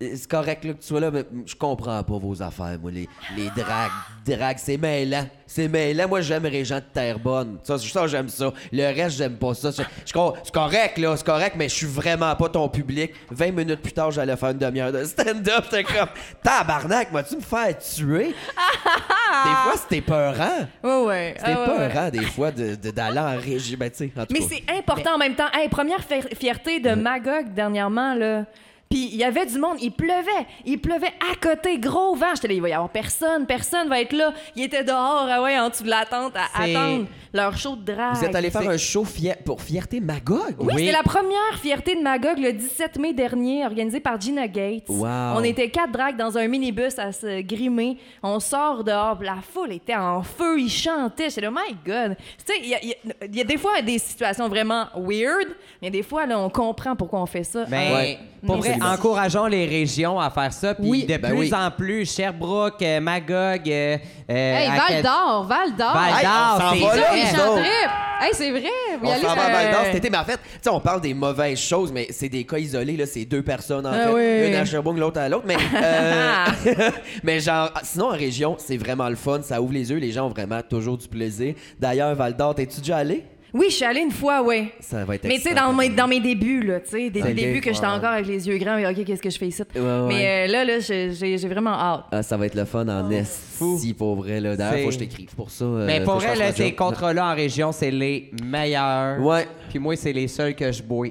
[SPEAKER 2] c'est correct là, que tu sois là, mais je comprends pas vos affaires, moi, les, les dragues. Dragues, c'est mêlant. C'est mêlant. Moi, j'aime les gens de Terrebonne. Ça, c'est- ça j'aime ça. Le reste, j'aime pas ça. Je- je com- C'est correct, là, c'est correct, mais je suis vraiment pas ton public. 20 minutes plus tard, j'allais faire une demi-heure de stand-up. J'étais comme, tabarnak, vas-tu me faire tuer? des fois, c'était peurant.
[SPEAKER 4] Ouais, ouais.
[SPEAKER 2] C'était
[SPEAKER 4] Ah, ouais, ouais.
[SPEAKER 2] peurant, des fois, de, de- d'aller en régie. Ben, tu sais, en tout cas.
[SPEAKER 4] Mais c'est important en même temps. Hey, première fier- fierté de Magog dernièrement, là. Puis il y avait du monde, il pleuvait, il pleuvait à côté, gros vent. J'étais là, il va y avoir personne, personne va être là. Il était dehors, ah ouais, en dessous de la tente, à
[SPEAKER 3] C'est-
[SPEAKER 4] attendre leur show de drague.
[SPEAKER 2] Vous êtes allé faire
[SPEAKER 4] C'est-
[SPEAKER 2] un show fier- pour Fierté Magog?
[SPEAKER 4] Oui, c'est la première fierté de Magog le 17 mai dernier, organisée par Gina Gates.
[SPEAKER 2] Wow.
[SPEAKER 4] On était quatre dragues dans un minibus à se grimer. On sort dehors, puis la foule était en feu, ils chantaient. J'étais là, my God. Tu sais, il y, a- il y a- il y a des fois des situations vraiment weird, mais des fois, là, on comprend pourquoi on fait ça.
[SPEAKER 3] Mais
[SPEAKER 2] Ouais.
[SPEAKER 3] Ben, pour
[SPEAKER 4] Non,
[SPEAKER 3] vrai,
[SPEAKER 4] absolument.
[SPEAKER 3] encourageons les régions à faire ça. Puis
[SPEAKER 2] Oui,
[SPEAKER 3] de
[SPEAKER 2] ben
[SPEAKER 3] plus
[SPEAKER 2] oui.
[SPEAKER 3] en plus, Sherbrooke, euh, Magog. euh, euh,
[SPEAKER 5] Hey, Val
[SPEAKER 3] Acad-
[SPEAKER 5] d'Or, Val d'Or.
[SPEAKER 3] Val
[SPEAKER 2] Hey, on
[SPEAKER 3] d'Or,
[SPEAKER 2] s'en
[SPEAKER 3] c'est
[SPEAKER 2] va
[SPEAKER 5] Ça,
[SPEAKER 2] là,
[SPEAKER 5] les
[SPEAKER 2] nous
[SPEAKER 5] gens
[SPEAKER 2] autres.
[SPEAKER 5] trippent. Hey, c'est vrai. Vous y
[SPEAKER 2] On
[SPEAKER 5] allez,
[SPEAKER 2] s'en va à
[SPEAKER 5] euh,
[SPEAKER 2] Val-d'Or cet été, mais en fait, tu sais, on parle des mauvaises choses, mais c'est des cas isolés, là, c'est deux personnes, en
[SPEAKER 4] Ah
[SPEAKER 2] fait,
[SPEAKER 4] oui.
[SPEAKER 2] une à Sherbrooke, l'autre à l'autre, mais, euh, *laughs* mais genre, sinon, en région, c'est vraiment le fun, ça ouvre les yeux, les gens ont vraiment toujours du plaisir. D'ailleurs, Val-d'Or, t'es-tu déjà allé?
[SPEAKER 4] Oui, je suis allée une fois, oui.
[SPEAKER 2] Ça va être
[SPEAKER 4] Mais tu sais,
[SPEAKER 2] excitant,
[SPEAKER 4] dans mes,
[SPEAKER 2] quand
[SPEAKER 4] dans mes débuts, là, tu sais, des
[SPEAKER 2] Ok,
[SPEAKER 4] débuts que j'étais
[SPEAKER 2] ouais.
[SPEAKER 4] encore avec les yeux grands, mais OK, qu'est-ce que je fais ici?
[SPEAKER 2] Ouais, ouais,
[SPEAKER 4] Mais euh, là, là, j'ai j'ai- j'ai vraiment hâte.
[SPEAKER 2] Ah, ça va être le fun en esti, pour vrai, là. D'ailleurs,
[SPEAKER 3] C'est-
[SPEAKER 2] faut que je t'écrive pour ça. euh,
[SPEAKER 3] Mais
[SPEAKER 2] faut
[SPEAKER 3] pour
[SPEAKER 2] que je
[SPEAKER 3] vrai,
[SPEAKER 2] fasse
[SPEAKER 3] là,
[SPEAKER 2] ma
[SPEAKER 3] ces
[SPEAKER 2] job.
[SPEAKER 3] contrats-là en région, c'est les meilleurs.
[SPEAKER 2] Ouais.
[SPEAKER 3] Puis moi, c'est les seuls que je bois.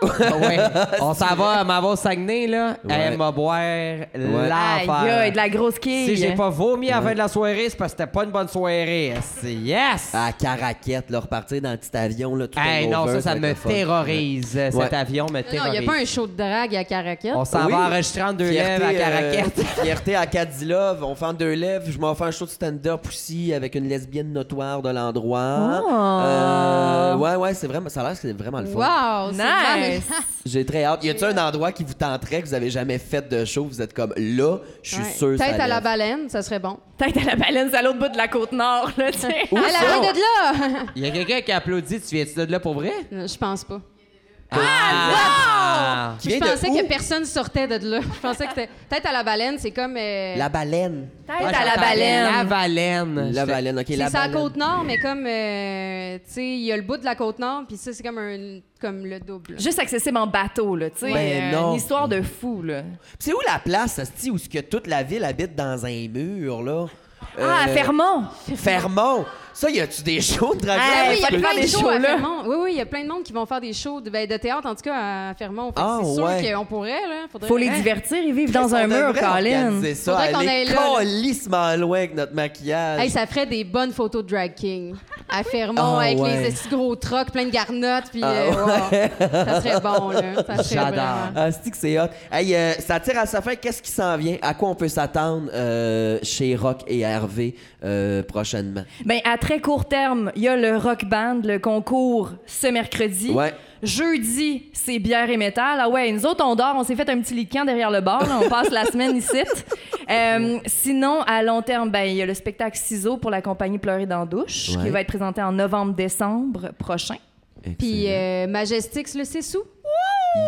[SPEAKER 3] Ah ouais. On s'en va à Mavo Saguenay, là. Elle m'a boire l'enfer.
[SPEAKER 4] Aïe, aïe, de la grosse quille.
[SPEAKER 3] Si j'ai pas vomi à la fin de la soirée, c'est parce que c'était pas une bonne soirée. C'est- Yes!
[SPEAKER 2] À Caraquette, là, repartir dans un petit avion, là, tout
[SPEAKER 3] Hey, non,
[SPEAKER 2] hangover,
[SPEAKER 3] ça, ça
[SPEAKER 2] va
[SPEAKER 3] me
[SPEAKER 2] être le fun.
[SPEAKER 3] terrorise. Cet
[SPEAKER 2] Ouais.
[SPEAKER 3] avion me
[SPEAKER 5] Non, il
[SPEAKER 3] terrorise.
[SPEAKER 5] n'y a pas un show de drague à Caracat.
[SPEAKER 3] On s'en
[SPEAKER 2] Oui.
[SPEAKER 3] va enregistrer en deux
[SPEAKER 2] Fierté,
[SPEAKER 3] lèvres à
[SPEAKER 2] euh,
[SPEAKER 3] *laughs* Caraquette.
[SPEAKER 2] fierté à Cadilove, on fait en deux lèvres. Je m'en fais un show de stand-up aussi avec une lesbienne notoire de l'endroit.
[SPEAKER 3] Oh.
[SPEAKER 2] Euh, ouais, ouais, c'est vraiment, ça a l'air que c'est vraiment le fun.
[SPEAKER 5] Wow,
[SPEAKER 4] Nice!
[SPEAKER 5] c'est
[SPEAKER 2] J'ai très hâte. Y a-t-il un endroit qui vous tenterait, que vous avez jamais fait de show, vous êtes comme là, je suis
[SPEAKER 5] Ouais.
[SPEAKER 2] sûr ça
[SPEAKER 5] Tête à la
[SPEAKER 2] lève.
[SPEAKER 5] baleine, ça serait bon.
[SPEAKER 4] Tête à la baleine, c'est à l'autre bout de la côte nord, là, tu sais.
[SPEAKER 5] Elle
[SPEAKER 2] ça?
[SPEAKER 5] arrête de là! *laughs*
[SPEAKER 3] Il y a quelqu'un qui applaudit. Tu viens-tu de là pour vrai?
[SPEAKER 5] Je pense pas. Ah,
[SPEAKER 3] Ah!
[SPEAKER 2] Qui
[SPEAKER 5] Je
[SPEAKER 2] vient de
[SPEAKER 5] pensais
[SPEAKER 2] où?
[SPEAKER 5] que personne sortait de là. Je pensais que c'était- Tête à la baleine, c'est comme. euh,
[SPEAKER 2] La baleine.
[SPEAKER 4] Tête
[SPEAKER 3] Ah,
[SPEAKER 4] à la
[SPEAKER 3] j'entendais La
[SPEAKER 4] baleine.
[SPEAKER 3] baleine.
[SPEAKER 2] La baleine, ok, la
[SPEAKER 5] C'est ça, la
[SPEAKER 2] baleine.
[SPEAKER 5] côte nord, mais comme. euh, tu sais, il y a le bout de la côte nord, puis ça, c'est comme, un, comme le double.
[SPEAKER 4] Juste accessible en bateau, là, tu sais.
[SPEAKER 2] Ben
[SPEAKER 4] euh,
[SPEAKER 2] non.
[SPEAKER 4] Une histoire de fou, là.
[SPEAKER 2] C'est où la place, hostie, où ce que toute la ville habite dans un mur, là?
[SPEAKER 4] Ah, à
[SPEAKER 2] Euh,
[SPEAKER 4] Fermont!
[SPEAKER 2] Fermont. Ça, y a-tu des shows de dragon?
[SPEAKER 4] Ah
[SPEAKER 5] Ben oui,
[SPEAKER 4] il
[SPEAKER 5] il y a
[SPEAKER 4] fallait
[SPEAKER 5] plein
[SPEAKER 4] faire
[SPEAKER 5] de
[SPEAKER 4] des
[SPEAKER 5] shows
[SPEAKER 4] shows,
[SPEAKER 5] à
[SPEAKER 4] là.
[SPEAKER 5] Fermont. Oui, oui, il y a plein de monde qui vont faire des shows de, ben, de théâtre, en tout cas à Fermont. Fait que
[SPEAKER 2] Ah,
[SPEAKER 5] c'est sûr
[SPEAKER 2] ouais.
[SPEAKER 5] qu'on pourrait. Là. Faudrait-
[SPEAKER 4] Faut les
[SPEAKER 5] Hein?
[SPEAKER 4] divertir, ils vivent dans un
[SPEAKER 2] On
[SPEAKER 4] mur,
[SPEAKER 2] devrait
[SPEAKER 4] Colin.
[SPEAKER 2] organiser ça,
[SPEAKER 5] Faudrait qu'on
[SPEAKER 2] aller
[SPEAKER 5] aille là, là.
[SPEAKER 2] calissement loin avec notre maquillage.
[SPEAKER 5] Hey, ça ferait des bonnes photos de drag king à Fermont
[SPEAKER 2] Ah,
[SPEAKER 5] avec
[SPEAKER 2] ouais.
[SPEAKER 5] les petits gros trocs plein de garnottes puis
[SPEAKER 2] Ah,
[SPEAKER 5] euh, wow. ça serait bon là, ça serait
[SPEAKER 3] J'adore.
[SPEAKER 5] vraiment.
[SPEAKER 2] Ah, c'est que c'est hot. Hey, euh, ça tire à sa fin. Qu'est-ce qui s'en vient? À quoi on peut s'attendre euh, chez Rock et Hervé euh, prochainement?
[SPEAKER 4] Ben, à très court terme, il y a le Rock Band, le concours ce mercredi.
[SPEAKER 2] Ouais.
[SPEAKER 4] Jeudi, c'est bière et métal. Ah ouais, nous autres, on dort, on s'est fait un petit lit de camp derrière le bar. là. On passe la
[SPEAKER 2] *laughs*
[SPEAKER 4] semaine ici. Euh, sinon, à long terme, ben, il y a le spectacle Ciseaux pour la compagnie Pleurer dans la douche,
[SPEAKER 2] Ouais.
[SPEAKER 4] qui va être présenté en novembre-décembre prochain.
[SPEAKER 5] Puis euh, Majestix le c'est sous.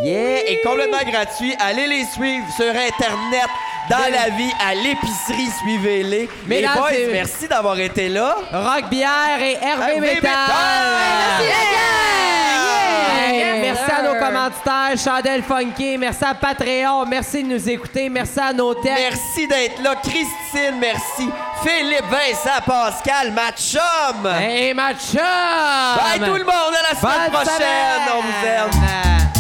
[SPEAKER 2] Yeah! Et complètement gratuit. Allez les suivre sur Internet, dans la vie, à l'épicerie, suivez-les. Mais les
[SPEAKER 3] Mesdames
[SPEAKER 2] boys,
[SPEAKER 3] et-
[SPEAKER 2] merci d'avoir été là.
[SPEAKER 3] Rock Bière et Hervé
[SPEAKER 2] Hervé
[SPEAKER 3] Métal.
[SPEAKER 2] Métal.
[SPEAKER 3] Yeah!
[SPEAKER 4] Yeah!
[SPEAKER 3] Hey,
[SPEAKER 4] Yes,
[SPEAKER 3] Merci
[SPEAKER 4] sir.
[SPEAKER 3] à nos commanditaires, Chandelle Funky, merci à Patreon, merci de nous écouter, merci à nos têtes.
[SPEAKER 5] Ben-
[SPEAKER 2] Merci d'être là. Christine, merci. Philippe, Vincent, Pascal, Matchum.
[SPEAKER 5] Ben
[SPEAKER 3] Et match
[SPEAKER 2] né, Bye tout le monde, à la semaine prochaine. On vous aime.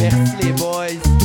[SPEAKER 2] Merci les boys.